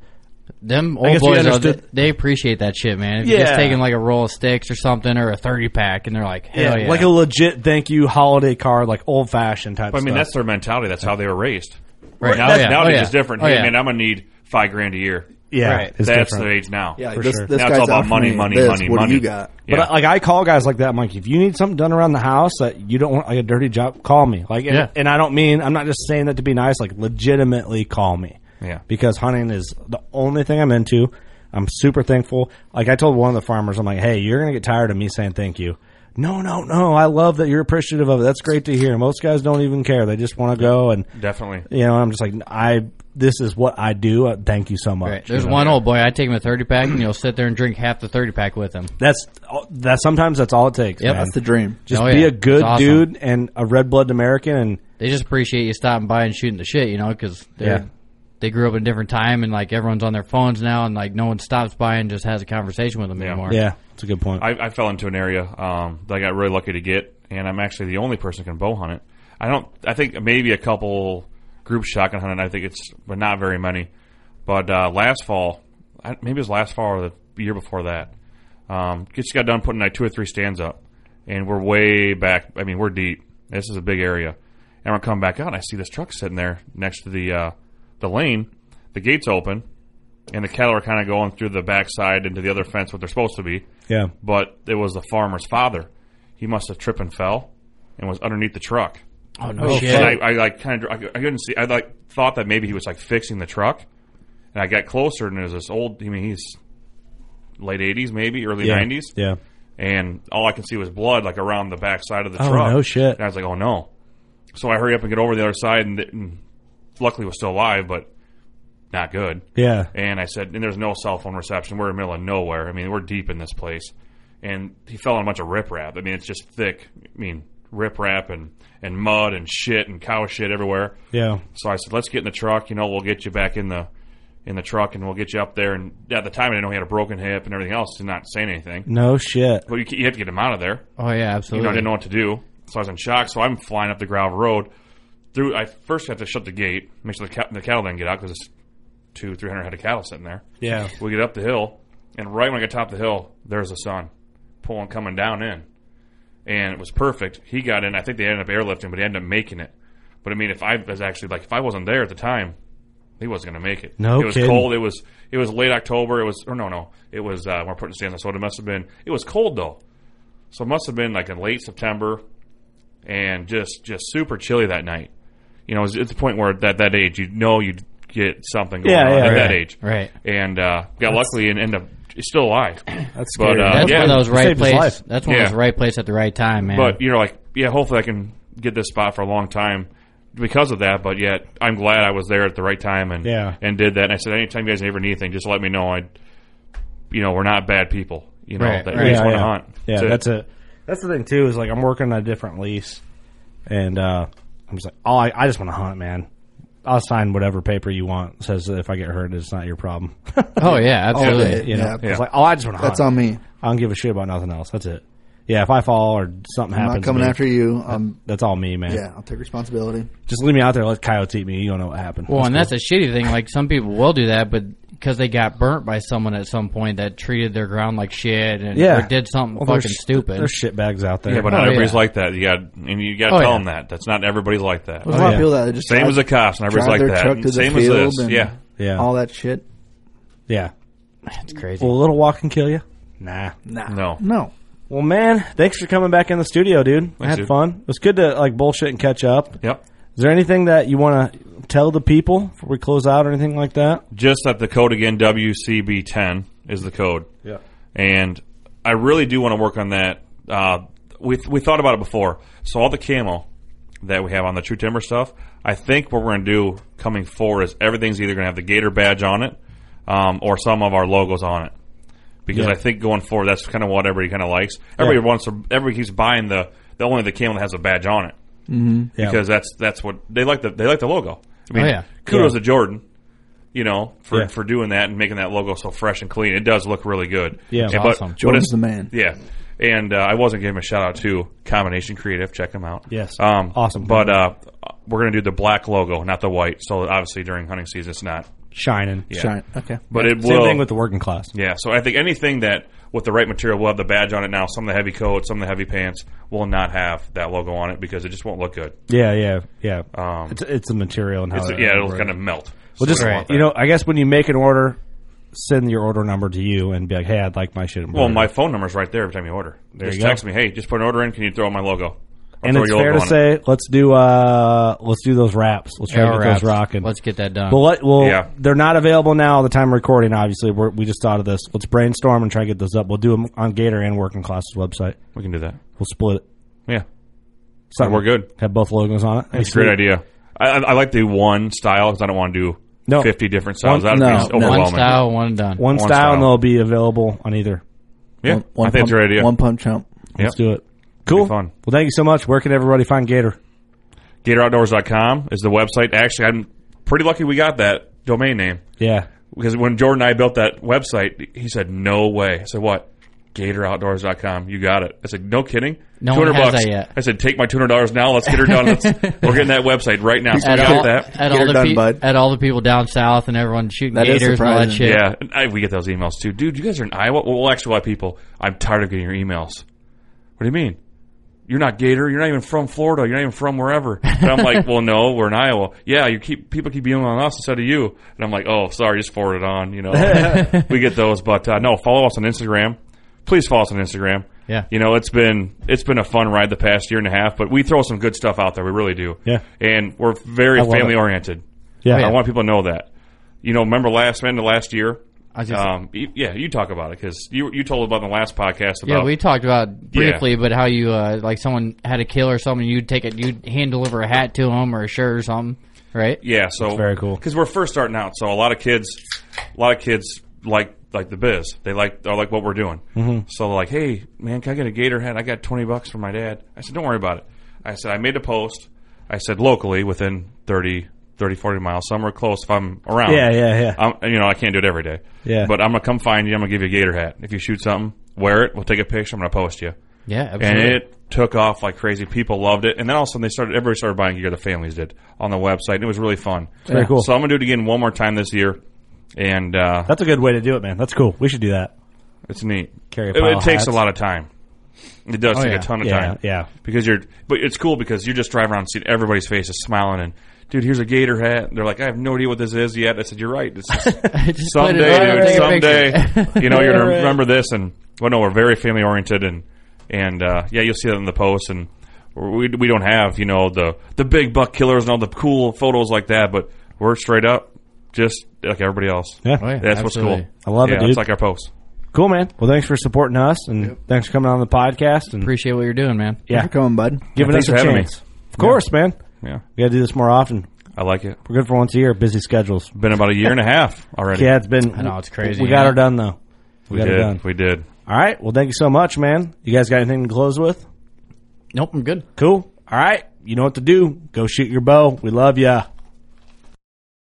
[SPEAKER 4] Them
[SPEAKER 2] I
[SPEAKER 4] old
[SPEAKER 2] guess we
[SPEAKER 4] boys, though, they,
[SPEAKER 2] understood-
[SPEAKER 4] they appreciate that shit, man. If you're
[SPEAKER 2] Yeah.
[SPEAKER 4] just taking like a roll of sticks or something or a 30 pack and they're like, hell yeah.
[SPEAKER 2] like a legit thank you holiday card, like old fashioned type.
[SPEAKER 5] but, I mean,
[SPEAKER 2] stuff.
[SPEAKER 5] that's their mentality. That's how they were raised.
[SPEAKER 4] Right.
[SPEAKER 5] Now,
[SPEAKER 4] Oh, yeah.
[SPEAKER 5] nowadays
[SPEAKER 4] Oh, yeah.
[SPEAKER 5] it's different.
[SPEAKER 4] Oh,
[SPEAKER 5] hey,
[SPEAKER 4] yeah.
[SPEAKER 5] man, I'm gonna need five grand a year.
[SPEAKER 2] yeah,
[SPEAKER 4] Right.
[SPEAKER 2] it's
[SPEAKER 5] that's
[SPEAKER 2] different.
[SPEAKER 5] the age now.
[SPEAKER 3] Yeah,
[SPEAKER 2] For
[SPEAKER 3] this,
[SPEAKER 2] sure.
[SPEAKER 3] this
[SPEAKER 5] Now it's
[SPEAKER 3] guy's
[SPEAKER 5] all about
[SPEAKER 3] offering
[SPEAKER 5] money,
[SPEAKER 3] me
[SPEAKER 5] money,
[SPEAKER 3] this.
[SPEAKER 5] money,
[SPEAKER 3] What
[SPEAKER 5] money.
[SPEAKER 3] do you got?
[SPEAKER 2] But I, like I call guys like that, I'm like, if you need something done around the house that you don't want, like a dirty job, call me. Like, and,
[SPEAKER 4] Yeah.
[SPEAKER 2] and I don't mean I'm not just saying that to be nice. Like, legitimately call me.
[SPEAKER 5] Yeah.
[SPEAKER 2] Because hunting is the only thing I'm into. I'm super thankful. Like I told one of the farmers, I'm like, hey, you're gonna get tired of me saying thank you. No, no, no. I love that you're appreciative of it. That's great to hear. Most guys don't even care. They just want to go and
[SPEAKER 5] Definitely.
[SPEAKER 2] you know, I'm just like, I. This is what I do. Uh, thank you so much.
[SPEAKER 4] Right. There's one old boy, I take him a 30 pack and he'll sit there and drink half the 30 pack with him.
[SPEAKER 2] That's that. Sometimes that's all it takes.
[SPEAKER 4] Yep.
[SPEAKER 2] man.
[SPEAKER 3] That's the dream.
[SPEAKER 2] Just
[SPEAKER 4] Oh,
[SPEAKER 2] be
[SPEAKER 4] yeah.
[SPEAKER 2] a good
[SPEAKER 4] It's awesome.
[SPEAKER 2] dude and a red blooded American, and
[SPEAKER 4] They just appreciate you stopping by and shooting the shit, you know, because
[SPEAKER 2] Yeah.
[SPEAKER 4] they grew up in a different time and like everyone's on their phones now and like no one stops by and just has a conversation with them anymore.
[SPEAKER 2] yeah, it's a good point.
[SPEAKER 5] I, I fell into an area um, that I got really lucky to get, and I'm actually the only person who can bow hunt it. I don't. I think maybe a couple group shotgun hunting. I think it's, but not very many. But uh, last fall, I, maybe it was last fall or the year before that, um, just got done putting like two or three stands up, and we're way back. I mean, we're deep. This is a big area, and we're coming back out. And I see this truck sitting there next to the uh, the lane. The gates open, and the cattle are kind of going through the backside into the other fence, what they're supposed to be
[SPEAKER 2] yeah,
[SPEAKER 5] but it was the farmer's father. He must have tripped and fell and was underneath the truck.
[SPEAKER 4] Oh, no shit.
[SPEAKER 5] And I, I like kind of I couldn't see. I like thought that maybe he was like fixing the truck, and I got closer and it was this old. I mean, he's late eighties, maybe early
[SPEAKER 2] yeah,
[SPEAKER 5] nineties,
[SPEAKER 2] Yeah,
[SPEAKER 5] and all I could see was blood like around the back side of the
[SPEAKER 2] Oh,
[SPEAKER 5] truck.
[SPEAKER 2] no shit.
[SPEAKER 5] And I was like, oh no. So I hurry up and get over the other side, and, th- and luckily was still alive, but not good.
[SPEAKER 2] yeah.
[SPEAKER 5] And I said, and there's no cell phone reception. We're in the middle of nowhere. I mean, we're deep in this place. And he fell on a bunch of riprap. I mean, it's just thick. I mean, riprap and, and mud and shit and cow shit everywhere.
[SPEAKER 2] Yeah.
[SPEAKER 5] So I said, let's get in the truck. You know, we'll get you back in the in the truck and we'll get you up there. And at the time, I didn't know he had a broken hip and everything else. Did not say anything.
[SPEAKER 2] No shit.
[SPEAKER 5] But you, ca- you had to get him out of there.
[SPEAKER 4] Oh, yeah,
[SPEAKER 5] You know, I
[SPEAKER 4] absolutely.
[SPEAKER 5] didn't know what to do. So I was in shock. So I'm flying up the gravel road. Through, I first have to shut the gate, make sure the, ca- the cattle didn't get out because it's two, three hundred head of cattle sitting there.
[SPEAKER 2] Yeah,
[SPEAKER 5] We get up the hill, and right when I got top of the hill, there's the sun pulling coming down in, and it was perfect. He got in. I think they ended up airlifting, but he ended up making it. But I mean, if I was actually like, if I wasn't there at the time, he wasn't going to make it.
[SPEAKER 2] No
[SPEAKER 5] it was
[SPEAKER 2] kidding.
[SPEAKER 5] cold. It was it was late October. It was or no no, it was uh, we're putting stands on. So it must have been. It was cold though, so it must have been like in late September, and just just super chilly that night. You know, it's at the point where at that that age, you know, you would get something going
[SPEAKER 2] Yeah,
[SPEAKER 5] on
[SPEAKER 2] yeah,
[SPEAKER 5] at
[SPEAKER 2] right.
[SPEAKER 5] that age
[SPEAKER 4] Right.
[SPEAKER 5] and uh, got luckily and ended up he's still alive.
[SPEAKER 2] that's
[SPEAKER 5] But,
[SPEAKER 2] scary.
[SPEAKER 5] uh,
[SPEAKER 4] That's
[SPEAKER 5] yeah.
[SPEAKER 4] one of those
[SPEAKER 2] Saved
[SPEAKER 4] right
[SPEAKER 2] his
[SPEAKER 4] place.
[SPEAKER 2] life.
[SPEAKER 4] That's one of those
[SPEAKER 5] Yeah.
[SPEAKER 4] right place at the right time, man.
[SPEAKER 5] But you know, like yeah, hopefully I can get this spot for a long time because of that. But yet I'm glad I was there at the right time and
[SPEAKER 2] Yeah.
[SPEAKER 5] and did that. And I said, anytime you guys ever need anything, just let me know. I, you know, we're not bad people. You know,
[SPEAKER 4] Right,
[SPEAKER 5] that
[SPEAKER 4] right.
[SPEAKER 5] we just
[SPEAKER 2] yeah,
[SPEAKER 5] want to
[SPEAKER 2] yeah.
[SPEAKER 5] hunt.
[SPEAKER 2] Yeah,
[SPEAKER 5] So-
[SPEAKER 2] that's it. That's the thing too. Is like I'm working on a different lease, and uh, I'm just like, oh, I, I just want to hunt, man. I'll sign whatever paper you want. It says that if I get hurt, it's not your problem.
[SPEAKER 4] oh, yeah, absolutely.
[SPEAKER 3] day.
[SPEAKER 2] you know,
[SPEAKER 3] Yeah.
[SPEAKER 2] it's like, oh, I just want to hunt.
[SPEAKER 3] That's on me.
[SPEAKER 2] I don't give a shit about nothing else. That's it. Yeah, if I fall or something
[SPEAKER 3] I'm not
[SPEAKER 2] happens,
[SPEAKER 3] coming
[SPEAKER 2] man,
[SPEAKER 3] after you. Um,
[SPEAKER 2] That's all me, man.
[SPEAKER 3] yeah, I'll take responsibility.
[SPEAKER 2] Just leave me out there. Let coyotes eat me. You don't know what happened.
[SPEAKER 4] Well, and that's a shitty thing. Like some people will do that, but because they got burnt by someone at some point that treated their ground like shit and
[SPEAKER 2] Yeah.
[SPEAKER 4] or did something
[SPEAKER 2] Well,
[SPEAKER 4] fucking
[SPEAKER 2] there's-
[SPEAKER 4] stupid.
[SPEAKER 2] There's shit bags out there.
[SPEAKER 5] Yeah, but
[SPEAKER 4] Oh,
[SPEAKER 5] not everybody's
[SPEAKER 4] yeah.
[SPEAKER 5] like that. You got and you got to
[SPEAKER 4] Oh,
[SPEAKER 5] tell
[SPEAKER 4] yeah.
[SPEAKER 5] them that. That's not everybody's like that.
[SPEAKER 3] There's a lot
[SPEAKER 2] yeah.
[SPEAKER 3] of people that just
[SPEAKER 5] Same
[SPEAKER 3] drive-
[SPEAKER 5] as the cops, and everybody's
[SPEAKER 3] drive
[SPEAKER 5] like
[SPEAKER 3] their
[SPEAKER 5] that.
[SPEAKER 3] truck to the
[SPEAKER 5] Same as
[SPEAKER 3] field
[SPEAKER 5] this,
[SPEAKER 3] and
[SPEAKER 5] yeah.
[SPEAKER 2] yeah,
[SPEAKER 3] all that shit.
[SPEAKER 2] yeah.
[SPEAKER 4] That's crazy.
[SPEAKER 2] Will a little walk and kill you? Nah.
[SPEAKER 3] Nah,
[SPEAKER 5] No.
[SPEAKER 3] no.
[SPEAKER 2] Well, man, thanks for coming back in the studio, dude. I had
[SPEAKER 5] dude.
[SPEAKER 2] fun. It was good to like bullshit and catch up.
[SPEAKER 5] Yep.
[SPEAKER 2] Is there anything that you want to tell the people before we close out or anything like that?
[SPEAKER 5] Just that the code again WCB10 is the code.
[SPEAKER 2] Yeah.
[SPEAKER 5] and I really do want to work on that. Uh, we we thought about it before, so all the camo that we have on the True Timber stuff, I think what we're going to do coming forward is everything's either going to have the Gator badge on it, um, or some of our logos on it, because
[SPEAKER 2] Yeah.
[SPEAKER 5] I think going forward that's kind of what everybody kind of likes. Everybody wants to, everybody keeps buying the the only the camo that has a badge on it
[SPEAKER 2] Mm-hmm. Yeah.
[SPEAKER 5] because that's that's what they like the they like the logo. I mean,
[SPEAKER 4] Oh, yeah.
[SPEAKER 5] kudos
[SPEAKER 2] Yeah.
[SPEAKER 5] to Jordan, you know, for,
[SPEAKER 2] Yeah.
[SPEAKER 5] for doing that and making that logo so fresh and clean. It does look really good.
[SPEAKER 2] Yeah, it's
[SPEAKER 5] And- but-
[SPEAKER 4] awesome.
[SPEAKER 5] but
[SPEAKER 3] Jordan's
[SPEAKER 5] it's-
[SPEAKER 3] the man.
[SPEAKER 5] Yeah, and uh, I wasn't giving a shout out to Combination Creative. Check them out.
[SPEAKER 2] Yes.
[SPEAKER 5] um,
[SPEAKER 2] Awesome.
[SPEAKER 5] But uh, we're gonna do the black logo, not the white. So obviously during hunting season, it's not.
[SPEAKER 2] shining. Yeah.
[SPEAKER 3] Giant. Okay.
[SPEAKER 5] But it
[SPEAKER 2] Same
[SPEAKER 5] will.
[SPEAKER 2] thing with the working class.
[SPEAKER 5] yeah, so I think anything that with the right material will have the badge on it now. Some of the heavy coats, some of the heavy pants will not have that logo on it because it just won't look good.
[SPEAKER 2] Yeah, yeah, yeah.
[SPEAKER 5] Um,
[SPEAKER 2] it's it's a material and how
[SPEAKER 5] It's,
[SPEAKER 2] it-
[SPEAKER 5] yeah, it'll kind of melt.
[SPEAKER 2] Well, just
[SPEAKER 5] So we don't want
[SPEAKER 2] you
[SPEAKER 5] that.
[SPEAKER 2] know, I guess when you make an order, send your order number to you and be like, "Hey, I'd like my shit."
[SPEAKER 5] Well,
[SPEAKER 2] embroidered."
[SPEAKER 5] my phone number's right there every time you order.
[SPEAKER 2] There
[SPEAKER 5] just
[SPEAKER 2] you go.
[SPEAKER 5] text me, hey, just put an order in. Can you throw my logo? Or
[SPEAKER 2] and
[SPEAKER 5] throw
[SPEAKER 2] it's
[SPEAKER 5] your
[SPEAKER 2] fair to
[SPEAKER 5] logo on it.
[SPEAKER 2] say, let's do uh, let's do those wraps. Let's try to
[SPEAKER 4] Arrow
[SPEAKER 2] get
[SPEAKER 4] wraps.
[SPEAKER 2] those rocking.
[SPEAKER 4] Let's get that done.
[SPEAKER 2] But what? Well,
[SPEAKER 5] Yeah.
[SPEAKER 2] they're not available now. at The time of recording, obviously, We're, we just thought of this. Let's brainstorm and try to get those up. We'll do them on Gator and Working Class's website.
[SPEAKER 5] we can do that.
[SPEAKER 2] We'll split it.
[SPEAKER 5] Yeah,
[SPEAKER 2] Something.
[SPEAKER 5] we're good.
[SPEAKER 2] Have both logos on it.
[SPEAKER 5] it's a great idea. I, I, I like the one style because I don't want to do
[SPEAKER 2] No.
[SPEAKER 5] fifty different styles.
[SPEAKER 2] One-
[SPEAKER 5] That would be
[SPEAKER 3] no,
[SPEAKER 5] just
[SPEAKER 3] no.
[SPEAKER 5] overwhelming.
[SPEAKER 4] one style, one done.
[SPEAKER 2] One,
[SPEAKER 5] One
[SPEAKER 2] style, and
[SPEAKER 5] style.
[SPEAKER 2] they'll be available on either.
[SPEAKER 5] Yeah, I think
[SPEAKER 3] pump,
[SPEAKER 5] it's a great idea.
[SPEAKER 3] One pump chump.
[SPEAKER 2] Let's do it. Cool.
[SPEAKER 5] fun.
[SPEAKER 2] Well, thank you so much. Where can everybody find Gator?
[SPEAKER 5] GatorOutdoors.com is the website. Actually, I'm pretty lucky we got that domain name
[SPEAKER 2] Yeah.
[SPEAKER 5] because when Jordan and I built that website, he said, "No way." I said, "What?" GatorOutdoors.com. You got it. I said, "No kidding."
[SPEAKER 4] No one
[SPEAKER 5] 200
[SPEAKER 4] has
[SPEAKER 5] bucks.
[SPEAKER 4] that yet.
[SPEAKER 5] I said, "Take my two hundred dollars now. Let's get her done. Let's, we're getting that website right
[SPEAKER 4] [laughs]
[SPEAKER 5] now." So we
[SPEAKER 4] at
[SPEAKER 5] got
[SPEAKER 4] all,
[SPEAKER 5] that.
[SPEAKER 4] at
[SPEAKER 3] Get
[SPEAKER 4] all
[SPEAKER 3] her
[SPEAKER 4] the
[SPEAKER 3] done,
[SPEAKER 4] pe-
[SPEAKER 3] bud.
[SPEAKER 4] at all the people down south and everyone shooting
[SPEAKER 3] That is
[SPEAKER 4] gators and all that
[SPEAKER 3] surprising.
[SPEAKER 4] shit.
[SPEAKER 5] Yeah, and I, we get those emails too, dude. You guys are in Iowa. Well, actually, a lot of people. I'm tired of getting your emails. What do you mean? You're not Gator. You're not even from Florida. You're not even from wherever. And
[SPEAKER 2] [laughs]
[SPEAKER 5] I'm like, well, no, we're in Iowa. Yeah, you keep people keep emailing us instead of you. And I'm like, oh, sorry, just forward it on.
[SPEAKER 2] [laughs]
[SPEAKER 5] You know, we get those, but uh, no, follow us on Instagram. Please follow us on Instagram.
[SPEAKER 4] Yeah.
[SPEAKER 5] you know it's been it's been a fun ride the past year and a half, but we throw some good stuff out there. We really do.
[SPEAKER 2] Yeah.
[SPEAKER 5] and we're very
[SPEAKER 2] love it.
[SPEAKER 5] family oriented.
[SPEAKER 2] Yeah.
[SPEAKER 5] I want people to know that. You know, remember last man, the last year.
[SPEAKER 4] I was gonna
[SPEAKER 5] Um, y- yeah, you talk about it because you you told about it in the last podcast about
[SPEAKER 4] Yeah, we talked about
[SPEAKER 5] Yeah.
[SPEAKER 4] briefly, but how you uh, like someone had a kill or something, you'd take it, you'd hand deliver a hat to them or a shirt or something, right?
[SPEAKER 5] yeah. So
[SPEAKER 2] very cool.
[SPEAKER 5] because we're first starting out, so a lot of kids, a lot of kids like like the biz. They like they like what we're doing. Mm-hmm. So they're like, hey man, can I get a gator hat? I got twenty bucks from my dad. I said, don't worry about it. I said I made a post. I said locally within 30, 30 40 miles, somewhere close if I'm around.
[SPEAKER 2] Yeah, yeah, yeah.
[SPEAKER 5] I'm, you know, I can't do it every day.
[SPEAKER 2] Yeah.
[SPEAKER 5] But I'm gonna come find you. I'm gonna give you a gator hat. If you shoot something, wear it. We'll take a picture. I'm gonna post you.
[SPEAKER 4] Yeah,
[SPEAKER 5] and
[SPEAKER 4] absolutely.
[SPEAKER 5] it took off like crazy. People loved it, and then all of a sudden they started. Everybody started buying gear. The families did on the website, and it was really fun.
[SPEAKER 2] Very cool.
[SPEAKER 5] So I'm gonna do it again one more time this year, and uh,
[SPEAKER 2] That's a good way to do it, man. That's cool. We should do that.
[SPEAKER 5] it's neat.
[SPEAKER 2] Carry a
[SPEAKER 5] it,
[SPEAKER 2] pile
[SPEAKER 5] it
[SPEAKER 2] of
[SPEAKER 5] takes a
[SPEAKER 2] hats.
[SPEAKER 5] lot of time. It does
[SPEAKER 4] Oh,
[SPEAKER 5] take
[SPEAKER 4] yeah.
[SPEAKER 5] a ton of
[SPEAKER 2] Yeah,
[SPEAKER 5] time.
[SPEAKER 2] yeah.
[SPEAKER 5] Because you're, but it's cool because you just drive around and see everybody's faces smiling and. Dude, here's a gator hat. They're like, I have no idea what this is yet. I said, You're right.
[SPEAKER 2] [laughs]
[SPEAKER 5] It's just,
[SPEAKER 4] [laughs] Just put it on
[SPEAKER 5] someday,
[SPEAKER 4] there,
[SPEAKER 5] dude,
[SPEAKER 4] take a picture.
[SPEAKER 5] someday, [laughs] you know, you're gonna
[SPEAKER 2] Right.
[SPEAKER 5] remember this. And well, no, we're very family oriented, and and uh, yeah, you'll see that in the post. And we we don't have you know the the big buck killers and all the cool photos like that, but we're straight up just like everybody else.
[SPEAKER 2] Yeah.
[SPEAKER 4] Oh, yeah,
[SPEAKER 5] that's what's
[SPEAKER 4] absolutely.
[SPEAKER 5] cool.
[SPEAKER 2] I love it,
[SPEAKER 5] yeah,
[SPEAKER 2] dude.
[SPEAKER 5] It's like our post.
[SPEAKER 2] Cool, man. Well, thanks for supporting us and thanks for coming on the podcast and
[SPEAKER 4] Appreciate what you're doing, man.
[SPEAKER 2] Yeah.
[SPEAKER 3] Thanks for coming, bud.
[SPEAKER 2] giving us
[SPEAKER 5] Thanks
[SPEAKER 2] a
[SPEAKER 5] for having me.
[SPEAKER 2] chance. Of course, man.
[SPEAKER 5] Yeah,
[SPEAKER 2] We got to do this more often.
[SPEAKER 5] I like it.
[SPEAKER 2] We're good for once a year. Busy schedules.
[SPEAKER 5] Been about a year and a half already.
[SPEAKER 2] Yeah, it's been.
[SPEAKER 4] I know, it's crazy,
[SPEAKER 2] We got
[SPEAKER 4] yeah.
[SPEAKER 2] her done though. We,
[SPEAKER 5] we
[SPEAKER 2] got
[SPEAKER 5] did.
[SPEAKER 2] her done.
[SPEAKER 5] We did.
[SPEAKER 2] All right. Well, thank you so much, man. You guys got anything to close with?
[SPEAKER 4] Nope, I'm good.
[SPEAKER 2] Cool. All right. You know what to do. Go shoot your bow. We love ya.